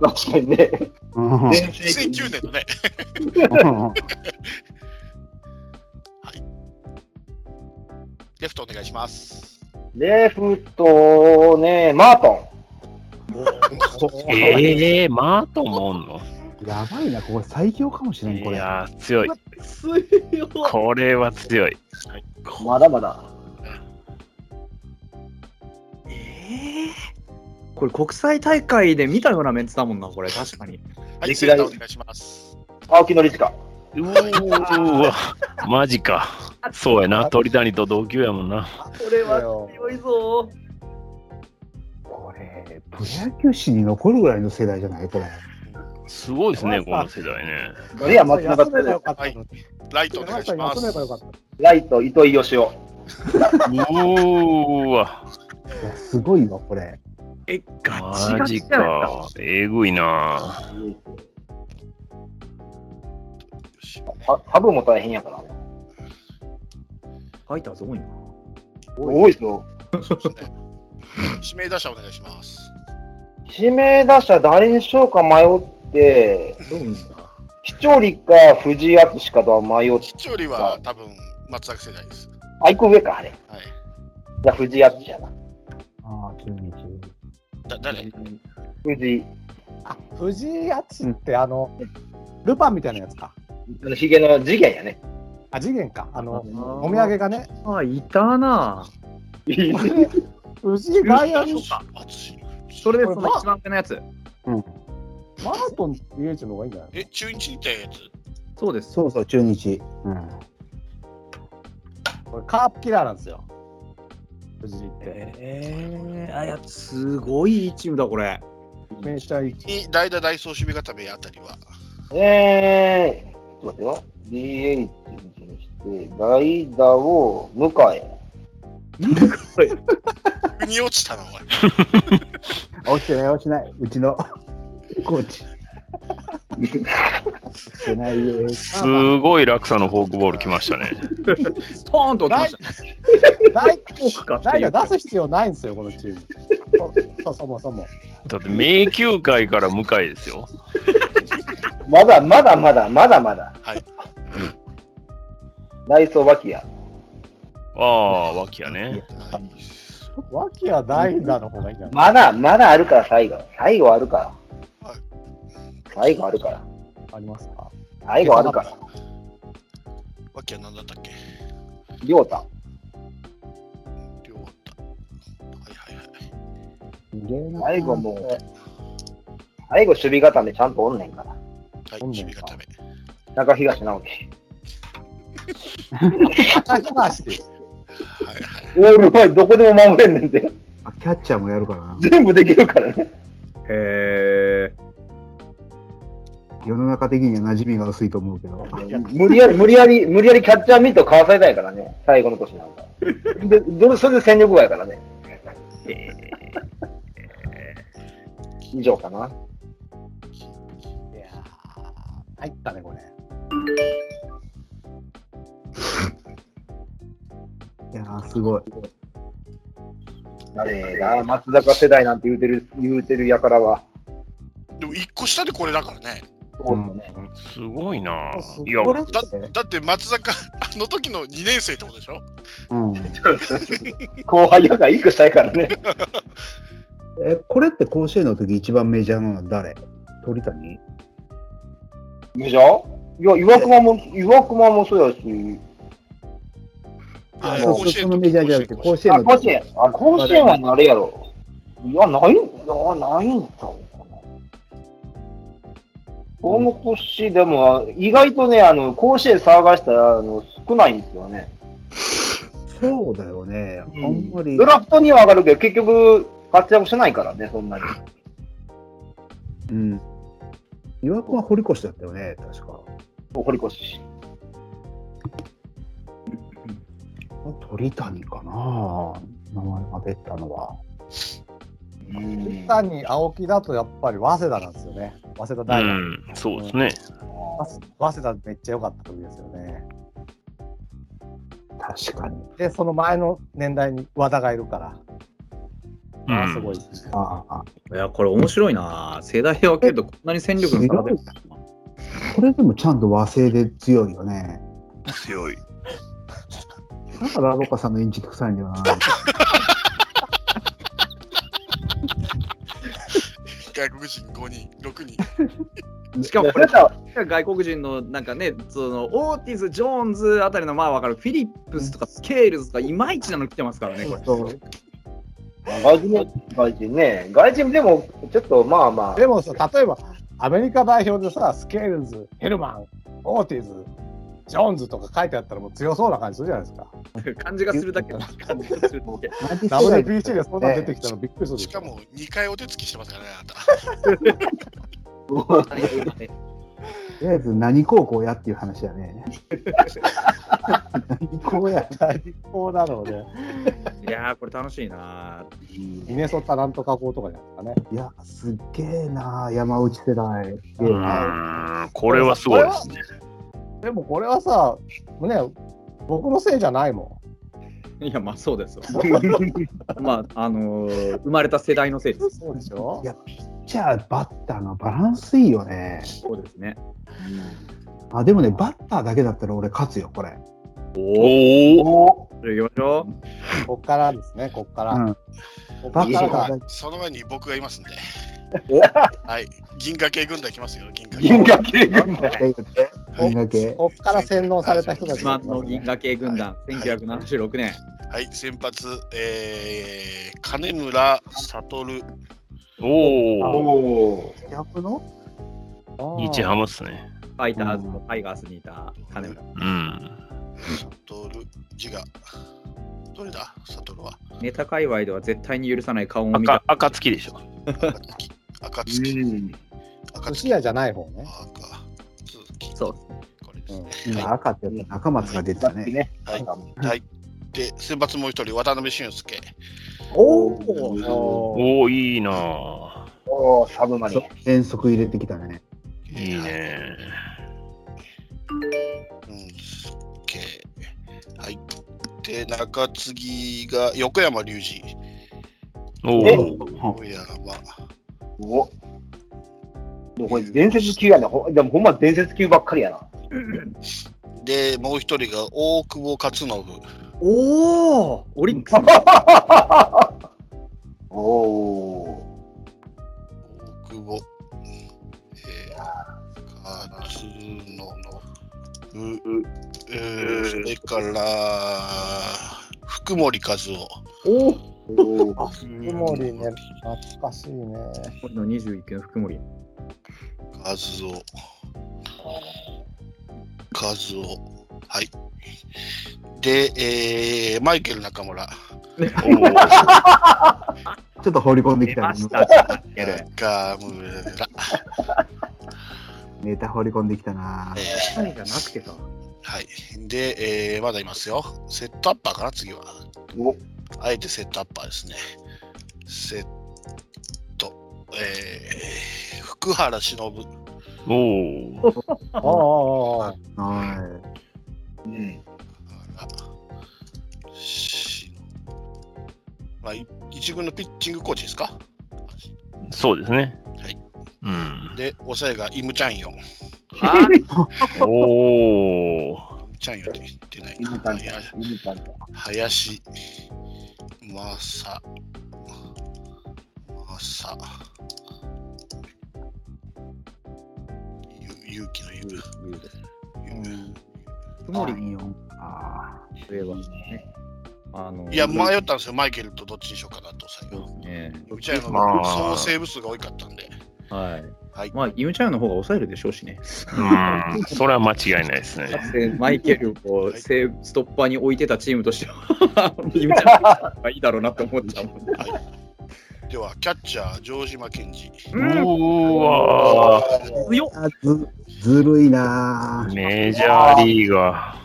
S8: 確かにね。
S6: うん
S8: 全盛期
S2: 2009年のね、レフトお願いします。
S8: レフトね、マート
S5: ええー、マートもおんの。
S6: やばいな、これ最強かもしれん、
S5: い
S6: これ。
S5: やー、強い。
S3: 強い。
S5: これは強い。
S8: ン。まだまだ。
S3: これ国際大会で見たようなメンツだもんな、これ。確かに。
S2: はい、
S8: 歴
S2: セン
S8: 代
S2: ターお願いします。
S8: 青木のりつか。
S5: うーわ、マジか。そうやな、鳥谷と同級やもんな。
S3: これ強いぞ。
S6: これ、プロ野球史に残るぐらいの世代じゃないこれ。
S5: すごいですね、この世代ね。
S8: いや松永
S4: 休めば
S8: だ
S4: よかったのに。
S2: ライトお願いします。
S4: 休めばよかった。
S8: ライト、糸井義雄。
S5: うーわ、
S6: いやすごいわ、これ。
S3: え、ガチ
S5: マ
S3: ガ
S5: ジ
S3: チじゃないか
S5: か。えぐいな。
S2: よし
S8: あサブも大変やから。
S3: ファイターズ多いな。
S8: 多いですよ。
S2: 指名打者お願いします。
S8: 指名打者誰にしようか迷って、
S3: 多いんだ。
S8: 視聴率か藤井敦かとは迷って、
S2: 視聴率は多分松坂世代です。
S8: あ、一個上か、あれ。
S2: はい。
S8: じゃあ藤井敦やな。
S6: ああ、中日。
S2: だ誰
S8: 藤井、
S4: あ、藤井敦って、あの、ルパンみたいなやつか。
S8: あのヒゲの次元や (laughs) ね。
S4: あ、次元か。あの、
S3: お
S4: お土産がね、
S3: あ、いたなぁ。
S4: 藤井外野に
S2: 淳
S3: それです、そ
S4: これ
S3: の
S4: まあ
S3: 一番上のやつ。
S4: マートンって言うの方がいいんじゃない
S2: え、中日にいたやつ
S3: そうです。
S6: そうそう、中日。うん。
S4: これカープキラーなんですよ。藤井
S6: (laughs)
S4: って。
S3: えー、あいや、すごいいいチームだ、これ。
S4: めちゃいい。
S2: に代打代走守備固めあたりは。
S8: えー、ちょっと待ってよ。DH にして、代打を向え。
S2: 腑に落ちたな、おい。
S6: 落ちてない、落ちてない。うちのコーチ。落ちてないよ。
S5: すごい落差のフォークボール来ましたね。
S3: スポーンと落ちま
S4: 代
S3: した。
S4: 打代打出す必要ないんですよ、このチーム。そそもそも。
S5: だって迷宮界から向かいですよ。
S8: まだまだまだまだまだ。
S2: はい。
S8: (laughs) 内装脇や。
S5: ああ、脇やね。
S4: 脇は代打の方がいいんじゃない
S8: まだまだあるから、最後。最後あるから。
S2: はい
S8: 最後あるから。
S4: ありますか
S8: 最後あるから。
S2: わけは何だったっけ
S8: りょうた。
S2: 両方あった。はいはいはい。
S8: 最後もう、最後守備固めちゃんとおんねんから。
S2: はい、
S4: 本
S2: 守
S4: 人
S2: 備固め。
S8: 中東直樹。
S4: 高橋です。
S2: はいはい。
S8: オールファイどこでも守れんねんで。
S6: あキャッチャーもやるからな。
S8: 全部できるからね。
S3: へ
S6: 世の中的には馴染みが薄いと思うけど。
S8: 無理やり、無理やり、無理やりキャッチャーミット買わされたいからね。最後の年なんか。で、どそれで戦力外やからね。以上かな。
S4: いやー入ったね、これ。
S6: いやー、すごい。
S8: 誰だ、松坂世代なんて言うてる、言うてるやからは。
S2: でも一個下でこれだからね。
S8: そうですね。
S5: すごいな
S4: あす。ごい
S5: いや、
S2: だだって松坂、 (laughs) あの時の2年生ってことでしょ
S6: うん。
S8: (laughs) 後輩やから一個したいからね。
S6: え、これって甲子園の時一番メジャーなのは誰鳥谷
S8: 無情いや、岩隈も、岩隈もそうやし。
S2: あ
S6: あ、
S2: の
S6: そう、そのメジャーじゃなくて、甲子園
S8: あ、
S6: の
S8: 甲
S6: 時
S8: 子園。あ、甲子園はなるやろ。いや、ない、いや、ないんちゃうかな。この年でも、意外とね、あの、甲子園探したら、あの、少ないんですよね。
S6: そうだよね。あんまり。
S8: ドラフトには上がるけど、結局、活躍しないからね、そんなに。
S6: うん。岩子は堀越だったよね、確か。
S8: 堀越。
S6: 鳥谷かな名前が出たのは。
S8: うん
S4: 単に青木だとやっぱり早稲田なんですよね。早稲田
S5: う
S4: 大学。
S5: ん、そうですね。
S4: 早稲田めっちゃ良かった時ですよね。
S6: 確かに。
S4: で、その前の年代に和田がいるから。
S5: う
S4: あーすご
S5: ん、
S4: い。
S6: ああ、
S3: ー。いや、これ面白いなぁ。世代を分けるとこんなに戦力の差が出る。
S6: これでもちゃんと和製で強いよね。
S5: 強い。
S6: だからラロカさんのインチ臭いんだよな。
S2: 外国人5人、6人。
S3: しかもこれさ、外国人のなんかね、そのオーティス、ジョーンズあたりのまあ分かる、フィリップスとかスケールズとかいまいちなの来てますからね、これ。
S6: そう
S8: 外人ね、外人ね。外人でも、ちょっと、まあまあ。
S4: でもさ、例えば、アメリカ代表でさ、スケールズ、ヘルマン、オーティズ、ジョーンズとか書いてあったらもう強そうな感じするじゃないですか。
S3: 感じがするだけだ。感じがするだけ。
S4: WBC でそんな出てきたのびっくりするで
S2: し
S4: し
S2: か
S4: ょ
S2: も2回お手つきしてますからね、あなた。
S6: とりあえず何高校やっていう話だ
S4: (laughs)
S6: ね。何校や。
S4: 最高なので、
S3: (laughs) いやー、これ楽しいなぁ。
S4: ミネソタなんとか校とかじゃないですかね。
S6: いや、すっげえな、山内世代。すげえ
S5: う
S6: な。
S5: ん、これはすごいですね。
S4: でもこれはさ、ね、僕のせいじゃないも
S3: いや、まあそうですよ。 (laughs) まあ、あのー生まれた世代のせいです。
S4: ん。そうでしょ
S6: いや、ピッチャー、バッターのバランスいいよね。
S3: そうですね。
S6: あ、でもね、バッターだけだったら俺勝つよ、これ。
S5: おお、
S8: お
S3: じゃあ行きましょ
S4: こっからですね、こっから。
S6: うん
S4: こっ
S6: バ
S4: か
S6: カ
S4: ら
S6: だ
S4: が
S6: な。
S2: その前に僕がいますんで。はい。銀河系軍団来ますよ、銀河系。
S8: 銀河系軍団。
S6: 銀河系。
S4: こっから洗脳された人た
S3: う。
S4: ち
S3: 一
S4: が
S3: 番の銀河系軍団、1976年。
S2: はい、先発、えー、金村悟、
S5: おお、
S8: お
S6: ヤフの
S5: 日ハムっすね。
S3: ファイターズとタイガースにいた金村。
S5: うん。
S2: 悟、字が。どれだ、悟は。
S3: ネタ界隈では絶対に許さない顔を見
S5: 赤
S3: た。
S5: 暁でしょ。
S2: 暁。
S4: 寿司
S2: 暁。
S4: 屋じゃない方ね。
S2: 赤月。
S3: そう
S2: これですね。
S6: 今赤ってやったら赤松が出てたね。
S8: ね。
S2: はい。はい。で、先発もう一人、渡辺俊介。
S4: お
S8: お
S4: お
S5: おお、いいなぁ。
S8: おおサブマリン。
S6: 遠足入れてきたね。
S5: いいね
S2: うん、すっげーはい。で、中継ぎが横山隆二。
S5: お
S8: え
S5: お、
S2: 横山。
S8: おでもこれ伝説級やな。ほでもほんま伝説級ばっかりやな。
S2: で、もう一人が大久保勝信。
S3: おおオリックス
S8: おお
S2: 大久保。えー、勝信。う、えー、それから、福森和夫。
S4: おお
S8: ー。
S4: あ
S2: 福
S4: 福森ね、懐かしいね。
S3: の21球の福森。
S2: 和夫。和夫。はい。で、えー、マイケル中村。
S6: ちょっと放り込んでき
S3: 出
S6: た
S3: ま
S6: ね
S3: し。た。
S2: 中村。
S6: ネタ放り込んできたな
S2: え。ー
S3: じゃなくてさ。
S2: はい。で、えーまだいますよ。セットアッパーかな、次は。
S8: お
S2: あえてセットアッパーですね。セット。えー福原忍。
S5: おお、
S4: ああ、
S5: (laughs)
S6: は
S8: う
S2: 福
S8: ん。
S2: 原忍。まあ、い一軍のピッチングコーチですか。
S5: そうですね。
S2: はい。
S5: うん。
S2: で、抑えがイムチャンヨン。イ
S3: あ
S5: おお、
S2: ムチャンヨンって言ってない
S8: イブタ
S2: な。は
S8: ンタン
S2: や。
S8: イブタンタン。
S2: 林正正ゆ勇気の勇
S3: 福
S6: い。
S3: 森
S6: いいよ。あ
S3: といえば、あの、
S2: いや迷ったんですよマイケルとどっちにしようかなと最
S3: そうで
S2: 後
S3: すね。
S2: うちはあ
S5: ま
S2: の
S5: あ
S2: 総セーブ数が多かったんで
S3: はい。
S2: はい
S3: まあ、イムチャンの方が抑えるでしょうしね。
S5: (laughs) うん、それは間違いないです
S3: か
S5: ね。
S3: つてマイケルをこ
S2: は
S3: う
S2: い
S3: セーブストッパーに置いてたチームとしては、イムチャンの方がいいだろうなと思っちゃうもんね。
S2: ではキャッチャー城島健治
S5: う
S3: うん
S5: ーわ
S3: 強っ
S6: あ。ず、ずるいな
S5: ー、メジャーリーガ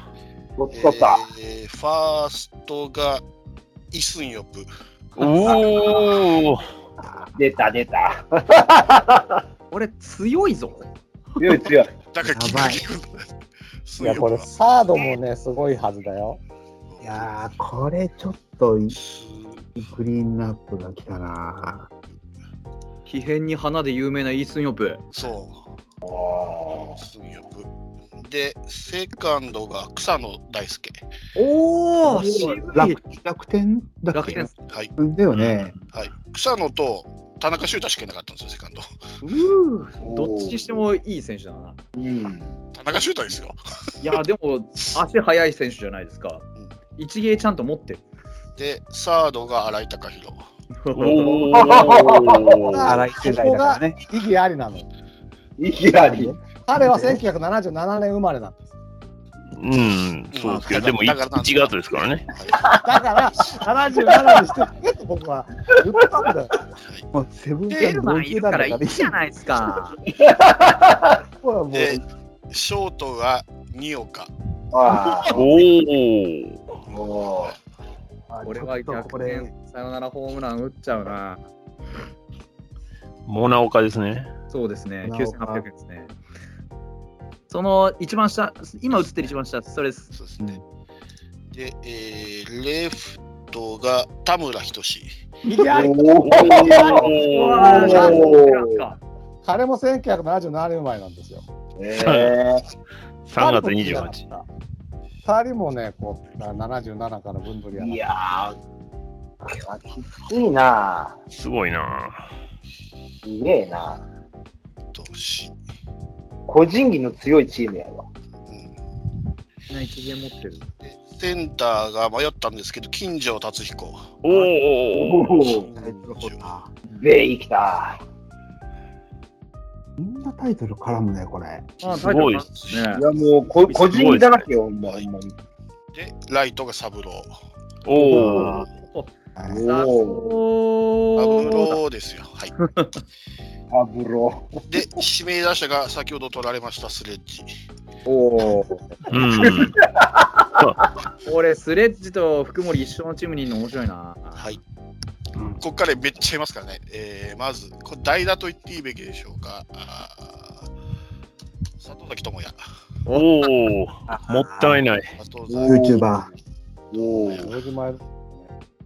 S8: ごっつかった。
S2: えーファーストがイスンヨプ
S5: ー。おお、
S8: 出た出た。
S3: 俺、強いぞ。
S8: 強い強い。
S2: だから
S6: やばい
S2: 聞く
S4: い
S2: スン
S4: や、
S2: ヨ
S4: こ
S2: プ
S4: れサードもね、すごいはずだよ。
S6: いやー、これちょっとい
S2: ス
S6: クリーンナップが来たな
S3: 奇変に花で有名なイースンヨプ。
S2: そう
S8: お
S2: 水浴で、セカンドが草野大輔。
S3: おお
S6: 楽楽天だっ
S3: 楽
S6: け
S3: 天。
S2: はい。
S6: だよね。
S2: はい、草野と田中修太しかいなかったんですよ、セカンド。
S3: うー (laughs)
S8: ー
S3: どっちにして。もいい選手だな。
S8: うん。
S2: 田中修太ですよ。
S3: いや、でも、足速い選手じゃないですか。一芸ちゃんと持ってる。
S2: で、サードが新井貴弘。
S5: お (laughs)
S8: お
S5: お。
S6: 荒い世代だからね。
S4: 意義ありなの。
S8: いきなり。
S4: 彼は1977年生まれなんです。
S5: うん、そうですけど、でもい1月ですからね。
S2: は
S4: だから、77にしてくれって僕は言ったんだよ。
S6: もうセブン
S3: エ
S6: テ
S3: ル
S6: ン
S3: マ
S6: 同
S3: ンい
S6: 級
S3: る
S6: だ
S3: からい
S6: か
S3: い
S6: ら。
S3: じゃないですか。
S4: ほらもう
S2: い、で、ショートが二岡。
S8: あ
S3: (laughs)
S8: あ。
S5: おお。
S8: おー
S3: 俺は
S6: ちょっとこ
S3: 逆
S6: れ
S3: 転サヨナラホームラン打っちゃうな。
S5: モナオカですね。
S3: そうですね、
S6: なおか
S3: 9800円ですね。その一番下、今映ってる一番下、それです。
S2: そうですね。で、えー、レフトが田村仁。
S4: 意義あり。
S8: お
S5: お
S3: う
S5: お。
S3: わーなんてなんすか
S4: 彼も1977年生まれなんですよ。
S8: ー。え
S5: 3月28日。
S4: 2人もね、こう77から分取りや
S8: い
S4: な
S8: やー、これはきついな
S5: すごいな
S8: すげえな
S2: どうし、
S8: 個人技の強いチームやわ。
S2: うん
S3: みんな一元持ってる。
S2: センターが迷ったんですけど、金城達彦。
S5: おーおー
S8: おお、全員来た。
S6: こんなタイトル絡むね、これ。
S3: あ
S5: すごいっ
S3: すね
S8: い。やもうこ、個人技だらけよ、もう。
S2: はいで、ライトが三郎。
S5: おー
S6: はい
S3: さあ
S8: おお、
S2: 三
S3: そう
S2: 郎ですよ。はい。
S8: パブロ。
S2: で、指名打者が先ほど取られましたスレッジ。
S3: おー
S5: うん
S3: 俺、スレッジと福森一緒のチームにいるの面白いな。
S2: はい。ここからめっちゃいますからね。えー、まず、これ代打と言っていいべきでしょうか。あー里崎智也。
S5: おおもったいない。
S2: 佐藤崎
S6: YouTuber。
S8: おお、
S4: 大島やる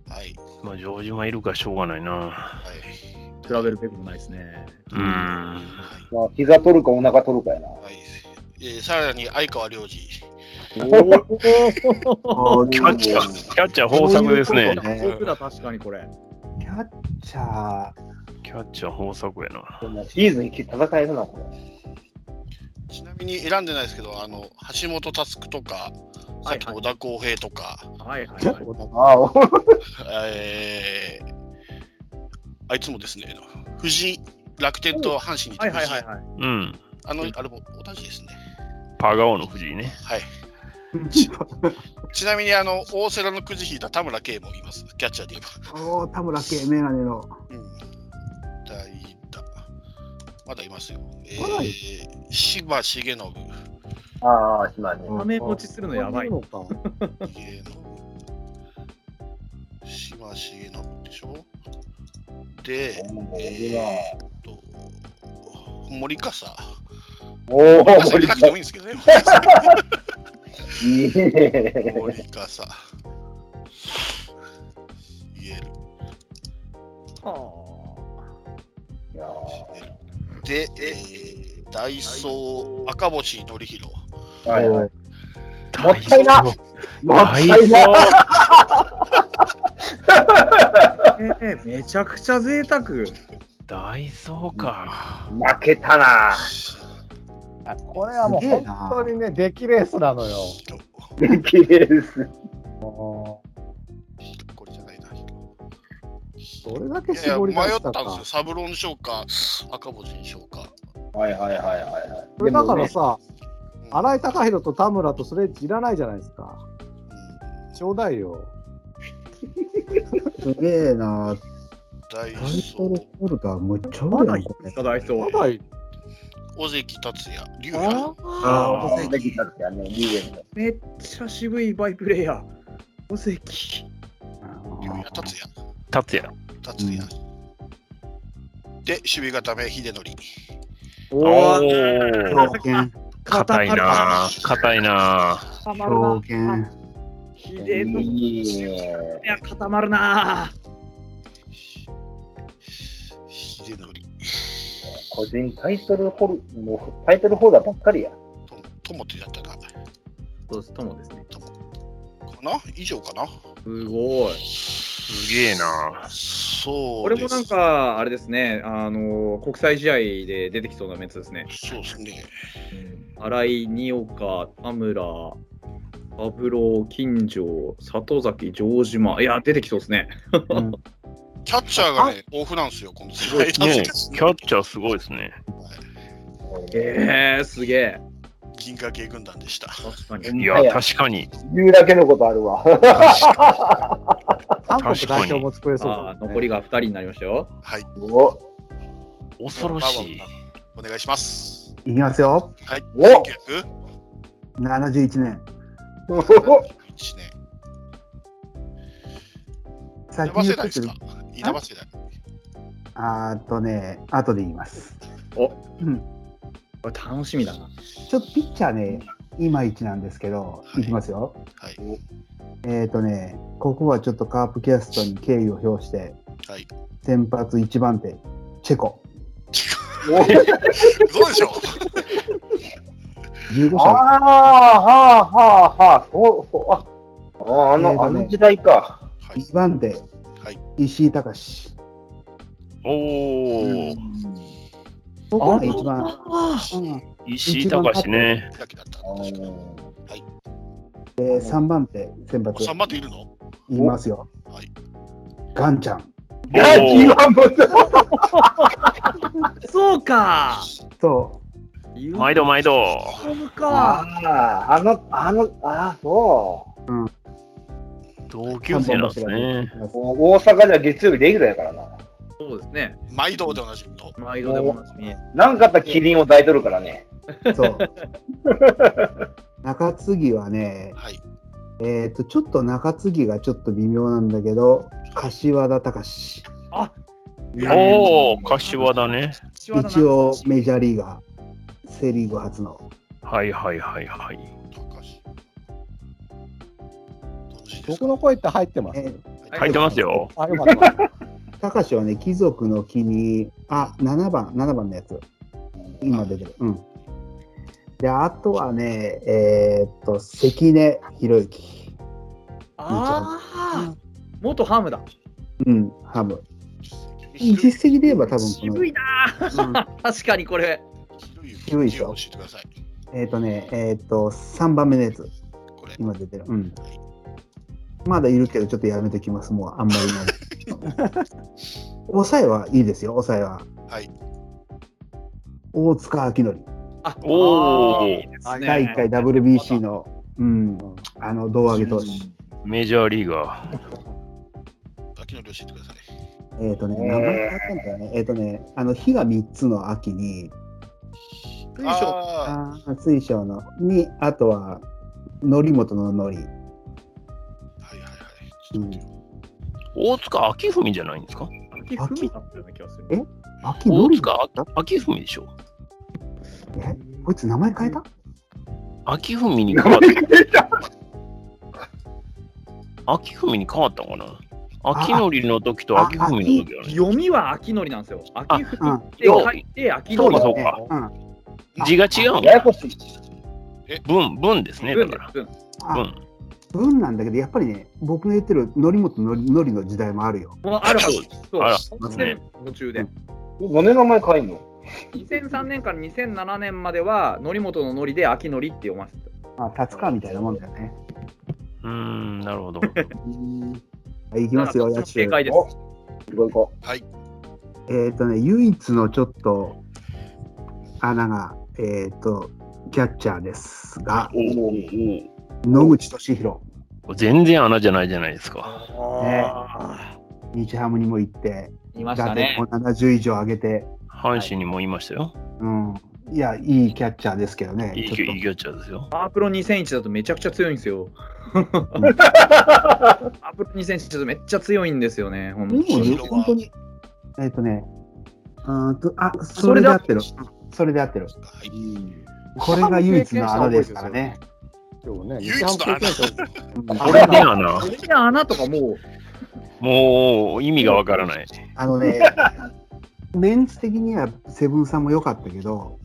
S2: はい。
S5: まあ、ジョージマいるからしょうがないな。
S2: はい。
S3: 比べるべきもないですね。
S5: うん。
S2: はい。
S8: まあ、膝取るかお腹取るかやな。
S2: はいえー、さらに相川良二。
S6: おー
S5: キャッチャー、キャッチャー豊作ですね。
S3: 僕だ、確かにこれ。
S6: キャッチャー。
S5: キャッチャー豊作やな。
S8: こんなシーズン一戦えるな、こ
S2: ちなみに選んでないですけど、あの橋本佑とか、さっきの小田康平とか、
S3: はいは
S2: (laughs)
S3: いはい。
S8: れ。ああ、お
S2: えーあいつもですね、藤井、楽天と阪神に
S3: はい
S2: 行っ
S3: はい
S2: て
S3: は
S2: 藤井
S3: いはい。
S5: うん。
S2: あの、あれも同じですね。
S5: パガオの藤井ね。
S2: はい。ちなみに、あの、大瀬良のくじ引いた田村圭もいます、キャッチャーで言
S6: おお、田村圭、メガネの。
S2: えば。うん。代打。まだいますよ。え
S6: まだい
S2: ー、芝重信。重
S8: ああ、島根。
S3: 画面持ちするのやばい。
S4: のか。
S2: 信。芝重信でしょで、えーっと、森笠。
S8: おお、
S2: 森
S8: 森
S2: 笠
S8: 田
S2: でもいいんですけどね。森笠
S8: いいね。
S2: 森笠。言える。
S8: いや
S2: で、えー、ダイソー、赤星則弘。
S8: ーはいはい
S5: も
S8: ったいなもったいな
S3: えーめちゃくちゃ贅沢。
S5: ダイソーか。
S8: 負けたな。
S4: これはもう
S6: すげえな
S4: 本当にね、出来レースなのよ。
S8: できれいです。
S2: これじゃないな。
S4: どれだけ
S2: いや
S4: 絞
S2: 迷
S4: り出し
S2: ったたんです
S4: か
S2: よ。。サブロン賞か、赤星にしようか。
S8: はいはいはいはいはい。
S4: これだからさ、
S2: うん
S4: 荒井貴弘と田村とスレッジいらないじゃないですか。
S2: うん
S4: ちょうだいよ。
S6: すげえな。
S2: ダイ
S6: タイ
S2: ソ
S6: トル
S2: ー、
S6: ホルダー、むっちゃ
S3: ま
S6: 多い
S3: だ
S6: ない
S3: い
S6: こ
S3: んで
S6: れ
S3: すか、ダイソ
S4: ま
S3: ー。
S4: だい
S2: 尾関達也、龍也。
S6: あ
S8: ああ、できたってあの、リーグ
S3: めっちゃ渋いバイプレイヤー。お関。
S2: 龍也、達也、
S5: 達也。
S2: 達也。で、守備固め、秀則。
S3: お
S5: お
S3: ー、
S5: お。
S6: 狂犬、
S5: 硬いな。硬いな。
S3: 固まるな。
S6: 狂犬。
S3: ひ
S8: で
S3: でえ
S8: ね。
S3: の。い
S8: いいね。
S3: や、固まるな。
S2: 秀則、
S8: 個人タイトルホル、もうタイトルホルダーばっかりや。
S2: と友ってやったな。か
S3: そうです、ともですね。
S2: な以上かな
S3: すごい。
S5: すげえな。
S2: そ
S3: こ
S2: う
S3: れ
S2: です。
S3: もなん、か、あれですね、あの、国際試合で出てきそうなメンツですね。
S2: そうですね。
S3: 新井、二岡、田村、三郎、金城、里崎、城島。いや、出てきそうですね。
S6: うん
S2: キャッチャーがね、豊富なんですよ、この世代 (laughs)
S5: ねキャッチ
S2: ャ
S5: ャーすごいですね。
S3: えー、すげえ。
S2: ー。銀河系軍団でした。
S3: 確かに。
S5: いや、確かに。
S8: 言うだけのことあるわ。
S4: 韓国代表も作れそうだ
S3: あ
S4: ね
S3: ー残りが2人になりましたよ。
S2: はい。
S8: お
S5: 恐ろしい。
S2: お願いします。
S6: いきますよ。
S2: はい。
S8: お
S2: 1901
S6: 71年。
S2: 年。稲葉
S6: 先に
S2: 世
S6: 言っ
S2: 代
S6: と
S2: で
S6: く
S2: すか稲葉世代。
S6: あーっとね、後で言います。
S3: お
S6: うん。
S3: これ楽しみだな。
S6: ちょっとピッチャーね、いまいちなんですけど、
S2: はい
S6: いきますよ。
S2: はい。
S6: えっ、ー、とね、ここはちょっとカープキャストに敬意を表して、
S2: はい。
S6: 先発1番手、チェコ。
S2: どうでしょう
S6: 15
S8: あ
S6: 歳。
S8: あ、はあ、はあ、はあ、そう、そう、あ、ああの、あの時代か。
S2: はい
S6: 2番手、
S2: はい
S6: 石井隆。
S5: おお、
S6: 僕はね一番、
S5: 石井隆ね。
S2: だけだった。
S8: あ
S2: 確か
S6: で3番手、選抜
S2: 3までいるの
S6: いますよ
S2: はい。
S6: ガンちゃん。
S5: おー
S8: 番も
S3: そうか
S6: そ
S5: 毎度毎度。
S3: そう
S8: あ
S3: か
S8: あ、あの、あの、ああ、そう。
S5: 同級生なんですね。
S8: お大阪では月曜日レギュラーやからな。
S3: そうですね。
S2: 毎度でおなじみの。
S3: 毎度でおなじみ。
S8: なんかあったらキリンを抱いとるからね。
S6: う。そう。中継ぎはね、
S2: はい。
S6: えっ、と、ちょっと中継ぎがちょっと微妙なんだけど、柏田隆。
S5: おお、柏だね。
S6: 一応メジャーリーガー、セ・リーグ初の。
S5: はいはいはいはい。
S2: 高橋。楽しいです
S4: 僕
S2: か
S4: の声って入ってます。
S6: え
S5: 書いてますよ。
S4: あ、よかった。
S6: 高橋はね、貴族の木に、あ、7番、7番のやつ。今出てる。うん。で、あとはね、えーっと、関根博之。
S3: ああ元ハムだ。
S6: うん、ハム。実績で言えば多分この
S3: 渋い、な
S6: うん
S3: ー確かにこれ。
S2: ひろ
S6: 広
S2: ゆ
S6: い
S2: き
S6: でしょ
S2: 教えてください。
S6: えーっとね、えーっと、3番目のやつ。
S2: これ。
S6: 今出てる。うん。まだいるけど、ちょっとやめときます。もう、あんまりいない。抑えはいいですよ、抑えは。
S2: はい。
S6: 大塚明則。
S3: あ
S5: おー
S3: あいいですね
S6: 第1回 WBC の、うん、あの、胴上げ投手。
S5: メジャーリーガ
S2: 秋のり教えてください。
S6: えっ、とね、名前変わったんだよね。えっ、とね、あの、火が3つの秋に、
S2: あ
S6: あー水晶の、に、あとは、則本の
S2: ーはいは
S6: 則。
S2: いはい。ち
S6: う
S2: ょっと待
S6: ん
S2: ってよ
S5: ー。大塚明文じゃないんですか
S3: 秋文だったような気がする。
S6: え秋
S5: 大
S6: 則
S5: 塚明文でしょ
S6: えこいつ名前変えた
S5: 明文に変わった。明文に変わったのかな明則の時と明文の時だね。
S3: 読みは秋のりなんですよ。秋文
S6: うん
S3: って書いて秋のり。
S5: そうか
S6: ねうん。
S5: 字が違うの
S8: ややこしい。
S5: 文、文ですね、だ
S3: 文
S5: か
S3: で
S5: ら。
S3: す文
S6: あ、
S5: 文。
S6: 文なんだけど、やっぱりね、僕の言ってる則本の則の時代もあるよ。
S3: もうあるはず。そう
S5: あら。
S3: 2000年途中で。
S8: 何名前変えんの
S3: 2003年から2007年までは、則本の則で秋のりって読ませてた。
S6: まあ、達川みたいなもんだよね。
S5: うーん、なるほど。 (laughs)
S6: はい、いきますよ、
S3: だから
S6: 野手。
S3: 正解です。
S8: お行こう行こ
S6: えっ、とね、唯一のちょっと穴が、えっ、と、キャッチャーですが、野口俊弘、
S5: 全然穴じゃないじゃないですか。
S6: 日ハムにも行って、
S3: いました
S6: 打点
S3: ね
S6: も。70以上上げて、
S5: 阪神にもいましたよ。
S6: うん、いや、いいキャッチャーですけどね、
S5: いい
S6: ち
S5: キャいい
S6: ょ
S5: キャッチャーですよ。
S3: パープロ2001だとめちゃくちゃ強いんですよ。パープロ2001だとめっちゃ強いんですよね、ほんと
S6: っと、
S2: う
S3: に。
S6: でも本当に、えっ、とね、うーんと、あ、そ
S3: それ
S6: れ
S3: で
S6: で合
S3: 合
S6: っ
S3: ってて
S6: る
S3: る。
S6: それで合ってる。
S2: はい。
S6: これが唯一の穴ですからね。
S4: 今日ね、
S2: 唯一の穴
S4: 日ハム経験者
S6: うん
S5: これで穴。
S3: それで穴とかもう、
S5: もう意味がわからない。
S6: あのね、メンツ的にはセブンさんも良かったけど、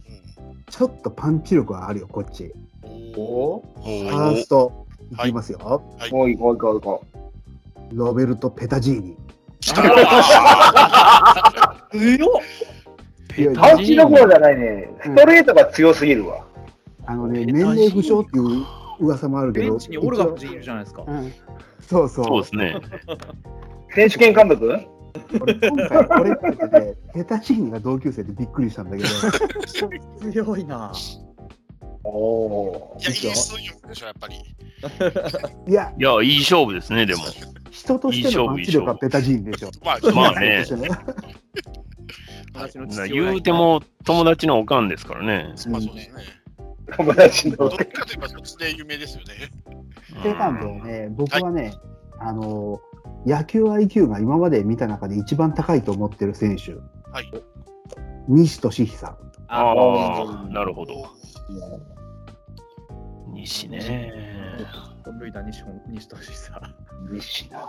S6: ちょっとパンチ力はあるよ、こっち。
S2: うん
S3: お
S2: お
S6: フ
S2: ー
S6: ァースト、い
S2: はい
S6: きますよ、
S8: う。もう行こう行こう行こ
S6: ロベルト・ペタジーニ。
S2: 来たわ
S3: 強っ
S6: ペ
S8: う。パンチどころじゃないね。ストレートが強すぎるわ。
S6: あのね、
S5: ペタジ
S6: 年
S5: ーニ
S6: 齢不詳っていう噂もあるけ
S3: ベ
S6: ど、
S3: ンチにオルガ夫人いるじゃないですか。
S6: うんそうそう。
S5: そうですね。
S8: 選手権監督
S6: 俺今回、これってね、ペタジーニが同級生でびっくりしたんだけど、
S3: 強いな。
S8: おお
S2: いや、いい水曜でしょ、やっぱり。
S6: いや、
S5: いや、いい勝負ですね、でも。
S6: 人としてのパンチ力はペタジーニでしょ。
S2: まあ、
S5: まあね
S6: 人としてね
S3: 私の父
S5: な
S3: 親
S5: 言うても友達のおかんですからね。
S2: まあそうですね。
S8: 友達
S2: ど
S8: の
S2: っ。ちかといえば、そっちで有名ですよね。
S6: セカンドをね、僕はね、あの野球 IQ が今まで見た中で一番高いと思ってる選手、
S2: はい。
S6: 西俊久。
S5: あ
S8: あ
S5: あ、なるほど。西ね。
S3: ルイダ西本西俊さ。
S8: 西な。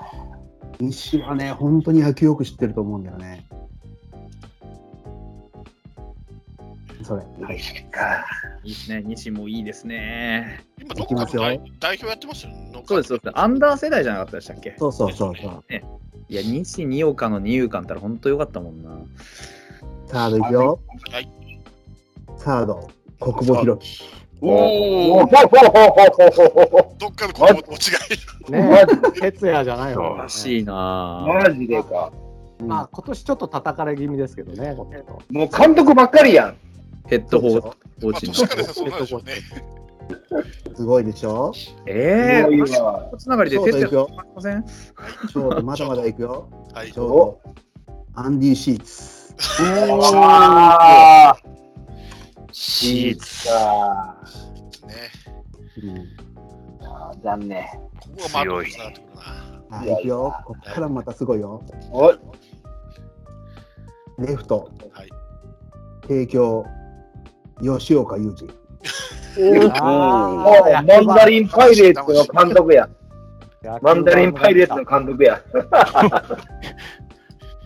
S6: 西はね、本当に野球よく知ってると思うんだよね。それ。
S8: いいしか。
S3: いいですね。西もいいですね。
S2: 今、どこか
S6: 行き
S2: の
S6: ます
S2: 代
S6: よ
S2: 代表やってますよ。
S3: そうです、そうです。アンダー世代じゃなかったでしたっけ
S6: そうそうそうそう。
S3: いや、西二岡の二遊間ったら本当良かったもんな。
S6: サード行くよ。
S2: はい。
S6: サード、国母広樹。
S5: お
S8: お
S5: お
S8: ほほほほほほ
S2: どっかの子供と違い。
S4: ね徹夜じゃない方
S3: お
S4: が
S3: かしいなぁ。
S8: マジでか。
S4: まあ今年ちょっと叩かれ気味ですけどね、この人
S8: もう監督ばっかりやん。
S3: ヘッドホー
S2: まあ、
S3: チ
S2: 確
S3: の。
S2: かにそうなんでしょうね。
S6: すごいでしょ
S3: え
S8: すご
S3: ぇ、
S8: いわ
S3: こつながりで
S6: ショ
S3: 徹
S6: ート
S3: 夜
S6: 行くよ
S3: かかりません
S6: ショー (laughs) ト、まだまだ行くよ。
S2: はい
S6: シ。ョート、アンディ・シーツ。
S8: ああ、
S5: シーツ。
S8: あ
S2: ね。
S8: あ残念。
S2: ここがマークにつながってくるな。
S6: はい、行くよ。こっからまたすごいよ。
S8: おい、
S6: レフト、
S2: はい。
S6: 帝京、吉岡裕二。
S4: あ
S8: もう
S4: ー
S8: マンダリンパイレーツの監督や。マンダリンパイレーツの監督や。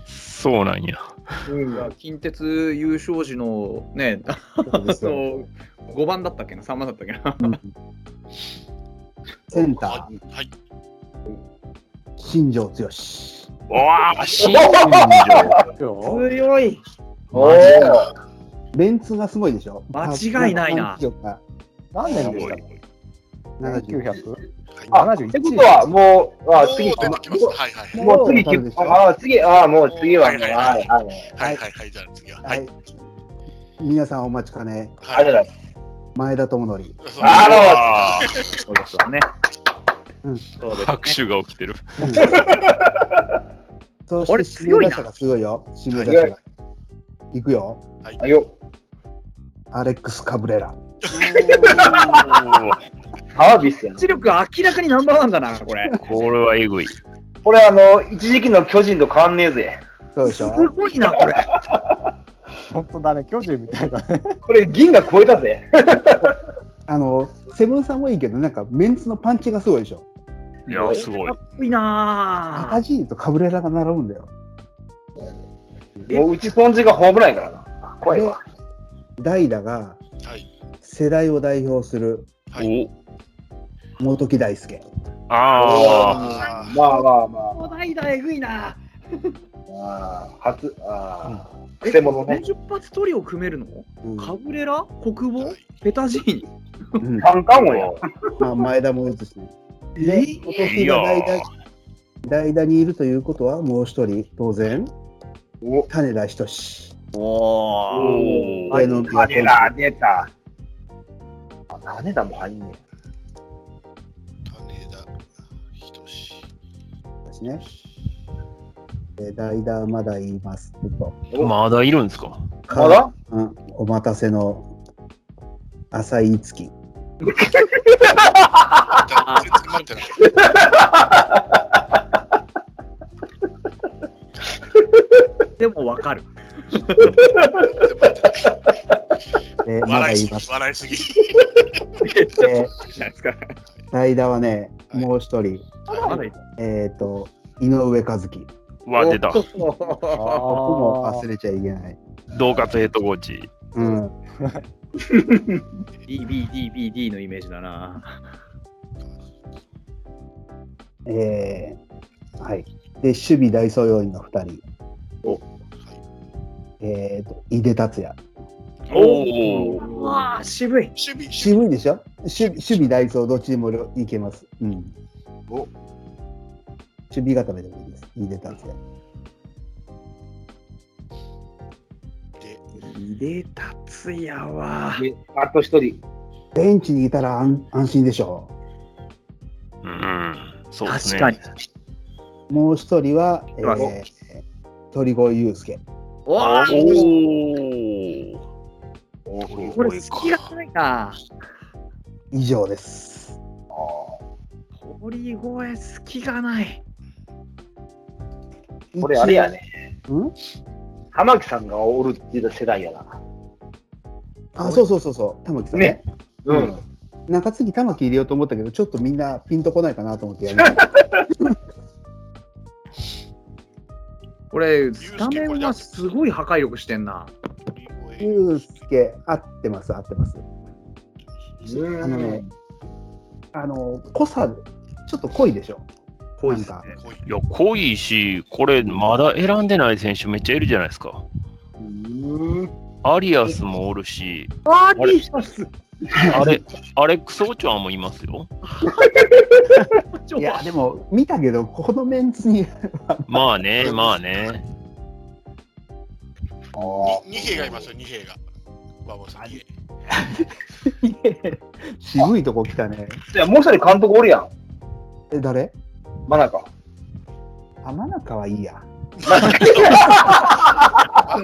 S5: そうなんや。
S8: うん
S3: 近鉄優勝時のね、
S6: そうです
S3: そ
S6: よ
S3: の5番だったっけな、3番だったっけな。
S6: センタ
S2: はい。はい。
S6: ー、新庄剛志。
S5: わあ、新
S4: よ
S3: 強い。
S8: おお、
S6: メンツがすごいでしょ
S3: 間違いないな
S6: 新庄が
S4: 何年でしたっけ
S6: 70
S4: ?1900?
S2: は
S8: あってことは、もう、
S2: い。
S8: あ
S2: おー
S8: 次、
S2: 出てきます。はいはいはい。
S8: もう次、ああ、次、ああ、もう次は、はいはいはい。
S2: はいはいはい。じゃあ次は。は。
S6: はいい。皆さんお待ちかね、
S8: あれ
S2: はい。
S8: だ。
S6: 前田智則。
S8: あら
S5: あ
S3: そうですわね。
S6: うん
S3: そうです
S5: ー
S3: ね
S5: 拍手が起きてる。
S6: そ
S3: あれ
S6: して、
S3: 強いな
S6: 打者がすごいよ。指名打者が。行くよ。
S8: あよ、
S6: アレックス・カブレラ。
S8: サービスやな。
S3: 圧力明らかにナンバーワンだな、これ。
S5: これはえぐい。
S8: これ、あの、一時期の巨人と変わんねえぜ。
S6: そうでし
S3: す
S6: ょ
S3: ごいな、これ。
S4: 本当だね、巨人みたいなね。
S8: これ、銀が超えたぜ。
S6: あの、セブンさんもいいけど、なんかメンツのパンチがすごいでしょ。
S5: いや、すごい
S3: か。っこいいな
S6: 赤字とカブレラが並ぶんだよ。
S8: もう、うちポンジがホームランやからな。怖い
S6: で
S8: わ。、
S6: 代打が
S2: はい。
S6: 世代を代表する
S2: はい。
S6: 元木大輔。
S5: あ
S2: あ
S8: まあまあまあま
S3: お代打えぐいな
S8: あ。ああ初、ああ、
S3: え、
S8: くせ者ね。
S3: 40発トリを組めるの
S6: うん
S3: カブレラ国
S2: ー
S3: 防
S2: はい
S3: ペタジーニ
S6: うん
S8: カンカンをや。
S6: まあ、前田も打つしね。で、元木が代打代打にいるということは、もう一人、当然、
S8: お、
S6: 種田仁志。
S5: あ。
S3: お
S5: お
S6: 上野
S8: あれだ、出た。あ、種だも入んね
S2: 種田仁志。
S6: ですね。で代打まだ言います。ちょっと
S8: え。お、
S5: まだいるんですか
S8: まだ
S6: うん、お待たせの浅井月。
S2: だ全然待ってない。
S3: でもわかる
S2: 全然待ってない
S6: えまだ
S2: 笑い
S6: 言い
S2: す
S6: ま
S2: ぎ。
S6: す。
S2: 笑いすぎ。
S8: (laughs)
S3: じ
S6: で
S3: ゃないですか
S6: 代打はね、
S2: はい
S6: もう一人、
S3: まだいい
S6: えっ、と、井上和
S8: (laughs)
S6: 樹。
S5: わ、出た。
S4: あ
S6: 僕も忘れちゃいけない。
S5: 同活ヘッドコーチ。
S6: うん、
S3: DBDBD のイメージだな
S6: えーはい。で、守備ダイソー要員の二人。えっ、と、井出達也。
S5: おお。
S3: うわあ渋い
S2: 守備、守
S6: 渋いでしょ守備守備ダイソーどっちでもいけます。うん。
S8: お
S6: 守備固めでもいいです。井出達也。
S3: 井出達也は
S8: であと一人。
S6: ベンチにいたら安安心でしょ
S5: うん。そうです
S3: 確
S5: ね。
S3: かに
S6: う。もう一人は、え
S3: あ
S6: ー、鳥越祐介。
S3: おー
S5: おお。
S3: これ隙がないな
S6: 以上です。
S3: 堀越隙がない
S8: これ、あれやね。
S6: うん
S8: 浜木さんがおるって言った世代やな。
S6: あ、そうそうそうそう。玉木さんね。
S8: うん。
S6: 中継ぎ玉木入れようと思ったけど、ちょっとみんなピンとこないかなと思ってやりました。
S3: これスタメンはすごい破壊力してんな
S2: 備。れ
S6: ゆうすけ、合ってます、合ってます。あのね、あの、濃さ、ちょっと濃いでしょ。
S3: 濃いですね
S6: なんか
S2: 濃い
S5: いや、濃いし、これ、まだ選んでない選手めっちゃいるじゃないですか。アリアスもおるし、
S6: あ
S5: あれ
S6: ー、T シャツ
S5: あれ、アレックス・オチョアもいますよ。
S6: いや、でも、見たけど、このメンツに、
S5: まあね、まあね。
S2: に二兵がいますよ二兵が馬場さん二兵
S6: 渋いとこ来たね。
S8: いや、もう一人監督おるやん。
S6: え、誰
S8: 真中。
S6: 浜中はいいや。
S2: 真ん中
S3: 全然
S2: は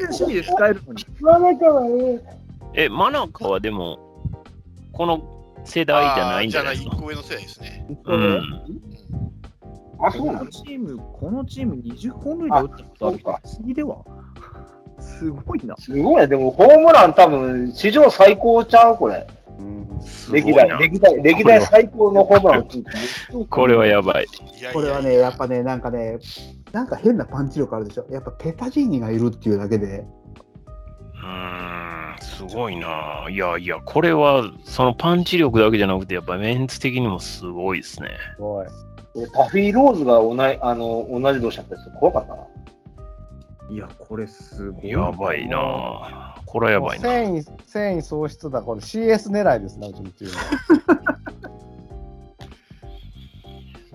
S3: 趣味で使えるのに。
S7: 真中はね、
S5: え、マナカはでも、この世代じゃないんじゃないです
S2: あーじゃあ一
S5: か。
S2: 個上の世代ですね
S5: うん。
S8: あ、そう
S3: こ
S8: な
S3: の
S8: の
S3: チーム、このチーム20本塁打打ったことある
S8: あ
S3: か。次では。すごいな。
S8: すごいね。でも、ホームラン多分、史上最高ちゃうこれ。
S5: すごい
S8: 歴代、
S5: な。
S8: 歴代、歴代最高のホームランを打つ。
S5: これはやばい。
S2: いやいやいや
S6: これはね、やっぱね、なんかね、なんか変なパンチ力あるでしょ。やっぱペタジーニがいるっていうだけで、
S5: うーん、すごいな。いやいや、これは、そのパンチ力だけじゃなくて、やっぱメンツ的にもすごいですね。
S4: すごい。
S8: パフィー・ローズが同いあの同じ年だったやつ怖かったな。
S3: いや、これすごい。
S5: やばいな。これはやばいな。
S4: 繊維、繊維喪失だ、これ CS 狙いですね、うちのチームは。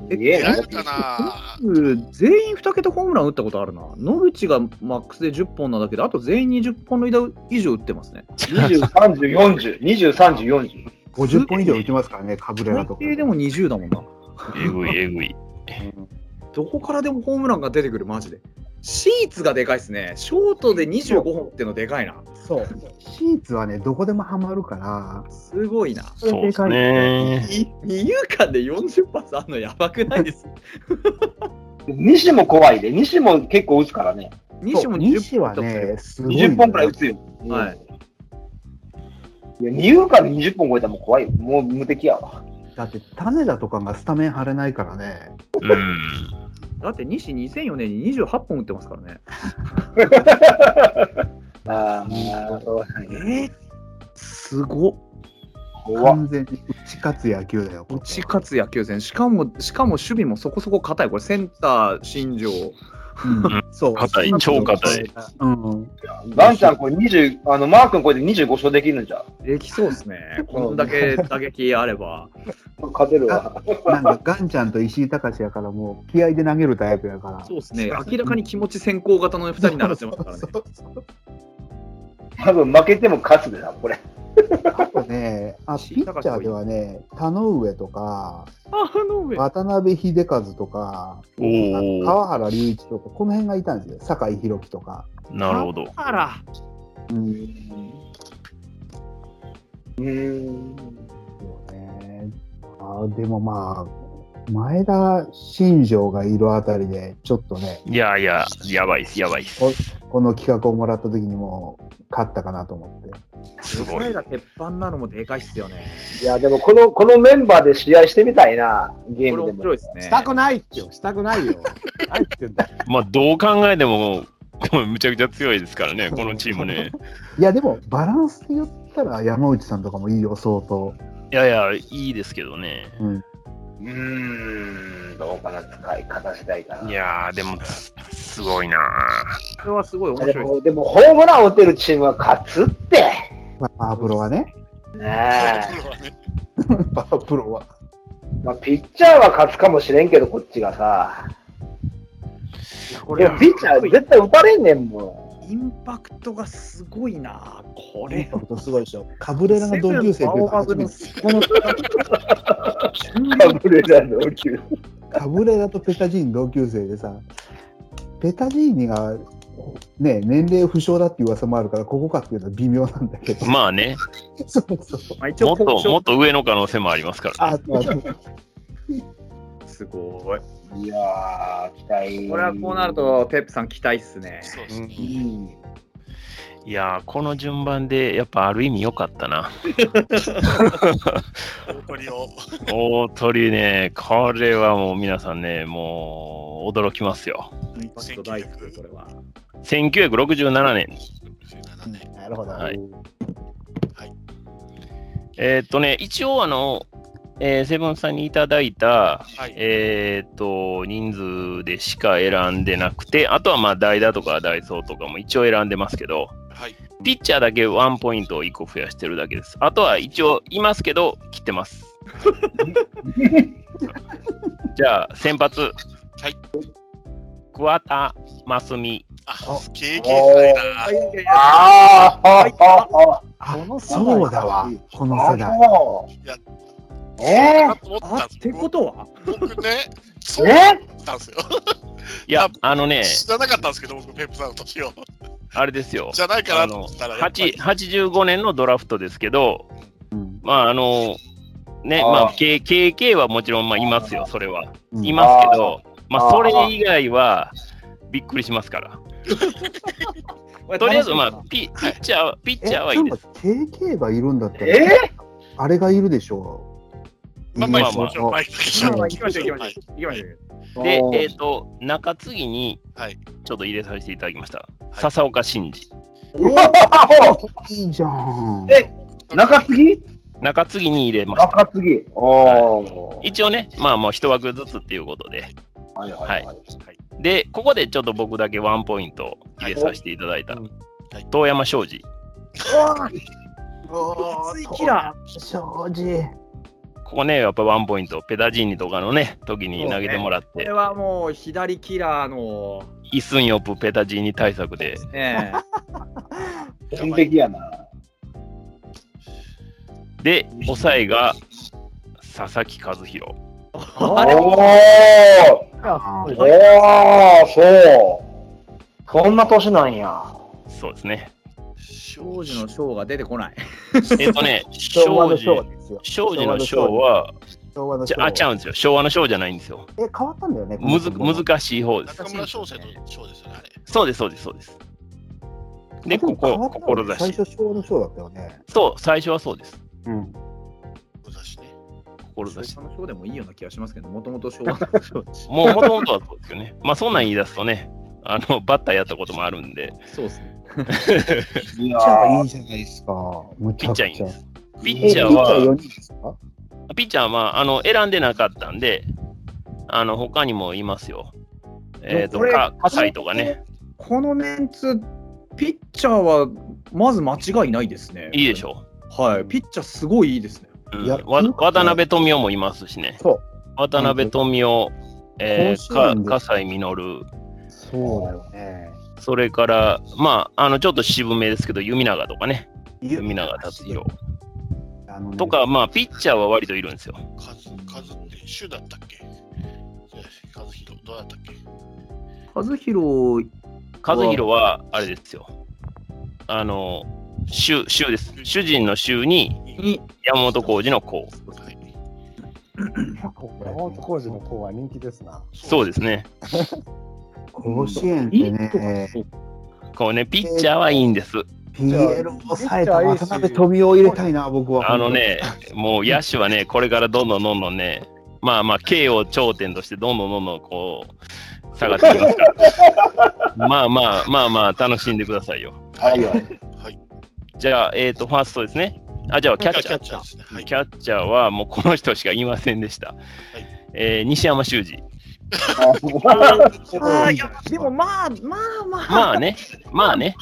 S8: すげ
S2: 狙
S8: えな
S2: えるかな
S3: うん全員2桁ホームラン打ったことあるな。野口がマックスで10本なんだけど、あと全員20本塁打以上打ってますね。
S8: 20、30、40、20、30、40。
S6: 50本以上打ちますからね、カブレラ
S3: 最
S6: とか。
S3: 低でも20だもんな。
S5: えぐいえぐい。
S3: どこからでもホームランが出てくる、マジで。シーツがでかいっすね。ショートで25本ってのでかいな。
S6: そう。シーツはね、どこでもハマるから、
S3: すごいな。
S5: そうですね。
S3: い二遊間で40発あんのやばくないです。
S8: 西も怖いで、西も結構打つからね。
S3: 西も
S6: 西
S3: 20
S6: は
S3: 本
S6: ね、すごい、
S8: 20本くらい打つよ。。
S3: はい
S8: いや、二遊間で20本超えたらもう怖いよ。もう無敵やわ。
S6: だって、種田とかがスタメン張れないからね。
S5: うん。
S3: だって西2004年に28本打ってますからね。
S8: ああ、
S3: えすごっ。
S8: 怖
S6: 完全に打ち勝つ野球だよ。
S3: 打ち勝つ野球戦。しかも、しかも守備もそこそこ硬い。これセンター、新庄。
S6: うんそう。
S5: 硬い超硬い。
S6: うん。
S8: ランちゃん、これ20、あの、マー君これで25勝できるんじゃん。
S3: できそう
S8: (laughs)
S3: ですね。こんだけ打撃あれば。
S8: 勝てるわ。
S6: なんか、ガンちゃんと石井隆やから、もう気合で投げるタイプやから。
S3: そうですね。明らかに気持ち先行型の2人にならせますからね。
S8: 多分負けても勝つでな、これ。
S6: あとね、あピッチャーではね、田上とか、
S3: あの上。
S6: 渡辺秀和とか、
S5: おー
S6: 川原隆一とか、この辺がいたんですよ。酒井宏樹とか。
S5: なるほど。
S3: あら。
S8: うん。
S6: そうねあでもまあ、前田新庄がいるあたりで、ちょっとね、
S5: いやいや、やばいっす、やばいっす。
S6: この企画をもらった時にもう勝ったかなと思って。
S5: すご
S3: 彼
S5: い。
S3: が鉄板なのもでかいっすよね。
S8: いや、でもこの、このメンバーで試合してみたいな、ゲー
S3: これ
S8: ム
S3: 面
S8: でも
S3: 白。いですね。
S4: したくないってよ、したくない
S5: (laughs)
S4: よ。何言ってんだよ。
S5: まあ、どう考えても、むちゃくちゃ強いですからね、このチームね。
S6: いや、でもバランスで言ったら山内さんとかもいいよ、相当。
S5: いやいや、いいですけどね。
S8: うーん、どうかな、使い方次第かな。
S5: いやー、でも、すすごいな
S3: これはすごい面
S8: で
S3: 白いです。
S8: も、でもホームランを打てるチームは勝つって。
S6: まあ、パワープロはね。
S2: こ
S8: ね
S2: れはね
S6: パワープロは。
S8: え。まあ、ピッチャーは勝つかもしれんけど、こっちがさ。
S3: こ
S8: い
S3: れ
S8: や、ピッチャー絶対打たれんねんも
S3: インパクトがすごいな。これ。
S6: すごいでしょ。カブレラの同級生というか、
S3: この
S8: ん。 (laughs) カブレラの打球。
S6: カブレラとペタジーニ同級生でさ、ペタジーニが、ね、年齢不詳だっていう噂もあるから、ここかっていうのは微妙なんだけど。
S5: まあね、
S6: そうそう。
S3: まあ一
S5: も
S3: 応
S5: っと、
S3: 交渉
S5: もっと上の可能性もありますから。
S6: あ、まあ、
S3: すごい。
S8: いやー、期待。
S3: これはこうなると、ペップさん期待っすね。
S2: そうです
S8: う
S2: ね
S8: ん。
S5: いやー、この順番で、やっぱある意味良かっ
S3: (laughs)
S5: たな。
S2: 大鳥を
S5: 大鳥ね、これはもう皆さんね、もう、驚きますよ。
S3: インパクト大好き、これは。
S5: 1967年。
S2: 17年
S4: なるほど。
S5: はい
S2: はい
S5: えーっとね、一応あの、えーセブンさんにいただいた、
S2: はい。
S5: えーっと、人数でしか選んでなくて、あとはまあ代打とかダイソーとかも一応選んでますけど、
S2: はい。
S5: ピッチャーだけワンポイントを1個増やしてるだけです。あとは一応いますけど、切っ
S2: (laughs)
S5: てます。じゃあ、先発。
S2: はい。
S5: 桑田真澄。
S2: あ、経験したい
S3: あ。
S2: ない
S3: やいやいや
S8: ああ、ああ、
S6: あ
S4: この世代か
S6: そうだわ、この世代。
S8: あ
S2: や
S8: あ。え
S2: あと思った
S3: あ
S2: ん
S3: っ
S2: で
S3: て
S2: す
S3: こ
S2: 僕
S3: とは
S2: 僕ね、そ
S8: ー、
S2: うだ
S8: え
S2: ったんですよ。
S5: いや、あのね、
S2: 知らなかったんですけど、僕、ペップさんの年を。
S5: あれですよ。
S2: じゃないかなと思ったら、やっぱり
S5: 8 85年のドラフトですけど、
S6: うん
S5: まああの、ね、
S8: あー
S5: まあ、K- KK はもちろんまあいますよ、それは。
S6: うん
S5: いますけど、ま
S8: あ
S5: あ
S8: ー
S5: それ以外はびっくりしますから。とりあえず、まあ、ピピッチャー、ピッ
S6: え、
S5: チャーはいい
S6: で
S5: です
S6: も。KK がいるんだったら、
S8: え
S6: あれがいるでしょう。
S2: まあまあ、
S5: ま
S2: ま
S5: あ
S2: あ
S5: まあ
S2: まあ、行きましょう。
S3: 行きましょう行きましょう行きましょう。
S5: で、えっ、と、中継ぎに
S2: はい
S5: ちょっと入れさせていただきました。
S2: い
S5: 笹岡慎二。
S8: うわ
S6: いいじゃん。
S8: え中継ぎ
S5: 中継ぎに入れました。
S8: 中継ぎ。おー。
S5: 一応ね、まあもう一枠ずつっていうことで。
S8: はいはいはい。
S5: で、ここでちょっと僕だけワンポイント入れさせていただいた。
S2: はいはい
S5: 遠山庄司。
S3: 熱いキラ
S6: 正直。
S5: ここね、やっぱワンポイント、ペダジーニとかのね、時に投げてもらっ
S3: こ
S5: て、
S3: れはもう左キラーの
S5: イスンヨプペダジーニ対策で、
S3: ね
S8: 完璧やな。
S5: で、抑えが佐々木和弘。
S8: お
S3: あ
S8: ー
S3: れ
S6: あ
S8: おー、そう。こんな年なんや。
S5: そうですね。
S3: 庄司の庄が出てこない。
S5: えっとね、
S6: 昭和の
S5: 庄司
S6: 昭和ですよ。
S5: 庄司の章は、
S6: 昭和の
S5: じ
S6: 昭
S5: ゃ
S6: 和
S5: あ、ちゃうんですよ。昭和の章じゃないんですよ。
S6: え、変わったんだよね。
S5: むず
S6: この人ね
S5: 難しい方です。
S2: 中村翔成の翔ですよね、あれ。
S5: そうです、そうです、そうです。で、
S6: あも
S5: こ
S6: 変わ
S5: こ、
S6: ったのね最
S5: 志。
S6: 初昭和の昭和だったよね。
S5: そう、最初はそうです。
S6: うん。
S2: 武蔵ね。
S5: 志
S3: 昭。和の庄でもいいような気がしますけど、もともと昭和の庄でし
S5: もう、もともとはそうですよね。 (laughs) まあ、そんなん言い出すとね、あの、バッターやったこともあるんで、
S3: そうですね。
S8: い
S6: ピッチャーいいじゃないですか。むちゃくちゃ。
S5: ピッチャーいいです
S6: え
S5: ピ
S6: ピ
S5: ッチャ
S6: ッチャ
S5: ー
S6: ー
S5: は、
S6: 4人ですか
S5: ピッチャーは、まあ、あの、選んでなかったんで、あの、他にもいますよ。えっ、と、
S3: これ
S5: か、葛西とかね。
S3: このメンツ、ピッチャーはまず間違いないですね。
S5: いいでしょ
S3: う。はい、ピッチャーすごいいいですね。
S5: う。うん
S6: いや
S5: わ
S6: なんか
S5: 渡辺富雄もいますしね。
S6: そう
S5: 渡辺富雄、え
S6: 甲
S5: ー、
S6: 子園で
S5: か葛西実。
S6: そうだよね。
S5: それから、まあ、あの、ちょっと渋めですけど、弓長とかね。弓長達
S6: よ
S5: 弘。と、か、まあ、ピッチャーは割といるんですよ。
S2: カズ、カズって、シュだったっけカズヒロ、どうだったっけ
S3: 和弘、
S5: 和弘は、あれですよ。あの、主、主です。主人の主に、
S3: に
S5: 山本浩二の子。
S2: はい
S4: 山本浩二の子は人気ですな。
S5: そうですね。
S6: 甲子園ってね、
S5: こうね、ピッチャーはいいんです。
S6: ピエロを抑えた渡辺富雄を入れたいな、僕は。
S5: あのね、もう野手はね、これからどんどんどんどんね、まあまあ、K を頂点として、どんどんどんどんこう、下がっていきますから。まあまあ、まあまあ、楽しんでくださいよ。
S8: はいはい。
S2: はい。
S5: じゃあ、えっ、と、ファーストですね。あ、じゃあ、キャッチ
S2: キャ
S5: ャー。
S2: ッチャーですね。はい。
S5: キャッチャーはもうこの人しかいませんでした。えー西山修司。
S3: ああ、いや、でもまあ、まあまあ、
S5: まあね、まあね、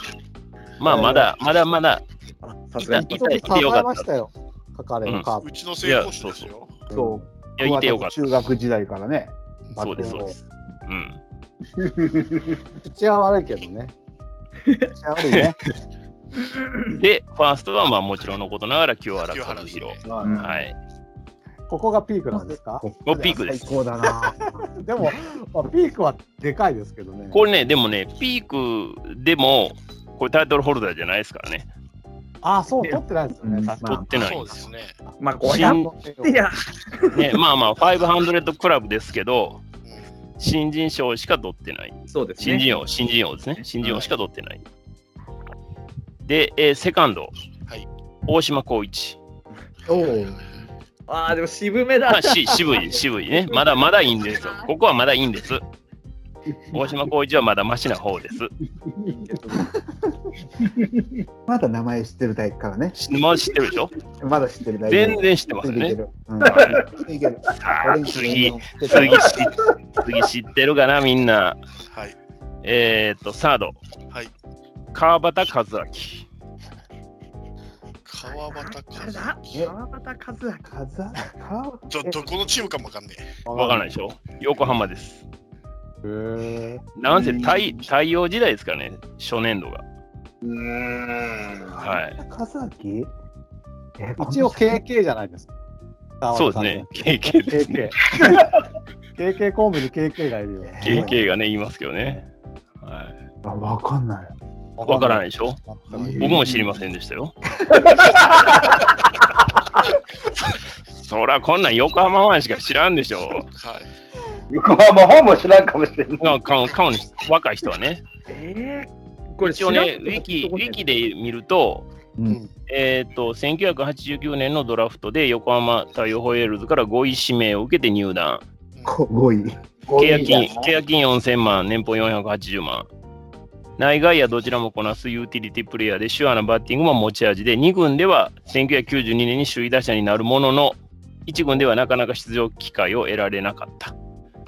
S5: まあまだ、まだまだ、
S3: あ、さすがに
S4: ち
S5: いた
S4: ょっ
S5: い
S4: と考えましたよ。書かれ
S5: う
S4: る
S5: ん
S4: カー
S2: う
S4: プ。
S2: ちの成功者ですよ。
S6: そ
S5: いや、いてよかっ
S6: 中学時代からね。
S5: た。そうです、そう
S6: (laughs)
S5: です。うん。
S4: 口は悪いけどね。
S6: 口悪いね。
S5: で、ファーストはまあもちろんのことながら清原
S2: 清
S5: 和
S2: 原ですね
S5: 弘。
S3: うん
S5: はい。
S4: ここがピークなんですか
S5: もうピークです
S6: 最。高だな。
S4: でも、まあ、ピークはでかいですけどね。
S5: これね、でもね、ピークでも、これタイトルホルダーじゃないですからね。
S4: ああ、そう、取ってないですよ
S3: うん
S4: ね。確か
S5: 取ってない
S2: そ
S5: ん
S2: う
S5: で。
S2: ですすね。
S3: まあ、
S5: 新
S3: 500ってや、
S5: ね、まあまあ、500クラブですけど、
S2: うん
S5: 新人賞しか取ってない。
S3: そうです
S5: 新
S3: ね。
S5: 人王、新人王ですね。新人王しか取ってない。で、えーセカンド、
S2: はい
S5: 大島浩一。
S6: おう
S3: ああ、でも渋め
S5: まあ、
S3: だ。
S5: し (laughs) 渋い、渋いね。まだまだいいんですよ。ここはまだいいんです。大島浩一はまだマシな方です。
S6: まだ名前知ってるタイプからね。
S5: しまあ知ってるでしょ
S6: まだ知ってるタイプ。
S5: 全然知って (laughs) ますよ
S6: いけ
S5: ね。
S6: る。うんいける。
S5: さあ、次、
S6: 次
S5: 次知次知ってるかな、みんな。
S2: はい。
S5: えっ、ー、と、サード。
S2: はい。
S5: 川端和明。
S2: 川端和
S7: 誰だ
S6: え
S7: 川端和明
S6: カザカ
S2: ちょっとこのチームかもわかんねえ。
S5: わからないでしょ横浜です。
S4: へえ。
S5: なんせ太太陽時代ですからね、初年度が。
S8: うーん。
S5: はい。
S6: カザキえ
S4: 一応 KK じゃないですか。
S5: そうですね。KK ですね。
S4: KK。KK コンビに KK がいるよ。
S5: KK がね、言いますけどね。はい
S6: あわかんない。
S5: わからないでしょ
S6: え
S5: 僕も知りませんでしたよ。 (laughs) そら、こんなん横浜ファンしか知らんでしょ
S2: はい。
S8: 横浜本も知らんかもしれん。
S5: まあかか若い人はね。
S7: え
S3: これ
S5: 一応ね、ウィキウィキで見ると、
S6: うん。
S5: えー、と1989年のドラフトで横浜太陽ホエールズから5位指名を受けて入団、
S6: こ5位。
S5: 契約金契約金4000万、年俸480万。内外野どちらもこなすユーティリティプレイヤーで、手話なバッティングも持ち味で、2軍では1992年に首位打者になるものの、1軍ではなかなか出場機会を得られなかった。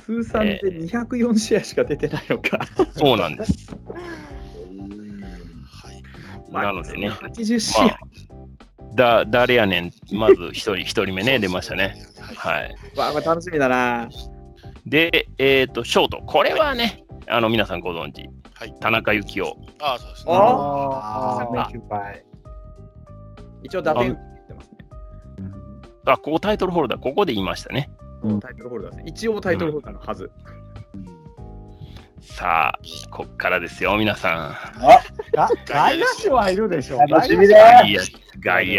S3: 通算で204試合しか出てないのか。
S5: そうなん (laughs) です。
S2: はい。
S5: (laughs) なのでね、
S3: 80試
S5: ま
S3: 合
S5: あ。、だ誰やねん、まず1人一人目ね、出ましたね。
S2: はい。
S5: はい、
S3: わあ、これ楽しみだな。
S5: で、えっ、と、ショート、これはね、あの皆さんご存知、
S2: はい
S5: 田中幸雄。
S2: ああ、そうですね。
S7: あ
S6: あ
S5: あ
S3: 一応打点って言ってますね。
S5: あ、ここタイトルホルダー、ここで言いましたね。
S6: うん
S3: タイトルホルダーですね。一応タイトルホルダーのはず。
S5: さあ、こっからですよ、皆さ
S4: あ外野手はいるでしょ。
S8: 楽し
S4: 外野
S8: み
S4: 手
S5: ん。
S8: だ
S5: 外野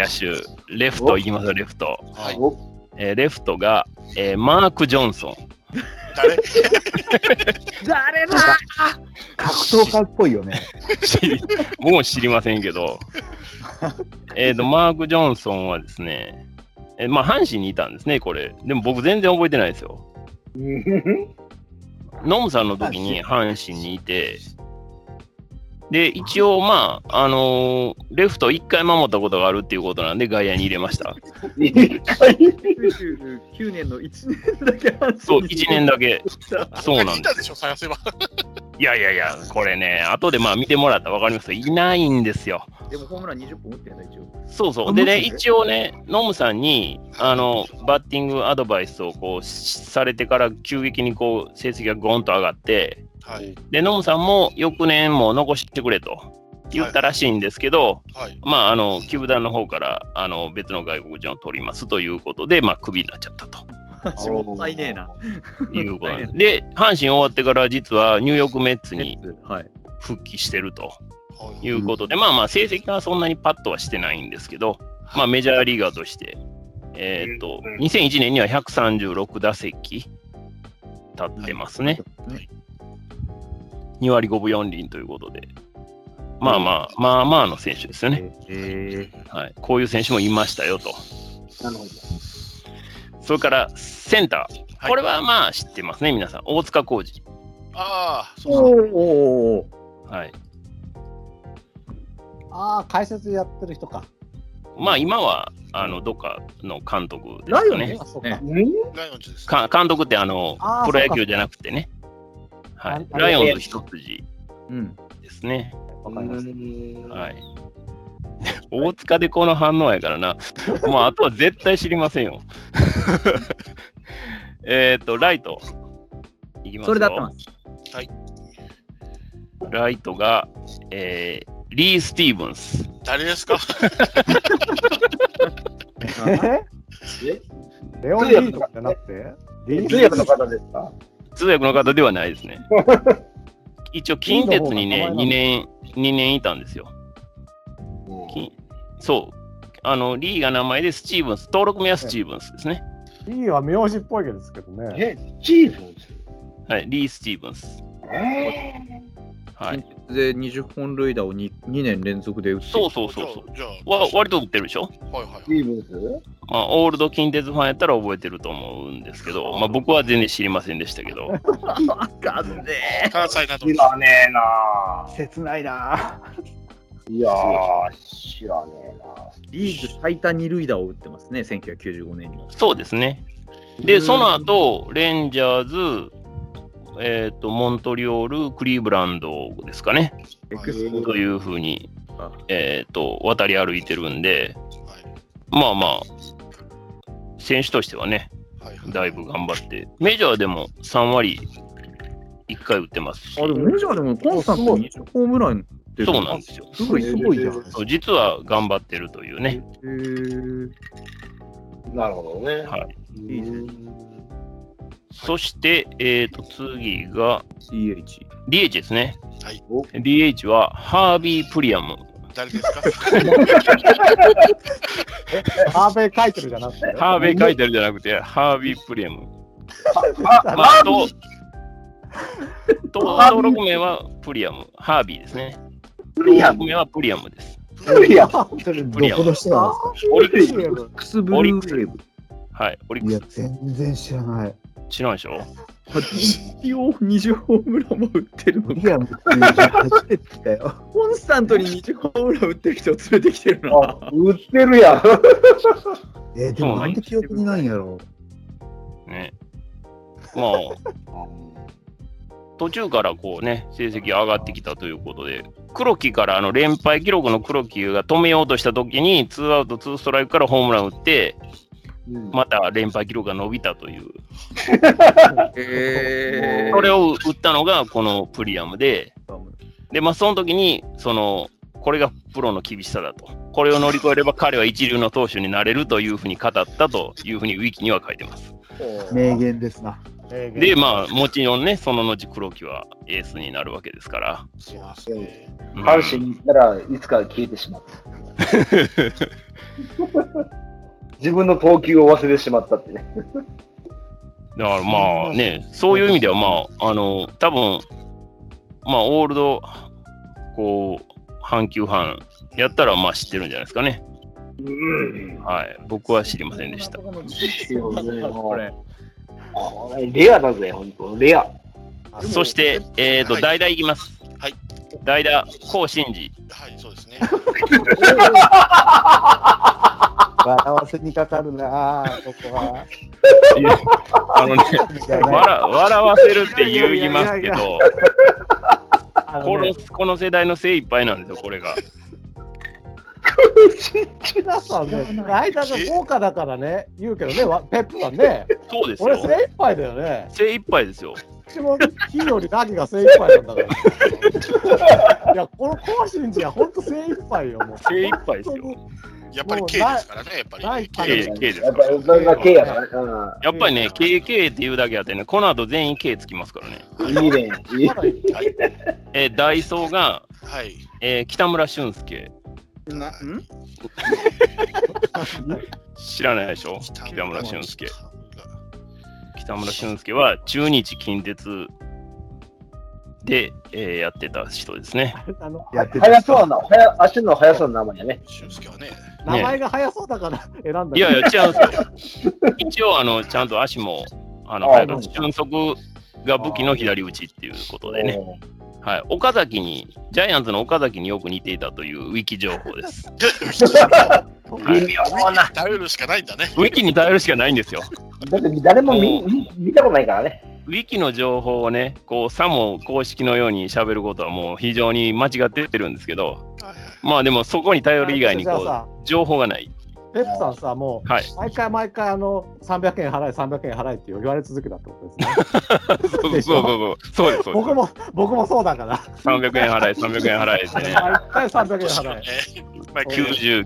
S5: 外野手、レフトいきますよ、レフト。
S2: はい。
S8: お
S5: えーレフトが、えーマーク・ジョンソン。 (laughs)
S2: 誰
S7: 誰だ
S6: 格闘家っぽいよね。
S5: 知り僕も知りませんけど、えーと、マーク・ジョンソンはですね、えーまあ、阪神にいたんですね、これ。でも僕、全然覚えてないですよ。ノムさんの時に阪神にいて、で、一応、まあ、あのーレフト1回守ったことがあるっていうことなんで、外野に入れました。
S3: 99年の1年だけ阪神
S5: そう、1年だけ。そうなん
S2: い
S5: で
S2: た
S5: す。
S2: でしょ、探せば。
S5: いやいやいや、これね、後でまあ見てもらったら分かりますけど、いないんですよ。
S3: でもホームラン20本打ってんだ、一応。
S5: そうそ
S6: あ
S5: う。で
S6: マ
S5: ね、
S6: ジで
S5: 一応ね、ノムさんに、あの、バッティングアドバイスをこう、しされてから急激にこう、成績がゴンと上がって、
S2: はい。
S5: で、ノムさんも翌年も残してくれと言ったらしいんですけど、
S2: はい。
S5: まあ、あの、球団の方から、あの、別の外国人を取りますということで、まあ、クビになっちゃったと
S3: (laughs) 私もったいねえな。
S5: いうことなんで
S6: (laughs)
S5: す。で、阪神終わってから、実はニューヨークメッツに
S3: はい。
S5: 復帰してると。
S2: はい。
S5: いうことで、まあまあ成績はそんなにパッとはしてないんですけど、まあメジャーリーガーとして、えーっと、2001年には136打席立ってますね。
S2: はい
S5: 2割5分4厘ということで、まあまあ、まあまあの選手ですよね。はい、こういう選手もいましたよと。
S8: なるほど。
S5: それからセンター、
S2: はい
S5: これはまあ知ってますね、皆さん。大塚浩二。
S2: ああ、そう
S3: おーおー
S5: はい
S4: ああ、解説やってる人か。
S5: まあ今はあのどっかの監督で
S3: ラ
S5: す
S3: イ
S5: よ
S3: オン
S5: ね
S3: ね。。
S4: そう
S3: ね
S4: か。
S2: ライオンズです。
S5: か監督ってあの
S4: あー
S5: プロ野球じゃなくてね、はい、
S4: ああれ
S5: ライオンズ一筋
S3: うん。
S5: ですね。
S4: わかりまし
S5: はい、大塚でこの反応やからな、 (laughs) まあ、あとは絶対知りませんよ。 (laughs) えっと、ライト。いきます
S3: そ
S5: よ
S3: れだってます。
S5: ライトが、えーリー・スティーブンス。
S2: 誰ですか
S4: た。え
S8: え
S4: レオン・リーとかじゃなくてリー
S8: 通訳の方ですか
S5: 通訳の方ではないで
S4: (laughs)
S5: すね。一応、近鉄にね、2年、2年いたんですよ。金そう。あの、リーが名前でスチーブンス。登録名はスチーブンスですね。
S4: リーは名字っぽいですけどね。
S8: え、チーズ
S5: はい、リー・スティーブンス。
S8: え
S5: はい。
S3: で、20本塁打を 2, 2年連続で打って
S5: そうそうそうそう。
S2: う。じゃあ、
S5: わ割と売ってるでしょ、
S2: はいはい
S8: ー、チーズ
S5: まあ、オールド近鉄ファンやったら覚えてると思うんですけど、 (laughs) まあ、僕は全然知りませんでしたけど、
S3: う。かんね
S2: 関西など
S8: 知らねえな
S6: 切ないな。
S8: いやー、知らねえな。
S3: リーグ最多二塁打を打ってますね、1995年には。
S5: そうですね。で、その後、レンジャーズ、えっ、と、モントリオール、クリーブランドですかね、
S3: エクスポ
S5: というふうに
S3: あ、
S5: えっ、と、渡り歩いてるんで、まあまあ、選手としてはね、
S2: はいはい
S5: だいぶ頑張って、メジャーでも3割1回打ってますし
S3: あ、でもメジャーでもコンスタントに20ホームランって
S5: そうなんですよ。
S3: すごい
S6: す
S3: す
S6: ご
S3: ご
S6: い
S3: い
S6: じ
S3: じ
S6: ゃ
S3: ゃ
S6: ん
S3: ん。
S5: そう実は頑張ってるというね。
S3: へー
S8: なるほどね。
S5: はい、
S3: いいですね
S5: そして、えっ、と、次が
S3: CH。
S5: DH ですね。
S2: はい。
S5: DH はハービー・プリアム。
S2: 誰ですか
S4: ハーベイ書いてるじゃなくて。
S5: ハーベイ・カイテルじゃなくて、ハービー・プリアム。
S8: あ、
S5: まあ、と、と登録名はプリアム。ハービーですね。
S8: プリア
S5: 登録
S8: ム。
S5: 名はプリアムです。
S8: プリアム。
S6: それ、どこの人なんですか
S5: オリックス。
S3: オリックスブルーウェーブ。
S5: はい、オリッ
S6: いや
S5: ク、
S6: 全然知らない。
S5: ス。知らんでしょ
S3: 一応20ホームランも打ってるの
S6: いや、もう初めて聞いたよ。
S3: コンスタントに20ホームラン打ってる人を連れてきてるな。
S8: あ、売ってるやん。
S6: えーでもなんで記憶にないんや
S4: (laughs)
S6: ろ
S5: ね。まあ、途中からこうね、成績上がってきたということで、黒木からあの連敗記録の黒木が止めようとした時に、ツーアウト、ツーストライクからホームラン打って、また連敗記録が伸びたという、
S3: へ
S5: それを打ったのがこのプリアムで、で、まあ、その時に、その、これがプロの厳しさだと。これを乗り越えれば彼は一流の投手になれるというふうに語ったというふうにウィキには書いてます。
S6: う。名言ですな。
S5: で、まあ、もちろんね、その後黒木はエースになるわけですから。
S2: そうですね。
S5: うん
S8: 阪神に行ったらいつか消えて (laughs) しまった。自分の投球を忘れてしまったってね。
S5: だからまあね、そういう意味では、まあ、あの、多分まあ、オールド、こう、半球半やったら、まあ、知ってるんじゃないですかね。はい。僕は知りませんでした。
S3: これ。
S8: これレアだぜ、本当レア。
S5: そして、えっ、と、
S2: はい
S5: 代打いきます。
S2: はい。
S5: 代打、甲信二。
S2: はい、そうですね。
S6: 笑わせにかかるなぁ、ここは。
S5: いやあのね、笑笑わせるって言いますけ
S2: (laughs)
S5: ど、
S4: あ
S5: こ
S4: のね
S5: のこの世代の精一杯なんですよ、これが。
S4: 皆さんね、間が豪華だからね、言うけどね、わペップさん
S5: (laughs)
S4: ね、
S5: そうです
S4: 俺
S5: よ。
S4: 精一杯だよね。
S5: 精一杯ですよ。
S4: うちも金より何が精一杯なんだから。いや、この甲信寺は本当精一杯よ、もう。
S5: 精一杯ですよ。
S2: やっぱり K ですからね、やっぱり。
S5: K,
S2: K
S5: K ですか
S8: やっぱ、
S5: ら。
S8: それが K やから。
S5: やっぱりね、KK っていうだけあってね、この後全員 K つきますからね。
S8: うん。いいね。いい
S5: えー、ダイソーが、
S2: はい。
S5: えー北村俊介。
S2: なん
S5: 知らないでしょ北村俊介。北村俊介は中日近鉄で、えーやってた人ですね。
S4: あの
S6: やって
S8: 速そうな、速足の速そうな名前やね。
S2: 俊介はね、
S4: 名前が早そうだから選んだ。
S5: いやいや、違うん (laughs) ですよ。一応、あの、ちゃんと足も、あの、
S8: あ
S5: 早く俊足が武器の左打ちっていうことでね。
S8: う
S5: はい。岡崎に、ジャイアンツの岡崎によく似ていたというウィキ情報です。
S8: ん
S5: はい
S8: 微妙な。
S2: 頼るしかないんだね。
S5: ウィキに頼るしかないんですよ。
S8: だって誰も見見見たことないからね。
S5: ウィキの情報をね、こう、さも公式のように喋ることはもう非常に間違ってってるんですけど、まあでもそこに頼る以外に
S4: じゃあ
S5: こ
S4: さ
S5: う、情報がない。
S4: ペップさんさ、もう、
S5: はい
S4: 毎回毎回、あの、300円払え、300円払えって言われ続けたってことですね。
S5: そうそうそうそう。そうです、そう
S4: 僕
S5: で
S4: も、僕もそうだから。
S5: す。300円払え、300円払えってね。
S4: 毎回300円払え。
S5: まあ、90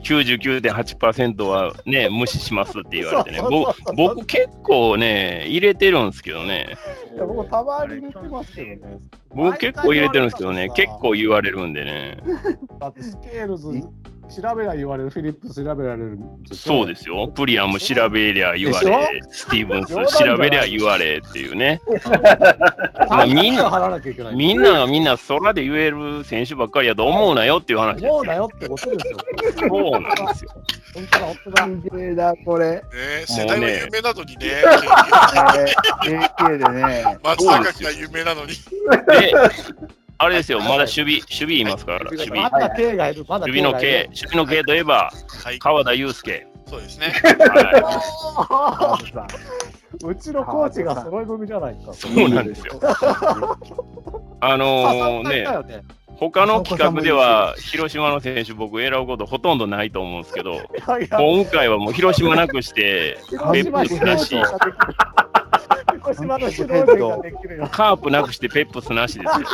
S5: 99.8%はね、無視しますって言われてね、
S4: そう
S5: ぼ僕、結構ね、入れてるんですけどね、
S4: いや僕たまに見てますけどね。
S5: 僕、結構入れてるんですけどね、
S4: 毎回
S5: 結
S4: 言われたんですよ
S5: 構言われるんでね、
S4: だってスケールズ調べりゃ言われる、フィリップス調べられるんでしょ
S5: そうですよ、プリアも
S4: (laughs)
S5: 調べりゃ言われ、スティーブン
S4: 冗談
S5: ス
S4: じゃない
S5: 調べりゃ言われっていうね、まあ
S4: 300
S5: みん
S4: 円
S5: な
S4: 払わなきゃいけない。
S5: みんながみんな空で言える選手ばっかりやと思うなよっていう話です
S4: も
S5: よ
S4: う。だよってことですよ。
S5: そうなんで
S3: (laughs)
S5: すよ。
S4: 本当だ、本当だ。
S6: すげえな、これ。
S2: ね世代は有名なの
S5: (laughs)
S2: にね、
S6: えー AK でね。
S2: 松坂が有名なのに。
S5: で、あれですよ、まだ守備、守備いますから、
S3: はい
S5: 守備。
S4: ま
S5: 守
S4: だ手がいる、まだ
S5: 備
S4: 手がい
S5: の
S4: る
S5: 系、。守備の系といえば、
S2: はい、
S5: (laughs) 川田祐
S3: (laughs)
S5: 介。
S2: そうですね。
S5: は
S4: あーうちのコーチが揃い踏みじゃないか。
S5: い、そうなんですよ。あのーね、
S4: ね。
S5: 他の企画では広島の選手僕選ぶことほとんどないと思うんですけど、
S4: いやいや
S5: 今回はもう広島なくして、
S4: 広島
S5: 別なし、
S4: 広島の指導陣ができるよ。
S5: カープなくしてペップスなしですよ。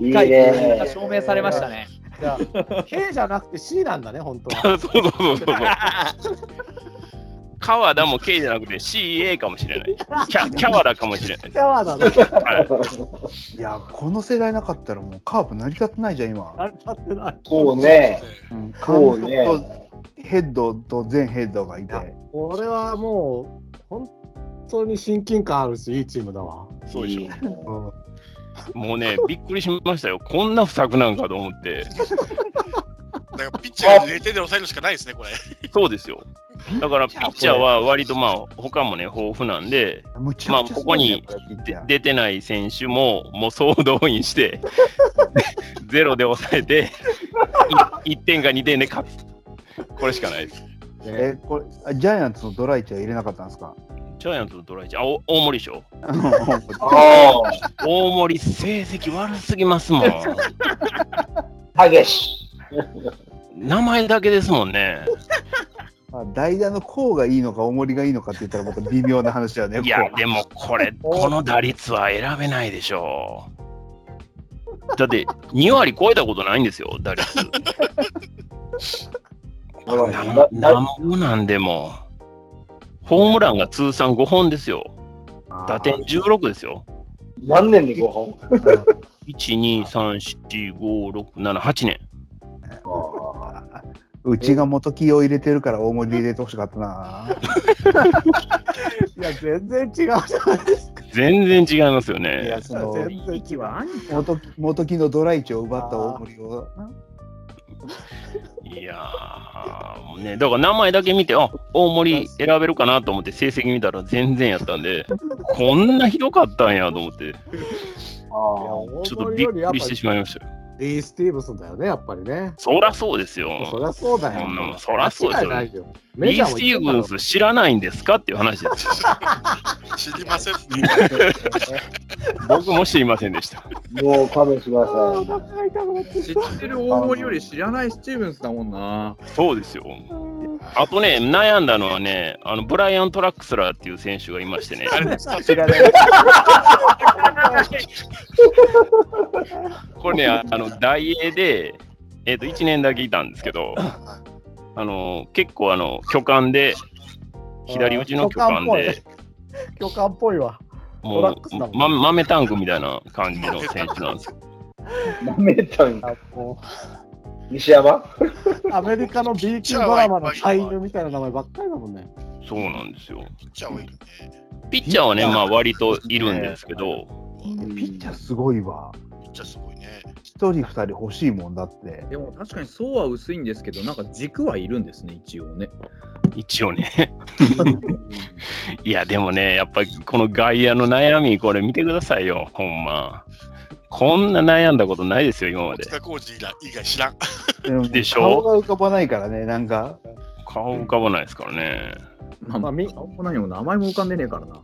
S8: いい
S3: 回
S8: ね
S3: が。証明されましたね。
S4: じゃあ K じゃなくて C なんだね、本
S8: (laughs)
S4: 当は。
S5: そうそうそうそう。川田も K じゃなくて CA かもしれない。キャキャワラかもしれない。
S4: シャワーだね。
S5: はい、
S6: いや、この世代なかったらもうカープ成り立ってないじゃん、今。
S4: あれ立ってない。
S8: そうね。
S6: うん、監
S8: そう
S6: 督
S8: ね。
S6: とヘッドと全ヘッドがいて。
S4: これはもう、本当に親近感あるし、いいチームだわ。
S2: そうでしょう。
S6: うん
S5: もうね、びっくりしましたよ。こんな不作なんかと思って。
S2: だからピッチャーが0点で抑えるしかないですね、これ。
S5: そうですよ。だからピッチャーは割とまあ他もね、豊富なんで、
S6: むちゃくちゃすごいね
S5: まあこ
S6: れピッチ
S5: で
S6: ャー
S5: 出てない選手ももう総動員して、ゼロで抑えて、1点か2点で勝つ。これしかないです。
S6: えーこれあジャイアンツのドライチは入れなかったんです
S5: (laughs)
S6: か
S5: ジャイアンツのドライチ、あ、お大森でしょ。
S8: あ
S5: 大森、成績悪すぎますもん。
S8: あ、激し。
S5: 名前だけですもんね。
S6: まあ代打の甲がいいのか、重りがいいのかって言ったら、また微妙な話だね。
S5: いや
S6: こ、う
S5: でもこれ、この打率は選べないでしょう。だって、2割超えたことないんですよ、打率。 (laughs) なんなんぼなんでも。ホームランが通算5本ですよ。打点16ですよ。
S8: 何年で5本
S5: 1、2、3、4、5、6、7、8年。
S6: うちが元木を入れてるから、大盛り入れてほしかったな。
S4: いや、全然違うじゃないですか。
S5: 全然違いますよ
S6: い
S5: ね
S6: や、。その
S4: 全然違う。
S6: 元木元木のドライチを奪った大盛りを。
S5: いやー、もうね、だから名前だけ見て、あ大森選べるかなと思って、成績見たら全然やったんで、こんなひどかったんやと思って、
S8: あ
S5: ちょっとびっくりしてしまいましたよ。
S4: リー・スティーブスンだよね、やっぱりね。
S5: そらそうですよ。
S4: そりゃそうだ
S5: そんなも
S4: よ。
S5: んそりゃそうですよ
S4: 間違いないよ。メ
S5: リ
S4: ジャー
S5: ー・
S4: も
S5: ステ
S4: 言
S5: ィ
S4: ってた
S5: ー
S4: ろ
S5: ブンス知らないんですかっていう
S4: (laughs)
S5: 話です。
S2: 知りません。
S5: 僕も知りませんでした。
S8: あ。もう勘弁してください。
S3: 知ってる大森より知らないスティーブンスだもんな。
S5: そうですよ。あとね、悩んだのはね、あのブライアン・トラックスラーっていう選手がいましてね、
S2: あれですか
S6: 知らない。
S5: これね、ああの、大英で、えっ、と、1年だけいたんですけど、あの、結構、あの、巨漢で、左打ちの巨漢で、
S4: 巨漢っぽいわ。
S5: も
S4: トラックスだ
S5: う、ま、豆タンクみたいな感じの選手なんですよ。
S8: なめたんだ。
S4: あも
S8: 西山
S4: うアメリカの B 級ドラマの俳優みたいな名前ばっかりだもんね。
S5: そうなんですよ。
S2: ピッチャーはいるね。
S5: ピッチャーはね、まあ、割といるんですけど、
S6: ピッチャーすごいわ。
S2: ピッチャーすごいね。
S6: 一人二人欲しいもんだって。
S3: でも確かにそうは薄いんですけど、なんか軸はいるんですね、一応ね。
S5: 一
S6: (laughs)
S5: 応ね。いや、でもね、やっぱりこの外野の悩み、これ見てくださいよ、ほんま。こんな悩んだことないですよ、今ま
S2: 大
S5: で。
S2: 塚浩二以来以外知ら
S5: (laughs)
S2: ん。
S5: でしょ
S6: 顔が浮かばないからね、なんか。
S5: 顔浮かばないですからね。
S3: まあ
S4: ま
S3: ま
S4: あ
S3: あ、
S4: み
S3: こんなにも名前も浮かんでねえからな。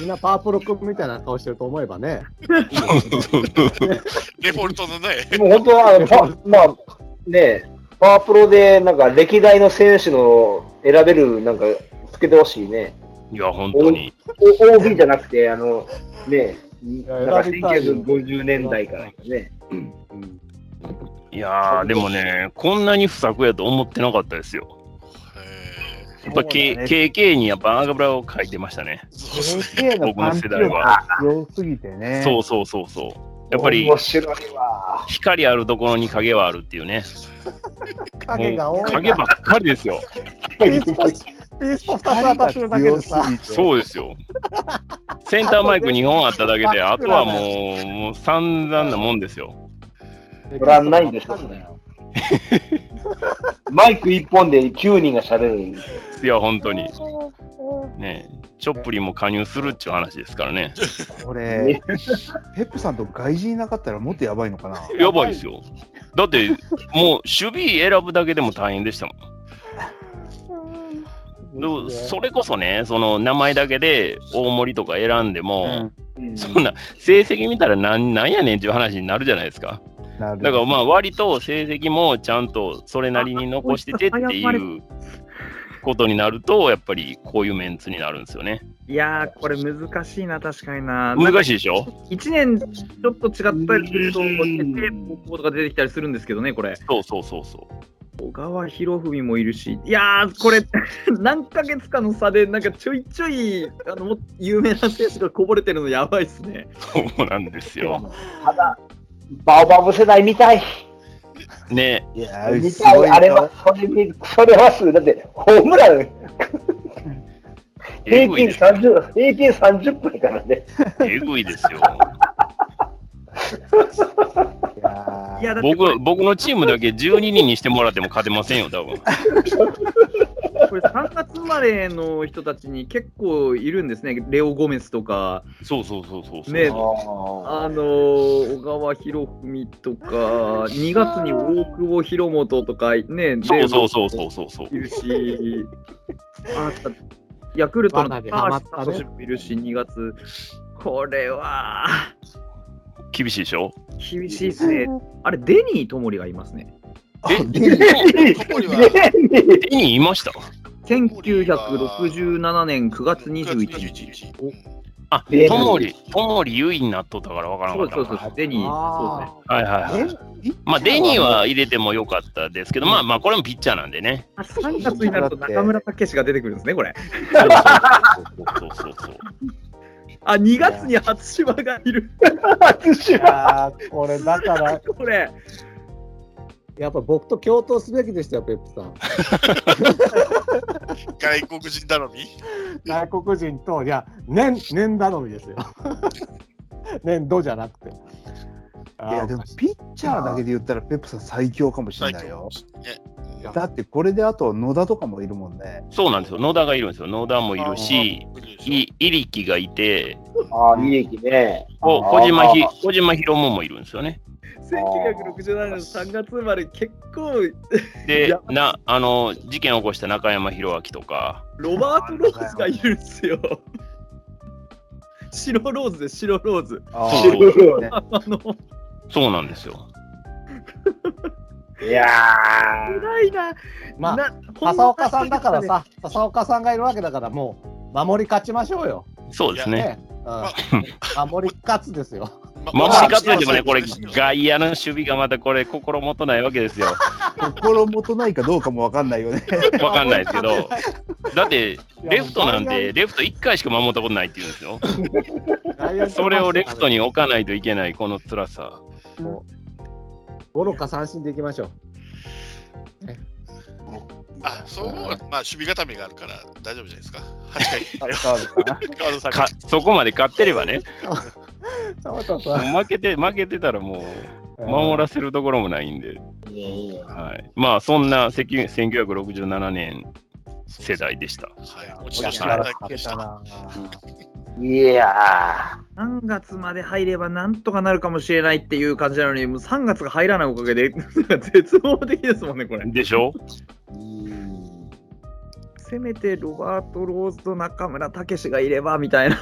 S4: みんなパープル君みたいな顔してると思えばね。
S2: デフォルトのね、
S8: もう本当は、あのまあ、まあ、ねパワープロで、なんか歴代の選手の選べる、なんか、つけてほしいね。
S5: いや、本当に。
S8: お OB じゃなくて、あの、ね
S4: や
S8: なんか
S4: 選びたいよ
S8: 1950年代からね。
S5: いやー、でもね、こんなに不作やと思ってなかったですよ。
S2: え
S5: やっぱ、
S6: そう
S5: K
S6: だね
S5: KK にやっぱ油を書いてましたね。
S2: ー、そうですね。
S6: AK の
S5: 僕の
S6: パン
S5: 世
S6: チ
S5: 代
S6: 力
S5: は。
S6: が強すぎてね。
S5: そうそうそうそう。やっぱり
S8: 面白いわ。
S5: 光あるところに影はあるっていうね。
S4: 影が多
S5: もう
S4: い。
S5: 影ばっかりですよ。
S4: ピースポ、ピースポ2つ当たってるだけでさ。
S6: う。
S5: そうですよ。センターマイク2本あっただ (laughs) けで、あとはもう、もう散々なもんですよ。
S8: それはないんですよ。マイク一本で9人が喋る。
S5: (laughs) いや、本当に。ねえチョップリンも加入するっていう話ですから (laughs) ね。
S6: これ、ペップさんと外人いなかったらもっとやばいのかな。
S5: やばいですよ。だって、もう守備選ぶだけでも大変でしたもん。でもそれこそね、その名前だけで大盛りとか選んでも、そんな成績見たらなんなんやねんっていう話になるじゃないですか。
S6: なる
S5: だからまあ割と成績もちゃんとそれなりに残しててっていうことになると、やっぱりこういうメンツになるんですよね。
S3: いやー、これ難しいな、確かにな。
S5: 難しいでしょ
S3: 1年ちょっと違ったりすると、テープ高校とか出てきたりするんですけどね、これ。
S5: そうそうそうそう。
S3: 小川博文もいるし、いやー、これ、 (laughs) 何ヶ月かの差で、なんかちょいちょい、あの、も有名な選手がこぼれてるのやばいっすね。
S5: そうなんですよ。
S8: ただ、バオバブ世代見たい。
S5: ね。
S6: いやー
S8: 見
S6: す
S8: た
S6: ご
S8: い。
S6: い
S8: あれは、それ見それはすごいだって、ホームラン、
S5: え
S8: 平
S5: ぐい
S8: 均
S5: ですよ。
S8: 30、平均30分からね。
S5: えぐいですよ。
S6: いや
S3: いや、だってこれ
S5: 僕、僕のチームだけ12人にしてもらっても勝てませんよ、多分。
S3: これ3月生まれの人たちに結構いるんですね、レオ・ゴメスとか、
S5: そうそうそうそうそう。
S3: ね
S8: あ
S3: あのー小川博文とか、2月に大久保博元とか、ね、
S5: そうそうそうそうそうそう。
S3: いるし、あヤクルトの
S4: 真
S3: 高
S4: 鍋ハマっ
S3: 橋
S4: たね
S3: 聡もいるし、2月。これは
S5: 厳しいでしょ
S3: 厳しいですね。あれ、デニー・ともりがいますね。
S2: こには
S5: 手にいました
S3: 1967年9月
S2: 9
S3: 21日。
S2: 日。
S5: あ、
S8: え
S5: ともり、ともり優位になっとったからわから
S3: そ
S5: な
S3: う
S5: か
S3: そ
S5: っ
S3: う
S5: た
S3: そう
S5: な。
S3: そう、デニー。そうですね
S5: はいはいはい。まあ、デニーは入れてもよかったですけど、まあまあ、これもピッチャーなん
S3: (laughs)
S5: でね。
S3: あ3月になると中村武史が出てくるんですね、これ。
S5: そうそうそうそう。
S3: あ、2月に初島がいる。
S4: いやーこれだから、
S3: これ。
S4: やっぱ僕と共闘すべきでしたよ、ペップさん。
S2: 外国人頼み
S4: 外国人と、いや、年、年頼みですよ。 (laughs) 年度じゃなくて。あー
S6: いやでもピッチャーだけで言ったらペップさん最強かもしれないよ。
S2: ね
S6: だってこれであと野田とかもいるもんね。
S5: そうなんですよ。野田がいるんですよ。野田もいるし、い、いりきがいて、
S8: あー、利益ね。
S5: こ
S8: あー
S5: 小島ひ、小島ひろももいるんですよね。
S3: 1967年の3月生まれ、結構、い
S5: で
S3: や、
S5: な、あの、事件を起こした中山博明とか、
S3: ロバート・ローズがいるんですよ。白ローズで白ローズ。
S5: そうそう
S8: そう
S3: あの、
S5: そうなんですよ。
S8: いやー。
S3: 辛いな。
S4: まあ、
S3: な、
S4: 笹岡さんだからさ、笹岡さんがいるわけだから、もう、守り勝ちましょうよ。
S5: そうですね。
S4: ね。うん、守り勝つですよ。
S5: ま
S4: あ
S5: しかつでもね、これ、
S2: 外
S5: 外野の守備がまたこれ、心もとないわけですよ。
S6: 心もとないかどうかもわかんないよ
S5: (laughs)
S6: ね。
S5: わかんないですけど、だって、レフトなん
S4: いや
S5: て、レフト1回しか守ったことないっていうんですよ。
S4: 外野手
S5: それをレフトに置かないといけない、この辛さ。
S4: ゴロか三振でいきましょう。
S2: あ、そう思うが、まあ、守備固めがあるから大丈夫じゃないですか。8回。川野さん
S5: か
S2: が
S5: そこまで勝ってればね、
S4: そうそうそう。
S5: もう負けて、負けてたらもう、守らせるところもないんで、はい、まあ、そんな関1967年世代でした。
S2: はい、落
S4: い
S2: ち
S4: や
S2: と
S4: い
S2: し
S4: や
S2: た
S4: い
S2: だけでした。
S4: や
S8: いや
S3: 3月まで入ればなんとかなるかもしれないっていう感じなのに、もう3月が入らないおかげで、絶望的ですもんね、これ。
S5: でしょ
S3: せめてロバート・ローズと中村武史がいればみたいな。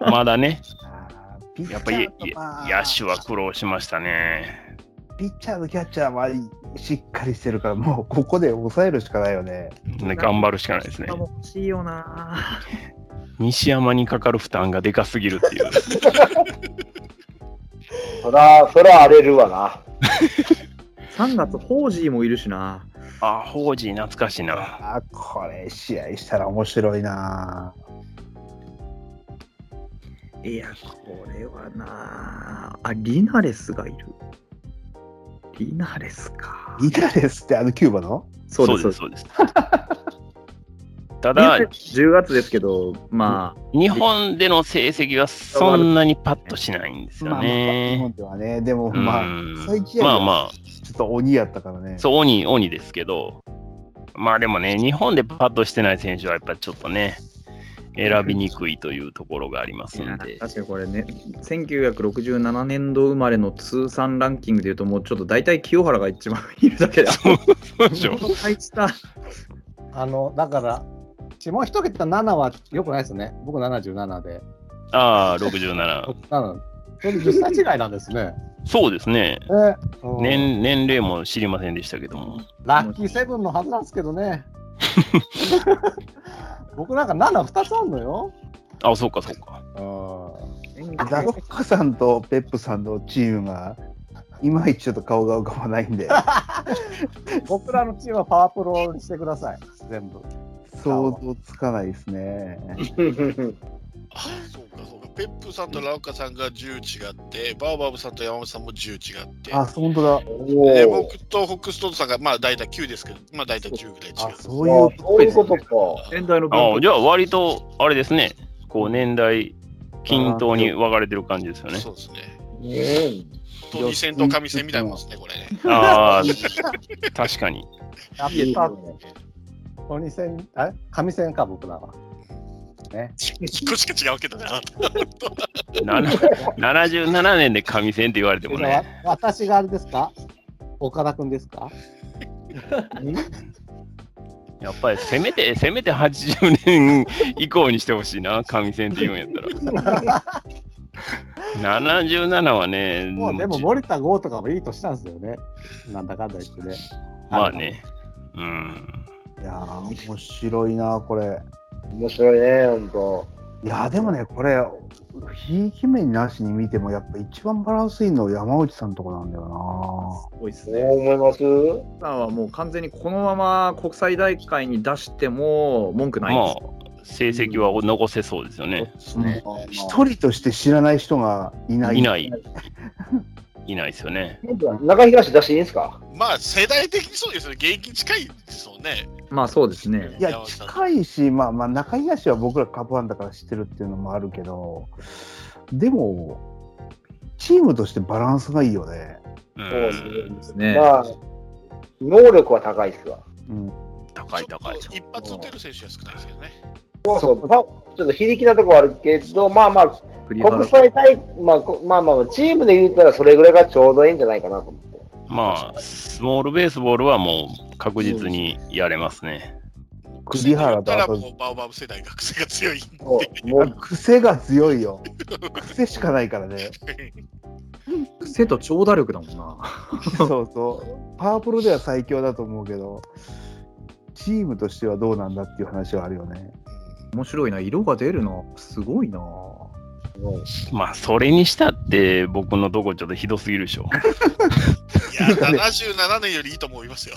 S5: まだね、
S6: ピッチ
S5: や
S6: ャ
S5: っぱり
S6: ーとまあ
S5: 野手は苦労しましたね。
S6: ピッチャーとキャッチャーはしっかりしてるから、もうここで抑えるしかないよね。
S5: ね頑張るしかないですね。
S3: も欲しいよな。
S5: 西山にかかる負担がでかすぎるっ
S6: (laughs)
S5: ていう。
S8: ー。そら、そら荒れるわな。
S3: 3月、ホージーもいるしな。
S5: あ、ホージー懐かしいな。
S6: あこれ試合したら面白いない
S3: や、これはな。あ、リナレスがいる。リナレスか。
S6: ギタレスってあのキューバの
S3: そうです、そうです。
S5: そうです。た
S3: リナ (laughs)
S5: だ
S3: レ、ス10月ですけど、まあ、
S5: 日本での成績はそんなにパッとしないんですよ
S6: 日
S5: ね。
S6: 本ではね。でも
S5: うん
S6: まあ、最近
S5: まあ
S6: は
S5: ま
S6: ちょっと鬼やったからね。
S5: あ、そう、鬼、鬼ですけど、まあでもね、日本でパッとしてない選手はやっぱちょっとね、選びにくいというところがありますので。
S3: 確かにこれね、1967年度生まれの通算ランキングでいうと、もうちょっと大体清原が一番いるだけで、
S5: そうでしょう
S3: あいつだ。
S4: あの、だから、下一桁7はよくないですね。僕77で。
S5: (laughs) ああ、67。
S4: 67。それで10歳違いなんですね。
S5: そうですね。
S4: えーうん
S5: 年年齢も知りませんでしたけども。
S4: ラッキーセブンのはずなんですけど
S5: (laughs)
S4: ね。僕なんか7、2つあんのよ。
S5: あ、そうかそうか。
S6: ザロックさんとペップさんのチームが、いまいちちょっと顔が浮かばないん
S5: (laughs)
S6: で、
S4: 僕らのチームはパワープロにしてください。全
S5: (laughs)
S4: 部。
S6: 想像つかないですね。
S2: あそうかそうかペップさんとラオカさんが10違ってバーバブさんと山本さんも10違って
S6: あ、本当だ。
S2: で
S8: おー
S2: 僕とホックストーンさんがまあ大体9ですけどまあ大体10ぐらい違
S6: あ、
S2: う
S6: そういう
S8: あそういうことか。
S3: 年代の
S5: ああ、
S3: 分
S5: じゃあ割と、あれですね。こう、年代、均等に分かれてる感じですよね。
S2: そうですね
S8: ね
S2: と2戦と上戦みたいなもんですねこれね
S5: ああ、確かに。
S4: やっ
S8: え
S4: た、鬼戦、あれ神戦か、僕らは。
S2: 聞くしか違うけどな
S5: なな77年で神戦って言われてもね。
S4: わ私があれですか岡田君ですか
S5: やっぱりせめて、せめて80年以降にしてほしいな、神戦って言うんやったら。77はね、
S4: もうでも
S5: ち
S4: 森田剛とかもいい年なんですよね。なんだかんだ言ってね。
S5: まあね。うん。
S6: いやー、面白いな、これ。
S8: 面白いね、ほんと。
S6: いやーでもね、これ、ひいき目なしに見ても、やっぱ一番バランスいいのは山内さんとこなんだよ
S3: 多いです
S8: ね
S3: ね。
S8: 思います
S3: さんはもう完全にこのまま国際大会に出しても文句ないで
S5: ますあ。、成績は残せそうですよね。
S3: そうですね
S8: あー
S6: な。一人として知らない人がいない。
S5: いない。いないですよね。
S8: 中東出していいんですか
S2: まあ世代的にそうですよね現役近いですよね
S3: まあそうですね。
S6: いや、近いし、まあまあ、中東は僕らカップファンだから知ってるっていうのもあるけど、でも、チームとしてバランスがいいよね。
S5: う
S8: そ
S5: ん。
S8: です
S3: ね
S8: まあ、能力は高いですわ。
S6: うん、
S5: 高い高い。
S2: ちょっと一発打てる選手は少ないですけどね
S8: そうそう、パちょっと非力なとこはあるけど、まあまあ、
S3: 国
S8: 国際大、まあ、こまあまあ、チームで言ったらそれぐらいがちょうどいいんじゃないかなと思って。
S5: まあ、スモールベースボールはもう確実にやれますね。
S6: 栗原
S2: だ
S6: と
S2: ら
S6: あ
S2: もう
S6: と、
S2: バオバブ世代学生が強いんで
S8: もう、もう、
S6: 癖が強いよ。癖しかないからね。
S3: 癖と長打力だもんな。
S6: そうそう。パワープロでは最強だと思うけど、チームとしてはどうなんだっていう話はあるよね。
S3: 面白いな。色が出るな。すごいな。
S5: まあ、それにしたって僕のとこちょっとひどすぎるでしょ。
S2: いや77年よりいいと思いますよ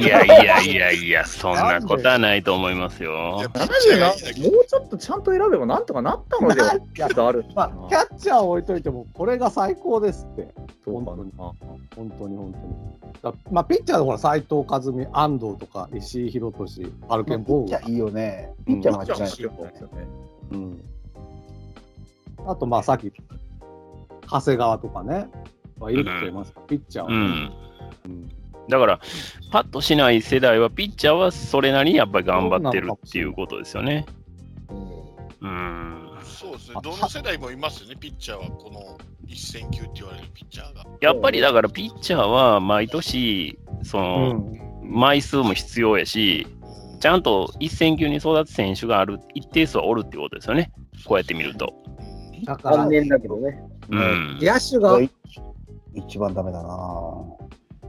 S5: いやいやいやいや、そん (laughs) なことはないと思いますよ。
S3: 77もうちょっとちゃんと選べばなんと (laughs) かなったのでは。やっとある。
S4: まあ、キャッチャーを置いといても、これが最高ですって。
S3: そうかな。
S4: 本当に本当に。だまあ、ピッチャーのほら、斎藤和美、安藤とか、石井宏敏、アルケンボ
S6: ピ
S4: ー
S6: ッチャーいいよね。ピッチャー間違いない。
S4: うん。あと、まあ、さっき、長谷川とかね、まあ、いるって言いますか、ピッチャーは
S5: う
S4: ね、
S5: ん。だから、パッとしない世代は、ピッチャーはそれなりにやっぱり頑張ってるっていうことですよね。うん。
S2: そうですね、どの世代もいますよね、ピッチャーはこの一戦級って言われるピッチャーが。
S5: やっぱりだから、ピッチャーは毎年、その、枚数も必要やし、ちゃんと一戦級に育つ選手がある、一定数はおるっていうことですよね。こうやって見ると。
S4: だから、
S8: 残
S4: 野
S8: 念だけどね。
S5: うん。
S4: 手が、
S6: 一番ダメだな。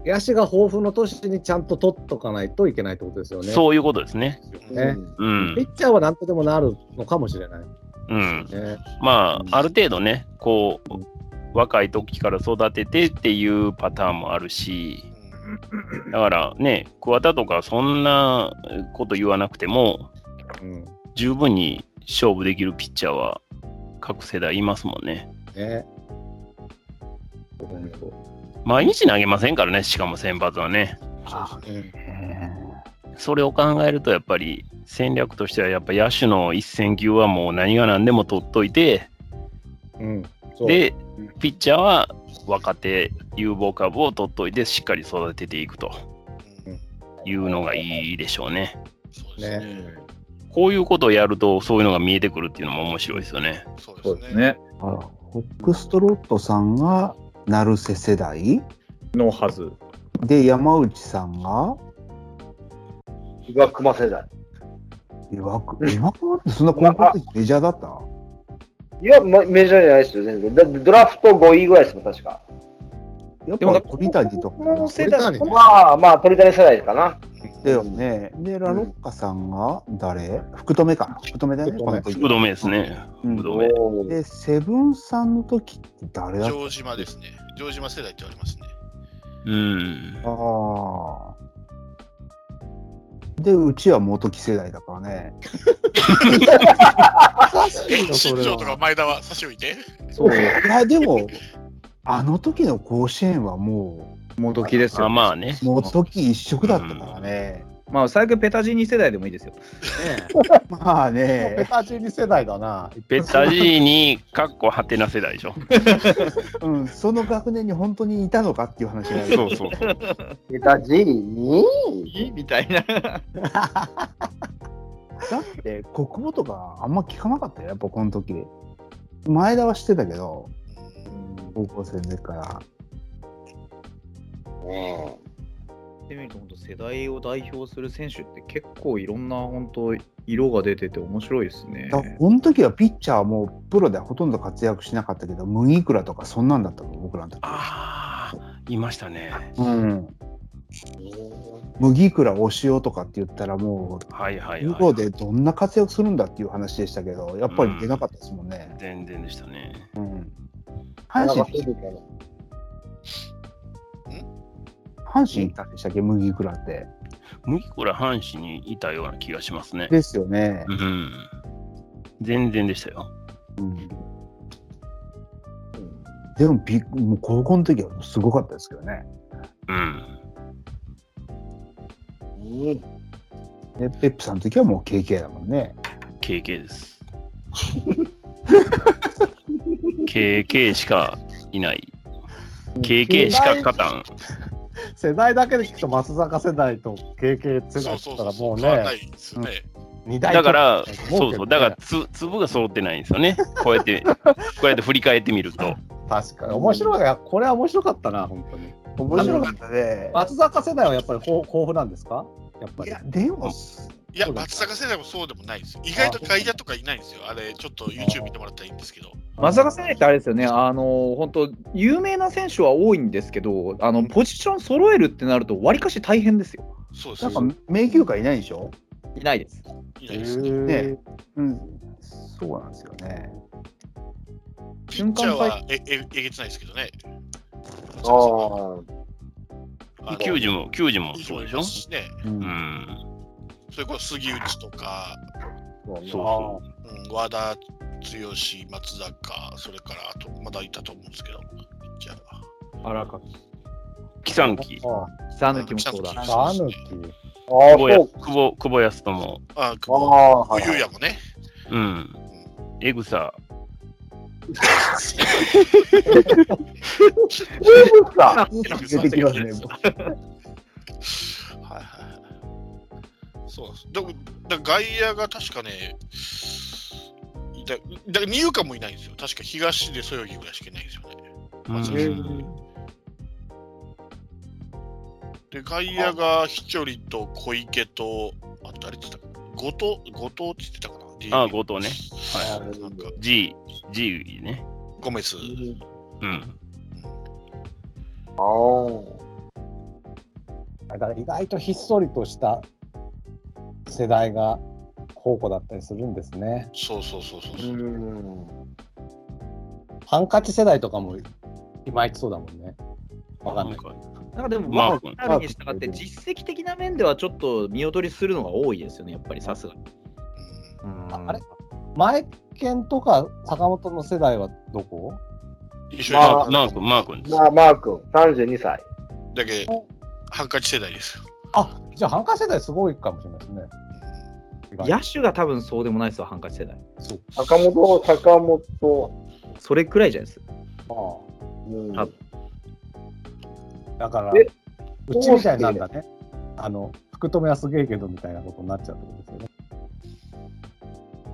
S4: 野手が豊富の年にちゃんと取っとかないといけないってことですよね。
S5: そういうことですね。
S4: ね
S8: うん
S5: うん
S4: ピ。ッチャーはなんとでもなるのかもしれない。
S5: うん。
S4: ね、
S5: まあ、ある程度ね、こう、若い時から育ててっていうパターンもあるし、だからね、桑田とかそんなこと言わなくても、
S4: うん
S5: 十分に勝負できるピッチャーは各世代いますもんね。
S4: ね
S5: 毎日投げませんからね、しかも先発はね。
S2: そうですね。
S5: それを考えると、やっぱり戦略としては、やっぱ野手の一戦級はもう何が何でも取っといて、
S4: うん、そう
S5: で、ピッチャーは若手有望株を取っといて、しっかり育てていくと。
S2: うん
S5: いうのがいいでしょうね。
S2: そうですね。
S5: こういうことをやると、そういうのが見えてくるっていうのも面白いですよね。
S2: そう
S3: そう
S2: で
S3: ですす
S2: ね。
S3: ね。
S6: あら、ホックストロットさんが成瀬世代
S3: のはず。
S6: で、山内さんが
S8: 岩熊世代。
S6: 岩倉、岩倉ってそんな高校の時メジャーだった
S8: いや、まメジャーじゃないですよ、全然。だってドラフト5位ぐらいですもん、確か。
S6: やっ
S3: でもな
S6: ぱ
S3: んか
S6: 鳥谷とか
S8: この世代
S4: 鳥谷
S8: まあまあ、鳥谷世代かな。
S6: だよね。で、ラロッカさんが誰福留かな福留だよね、
S4: 福留
S6: この時。
S5: 福留ですね。
S6: うん
S5: 福留。
S8: おー
S6: で、セブンさんの時って誰だった
S2: 城島ですね。城島世代って言われますね。
S5: うん。
S6: ああ。で、うちは元木世代だからね。
S2: え、 (laughs)
S4: の
S2: 新
S4: それは
S2: 庄とか前田は差し置いて。
S3: そう。
S6: いや、でも、あの時の甲子園はも
S3: もどきです
S5: あ
S3: よ。
S5: まあね
S6: う、。元木一色だったからね。
S3: まあ、最悪ペタジーニ世代でもいいですよ。
S6: ま
S4: も
S6: あ
S4: うペ
S6: ね、
S4: タジーニ世代だな。
S5: ベタジーに、かっこはてな世代でしょ。
S6: うん、その学年に本当にいたのかっていう話がある
S5: そうそうそう。
S8: ベタジーニ
S3: いいみたいな。
S6: だって、国語とかあんま聞かなかったよ、やっぱこの時。前田は知ってたけど、高校生の時から。
S8: ね
S3: ってみると、本当世代を代表する選手って結構いろんな本当色が出てて面白いですね。
S6: だこの時はピッチャーはもうプロではほとんど活躍しなかったけど、麦倉とかそんなんだったの、僕らの時。
S5: (laughs) ああ、いましたね。
S6: うん、
S8: え
S6: 麦倉お塩とかって言ったらも
S5: はいは
S6: う
S5: い
S6: 向
S5: はい。
S6: こうでどんな活躍するんだっていう話でしたけどやっぱり出なかったですもんね。
S5: 全然でしたね。
S6: うん
S8: なん
S6: 阪
S8: か
S6: 神
S8: そうみたいな
S6: 阪神いたんでしたっけ麦倉って。
S5: 麦倉阪神にいたような気がしますね。
S6: ですよね
S5: う。ん。全然でしたよ。
S6: うんでもびっもう高校の時はすごかったですけどね。
S5: うん。
S8: うん
S6: でペップさんの時はもう KK だもんね。
S5: KK です。KK しかいない。KK しか勝たん。
S4: 世代だけで聞くと松坂世代と KK
S2: そ
S4: 世代
S2: う
S4: って言
S2: そう
S4: っ
S2: そ
S4: たら
S2: う。
S4: もう
S2: 変わんな
S4: ね、
S2: いですね。
S4: 二大
S5: だから、
S4: 巨頭
S5: そ
S4: けど
S5: うそう、
S4: ね
S5: だからつ、粒が揃ってないんですよね。こうやって、こうやって振り返ってみると。
S4: 確かに面白いやこれは面白かったな本当に
S6: 面白かったね。
S4: 松坂世代はやっぱり豊豊富なんですかやっぱ
S6: い
S4: り
S6: やでも
S2: いや、
S4: そうだ
S2: 松坂世代もそうでもないです。意外と外野とかいないんですよ。あれ、ちょっと YouTube 見てもらったらいいんですけど。
S3: 松坂世代ってあれですよね、あの本当、有名な選手は多いんですけど、あのポジション揃えるってなると、わりかし大変ですよ。
S2: そうです
S6: なん
S2: ね
S6: か。迷宮会いないでしょ。
S3: いないです。
S2: い
S4: へ
S2: ないですね
S4: ー
S6: ねうん、そうなんですよね。
S2: ピッチャーはえええげつないですけどね。
S8: あー
S2: あの
S5: 球児も、球児も
S2: いい人
S5: そう
S2: もい
S5: でしょ
S2: ま。すしね。
S6: う、
S5: うんん。
S2: それこそ杉内とか、
S8: そう
S5: そう
S8: ね
S5: そ
S2: うん、和田剛、松坂、それからあと、まだいたと思うんですけど、ピッチャーは。
S3: 荒垣。
S5: う。木さんき、
S4: あ
S3: 草抜きもそうだ。
S2: 草
S4: あ
S2: 抜
S4: 狸
S2: き
S8: あ
S5: 久保や
S8: ー、
S5: 久保、久保康友。
S2: あ、久
S8: そう。
S2: 保
S8: ああー、はい
S2: 優也もね。
S5: うん。エグサ。
S8: はい。
S6: 出てきますね。
S2: はいはいはい。そうなんです。だだ外野が確かね、だだ二遊間もいないんですよ。確か東でそよぎぐらいしかいないんですよね。
S5: うん。
S2: で、外野が飛距離と小池と、あと誰って言ったかな後藤、後藤って言ってたかな
S5: ああ、
S2: 後
S5: 後藤ね。はい。
S2: 藤。なんか、
S5: G、G ね。
S2: ゴメス。
S5: うん。
S8: あー
S4: だから意外とひっそりとした世代が宝庫だったりするんですね
S2: そうそうそうそう
S8: う
S2: そう。
S8: ん。
S4: ハンカチ世代とかもいまいちそうだもんねわかんない
S3: なんかでも、ま
S5: マー
S3: あ、
S5: 君
S3: あるに従って、実績的な面ではちょっと見劣りするのが多いですよね、やっぱりさすがに。
S4: ああれ前健とか坂本の世代はどこ
S2: うん、一緒に
S8: まあ
S5: マー君、マー君です。
S8: まあ、マー君、32歳。
S2: だけハンカチ世代ですよ。
S4: あじゃあハンカチ世代すごいかもしれないですね意外と
S3: 野手が多分そうでもないですよ、ハンカチ世代。
S8: 坂本、坂本。
S3: それくらいじゃないです。
S8: うん
S3: あ
S4: だから、
S8: え
S4: うちみたいなんだね。あの、福留はすげえけどみたいなことになっちゃうってことですよ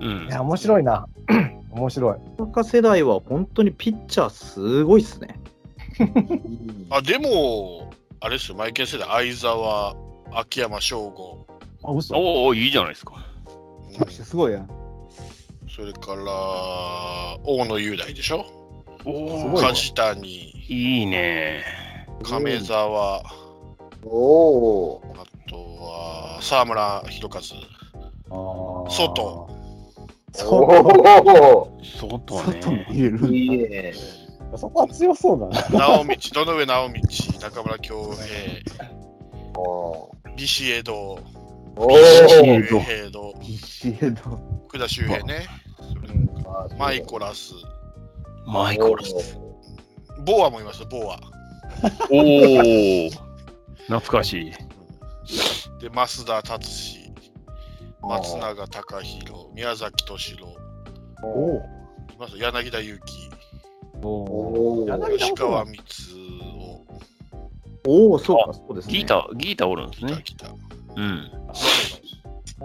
S4: ね。
S5: うん
S4: い。や、面白い (clears throat) な。面白い。
S3: 大阪世代は本当にピッチャーすごいっすね。
S2: あでも、あれですよ、マイケル世代、相沢、秋山翔吾、
S4: あ、嘘。
S5: おお、いいじゃないですか。
S2: うん
S6: すごいや。
S2: それから大野雄大でしょ、
S5: おお、
S2: 梶谷、
S5: いいね。
S2: 亀沢、あ
S8: おー
S2: とは沢村博和、
S4: ああ。
S2: 外。
S4: そう
S8: お
S5: 外
S6: 外も
S5: ね。
S6: 入れ
S8: ー
S6: る。
S8: いいね。
S4: そこは強そうだな。
S2: 直道、堂上直道、中村恭平、
S8: おー
S2: ビシエド、
S8: お
S2: 周
S8: ー
S2: 平堂、
S6: 必死へど。
S2: 福田周平ね、マイコラス、
S5: マイコラス。
S2: ボアもいます、ボア。
S5: おお、懐かしい。
S2: で、増田達志、松永貴弘、宮崎敏郎、
S4: お
S2: います柳田悠岐、
S8: おー
S4: 柳田
S2: 吉
S4: もそう
S2: 川
S4: なんだ
S2: 光雄、
S3: おお、そうか、そうですね。
S5: ギータ、ギータおるんです
S2: 来た
S5: ね。
S2: 来た。
S5: うん。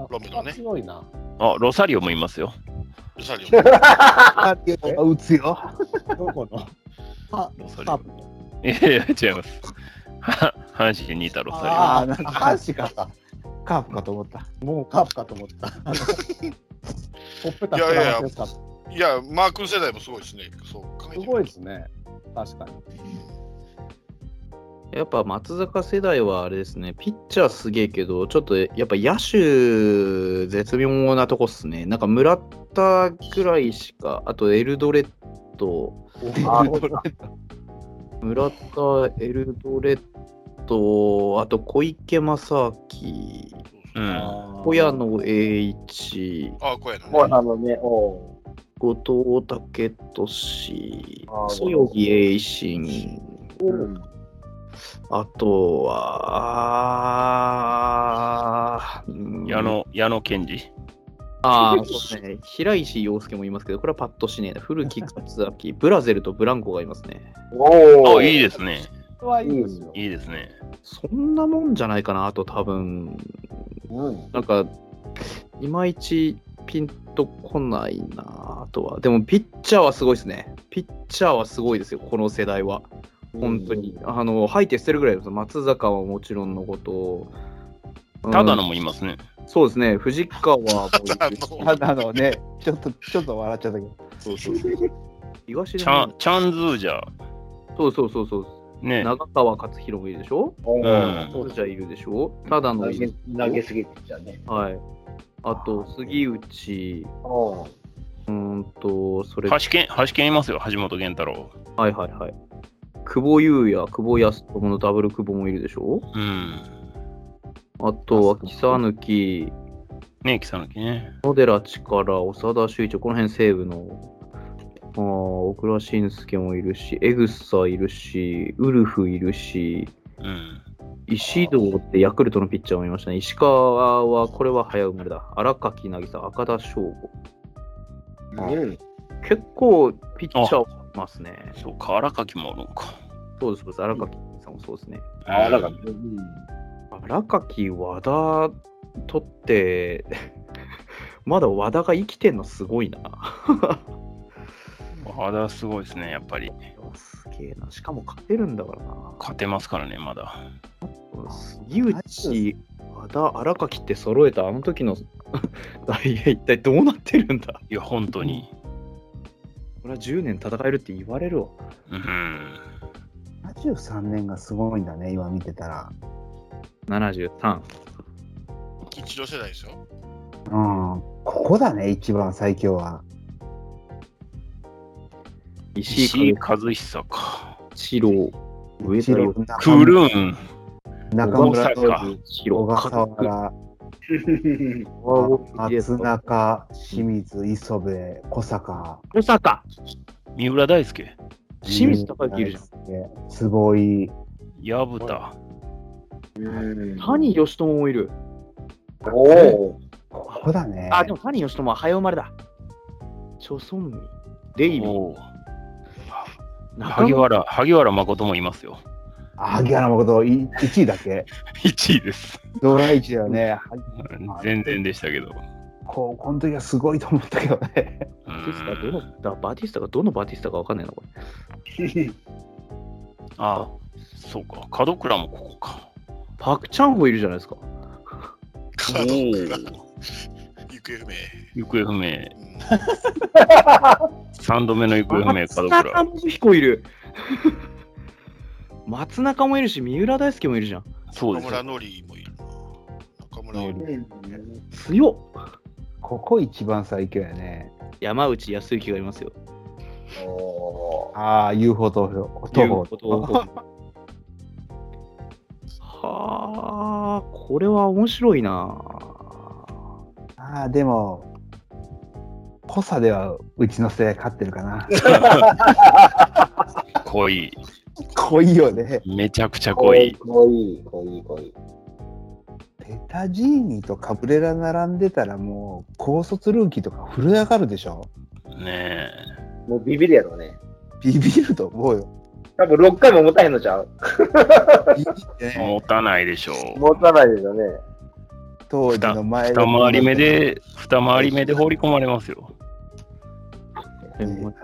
S2: ロメロね
S4: 強いな。
S5: あ、ロサリオもいますよ。 (laughs)
S2: ルサリオ、
S6: あ、打つよ。
S4: どこの
S5: ロサリ
S4: カー
S5: オ。
S4: プの
S5: いやいや、違います。は阪神にいたロサ
S4: あ
S6: あー
S4: あ、
S6: な
S4: なんん
S6: か
S4: か阪神かさ。
S6: カープかと思った。
S4: もうカープかと思 (laughs) った。あのほっぺた
S2: いやいやいや
S4: 膨らませてたす
S2: いや、マー君世代もすごいですね。そう考えてみると
S4: ごいですね。確かに。
S3: やっぱ松坂世代はあれですね、ピッチャーすげえけど、ちょっとやっぱ野手絶妙なとこっすね。なんか村田くらいしか、あとエルドレッド、
S8: あ
S3: 村田、エルドレッド、あと小池正明、
S5: リオ。うん。
S3: 小屋野栄一、
S2: ああ、こうやな、
S8: もうあのね、おー
S3: 後藤武俊
S8: あ、ー
S3: そよぎ栄信、あとは、あー
S5: 矢野、矢野健二。
S3: ああ、そうですね。平石洋介もいますけど、これはパッとしねえな。古木勝明、ブラゼルとブランコがいますね。
S8: お
S5: あ、いい
S8: で
S5: ですね。
S4: これはいいですよ。
S5: いいですね。
S3: そんなもんじゃないかな、あと多分。
S8: うん。
S3: なんか、いまいちピンとこないな、あとは。でも、ピッチャーはすごいですね。ピッチャーはすごいですよ、この世代は。本当に。あの、吐いて捨てるぐらいです。松坂はもちろんのこと。うん
S5: ただのもいますね。
S3: そうですね、藤川はもうい
S2: ただ
S3: るし
S2: の
S6: ああのね、ちょっと、ちょっと笑っちゃったけど。
S3: そうそうそう東
S5: チ
S3: で
S5: ャ
S3: も
S5: ン、チャンズージャー。
S3: そうそうそうそう。
S5: ね。
S3: 長川勝弘もいるでしょ
S8: お
S5: う
S8: ー
S5: ん。
S3: そうじゃいるでしょただの
S8: 投
S3: い
S8: げ
S3: る
S8: 投げすぎちゃうね。
S3: はい。あと、杉内、
S8: おー
S3: うーんと、それ、
S5: 橋
S3: はい
S5: 健、橋健いますよ、橋本健太郎。
S3: はいはい。久保優也、久保康友のダブル久保もいるでしょ
S5: うん。
S3: あとは、草抜、
S5: ねえ、草抜きね。
S3: 野寺力、長田修一、この辺西武の、あー小倉慎介もいるし、エグサいるし、ウルフいるし、
S5: うん。
S3: 石堂ってヤクルトのピッチャーもいましたね。石川は、これは早生まれだ。荒垣渚、赤田翔吾。
S8: うん。
S3: 結構ピッチャーはいますね。
S5: そうか、荒垣もおるんか。
S3: そうです、そうです。荒垣さんもそうですね。
S8: あらが。う
S5: うん
S8: ん。
S3: 荒垣、和田とって、 (laughs) まだ和田が生きてんのすごいな。
S5: 和田すごいですね、やっぱり。
S3: すげえな。しかも勝てるんだからな。
S5: 勝てますからね、まだ。
S3: 杉内、和田、荒垣って揃えたあの時の (laughs) ダイエ一体どうなってるんだ
S5: いや、本当に。
S3: これは10年戦えるって言われるわ。
S5: うん。
S6: 73年がすごいんだね、今見てたら。
S3: 73。
S2: 一度世代ですよ。
S6: うん。ここだね、一番最強は。
S3: 石
S5: 石井
S3: 井
S5: 和久か。
S3: 一郎、上田よ
S5: クルーン。
S6: 中
S5: 小笠
S6: 村
S5: 原か。
S3: 一
S6: 小
S3: 郎、
S6: 笠原、松中、清水、磯部、小坂、
S3: 小坂、
S5: 三浦大輔。
S3: 清水高之いるじゃん。
S6: ん。坪井、
S5: 薮田。
S3: 谷義友もいる。
S8: おー
S6: ここだね。
S3: あ、でも谷義友は早生まれだ。チョソンミ、デイビー、
S5: おー
S3: 中
S5: 萩
S3: 村
S5: 原、萩原誠もいますよ。 (laughs)
S6: 萩原誠、い1位だっけ
S5: 1位です。
S6: ドラ1だよね。
S5: 全然でしたけど。
S6: 高校の時はすごいと思ったけどね。
S3: (laughs)
S5: う
S3: バティスタど
S5: ん
S3: のだバティスタがどのバティスタかわかんないなこれ。
S5: ああ、そうか。角倉もここか。
S3: パクチャンホいるじゃないですか。
S2: (laughs) カードが行方不明。
S5: 行方不明。
S2: うん
S5: 3度目の行方不明、
S3: 松
S5: 角
S3: 中
S5: 倉。
S3: 信彦いる。 (laughs) 松中もいるし、三浦大輔もいるじゃん。
S5: そう
S2: 中
S5: です
S2: 村
S5: よ。
S2: のりもいるな。中村より
S3: 強っ
S6: ここ一番最強やね。
S3: 山内康之がいますよ。
S8: おー
S6: ああ、UFO 投票。
S3: とい
S6: 投
S3: う
S6: 票
S3: ことをはあ、これは面白いな。
S6: ああ、でも、濃さではうちの世代勝ってるかな。
S3: (laughs)
S5: 濃い。
S6: 濃いよね。
S5: めちゃくちゃ
S8: 濃
S5: 濃
S8: い
S5: い。
S8: 濃い濃い濃い
S6: ペタジーニとカブレラ並んでたらもう高卒ルーキーとか震え上がるでしょ
S5: ね
S8: もうビビるやろね
S6: ビビると思う (laughs) よ。
S8: 多分6回も持たへんのちゃう
S6: ビビって
S5: え。
S6: ね、
S5: 持たないでしょう。
S8: 持たないですよね
S6: 当時の前
S5: 二回り目で、二回り目で放り込まれますよ。
S6: ね
S3: も
S6: ね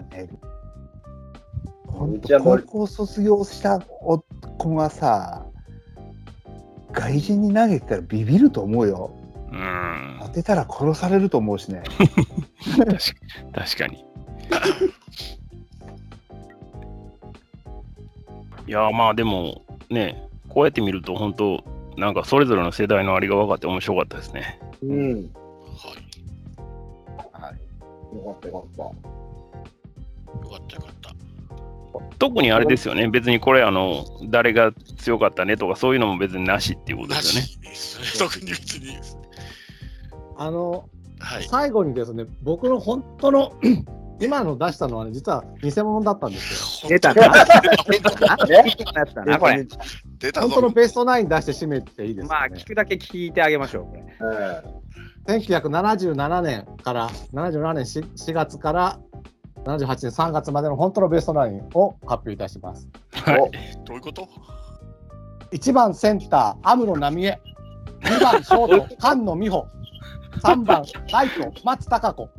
S6: 本当高校卒業した子がさ外人に投げてたらビビると思うよ
S5: うん
S6: 当。てたら殺されると思う (laughs) しね
S5: 確か確かに。 (laughs) いや、まあでも、ね、こうやって見ると、本当なんかそれぞれの世代のありが分かって面白かったですね。
S8: うん
S2: はい。よか
S8: よかったよかっ
S2: ったよかった。
S5: 特にあれですよね、別にこれ、あの、誰が強かったねとか、そういうのも別になしっていうこと
S2: な
S5: ですよね。
S2: しですね。特に別に。
S4: あの、
S2: はい。
S4: 最後にですね、僕の本当の (clears throat) 今の出したのはね、実は偽物だったんです
S2: (laughs)
S4: よ。
S6: 出
S3: (laughs)
S6: た
S2: な。
S8: たね
S3: なった
S6: なこれ
S2: 出た
S4: 本当の
S2: ぞ。
S4: ベストナイン出して締めていいです
S3: ま
S4: か、
S3: あ、
S4: ね
S3: 聞くだけ聞いてあげましょう。これ
S8: うん
S4: 1977年から、77年 4, 4月から78年3月までの本当のベストナインを発表いたします。
S5: はい。
S2: どういうこと
S4: 1番センター、安室奈美恵。2番ショ
S5: (laughs)
S4: ート、菅野美穂。3番ライト、松たか子。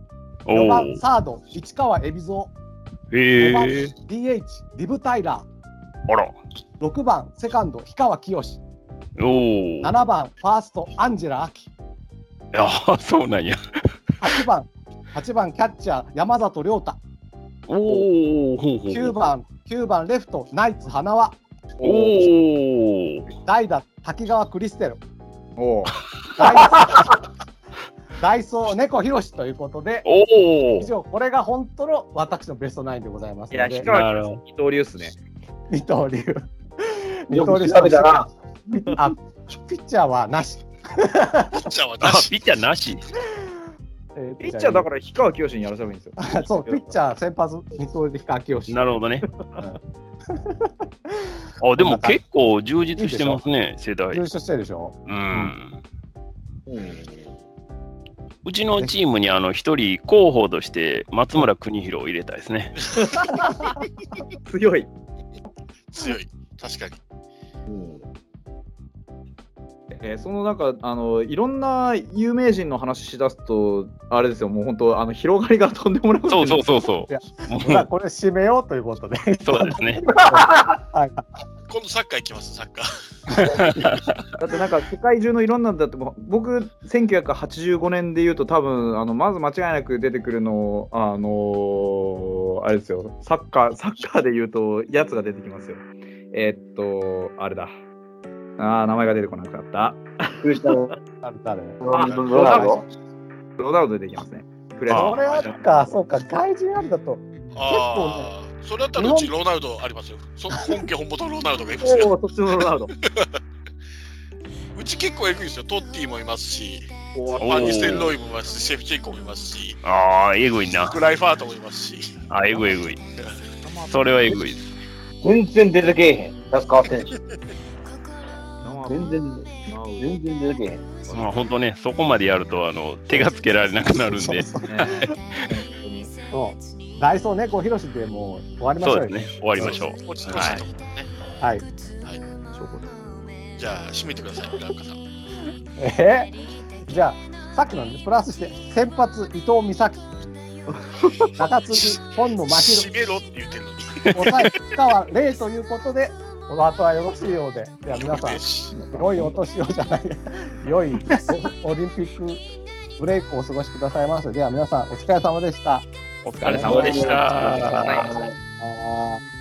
S5: お
S4: 4
S5: お
S4: 番。サード、市川海老蔵。
S5: へ
S4: 5番
S5: え。
S4: DH、リブ・タイラ
S5: あら。
S4: ー。6番セカンド、氷川きよし。
S5: おお。
S4: 7番ファースト、アンジェラ・アキ。
S5: ああ、そうなんや。
S4: 8番、8番キャッチャー、山里亮太。
S5: おお。ほうほうほ
S4: 9
S5: う。
S4: 番、9番レフト、ナイツ・花輪。
S5: おお。
S4: 代打、滝川クリステル。
S6: おう
S4: (laughs) ダイソーダイソー、猫ひろしということで、
S5: おお
S4: 以。上、これが本当の私のベストナインでございます
S3: い
S4: の
S3: や、
S4: で
S3: 氷、
S5: な
S3: 川
S5: る
S3: き
S5: ほ
S3: よし二刀流っすね。
S4: 二刀流。
S8: よく調べたな
S4: 二刀流あ、ピッチャーはなし。
S2: ピッチャーはな
S5: あ、
S2: し。
S5: ピッチャーなし。
S3: ピッチャーだから氷川きよしにやらせばいいんですよ。
S4: ら。そう、ピッチャー先発、二刀流で氷川きよ
S5: なるほどね。あ、でも結構充実してますね、世代
S4: 優。勝してるでしょ。
S5: うん。
S8: うん
S5: うちのチームにあの一人候補として松村邦弘を入れたいですね。
S3: 強い。
S2: 強い。確かに。
S8: うん
S3: えーそのなんかあのいろんな有名人の話しだすとあれですよもう本当あの広がりがとんでもなくて
S5: (laughs) そうそうそうそ
S4: いや
S5: う。もう
S4: まあこれ締めようということで。
S5: (laughs) そうですね。
S2: 今度サッカー行きます、サッカー。
S3: だってなんか世界中のいろんなだってもう僕1985年で言うと多分あのまず間違いなく出てくるのあのーあれですよサッカーサッカーで言うとやつが出てきますよえーっとあれだあー名前が出てこなくなった
S8: クリスタの
S4: 誰誰
S8: ロナウド
S3: ロナウド出てきますねプレス
S5: あ
S4: これあるか、そうか、外人あるだと。
S2: ああ。それだったらうちロナウドありますよ。そ本家本元ロナウドがいます
S3: お
S2: よ。
S3: おそっちのロナウド
S2: うち結構エグいですよ。トッティもいますし、
S5: お
S2: ファニステン
S5: ー
S2: ロイもいますし、シェフチェンコもいますし、
S5: ああ、えぐいな
S2: ク。ライファートもいますし。
S5: あ、えぐいえぐい。それはえぐいです。
S8: 全然出てけえへん助かってんし全然全然出てけえへん
S5: まあ本当ね、そこまでやるとあの手がつけられなくなるんで。
S4: そうそう
S3: ね
S4: そうダイソー猫ひろしでもう終わりましょ
S5: そうう
S4: よ
S5: ですね。。終わりましょう。
S2: 落ち着いと思うね。
S4: はい。
S2: じゃあ、閉めてください、村岡さん。
S4: えーじゃあ、さっきのね、プラスして、先発、伊藤美咲、中継ぎ、本野真
S2: 閉めろって言ってるのに。
S4: 昼、抑え、深川礼ということで、この後はよろしいようで、いや、皆さん、
S2: ん。
S4: 良いお年をじゃない、良いおオリンピックブレイクをお過ごしくださいませ。では、皆さん、お疲れ様でした。
S5: お疲れ様でした。
S4: あー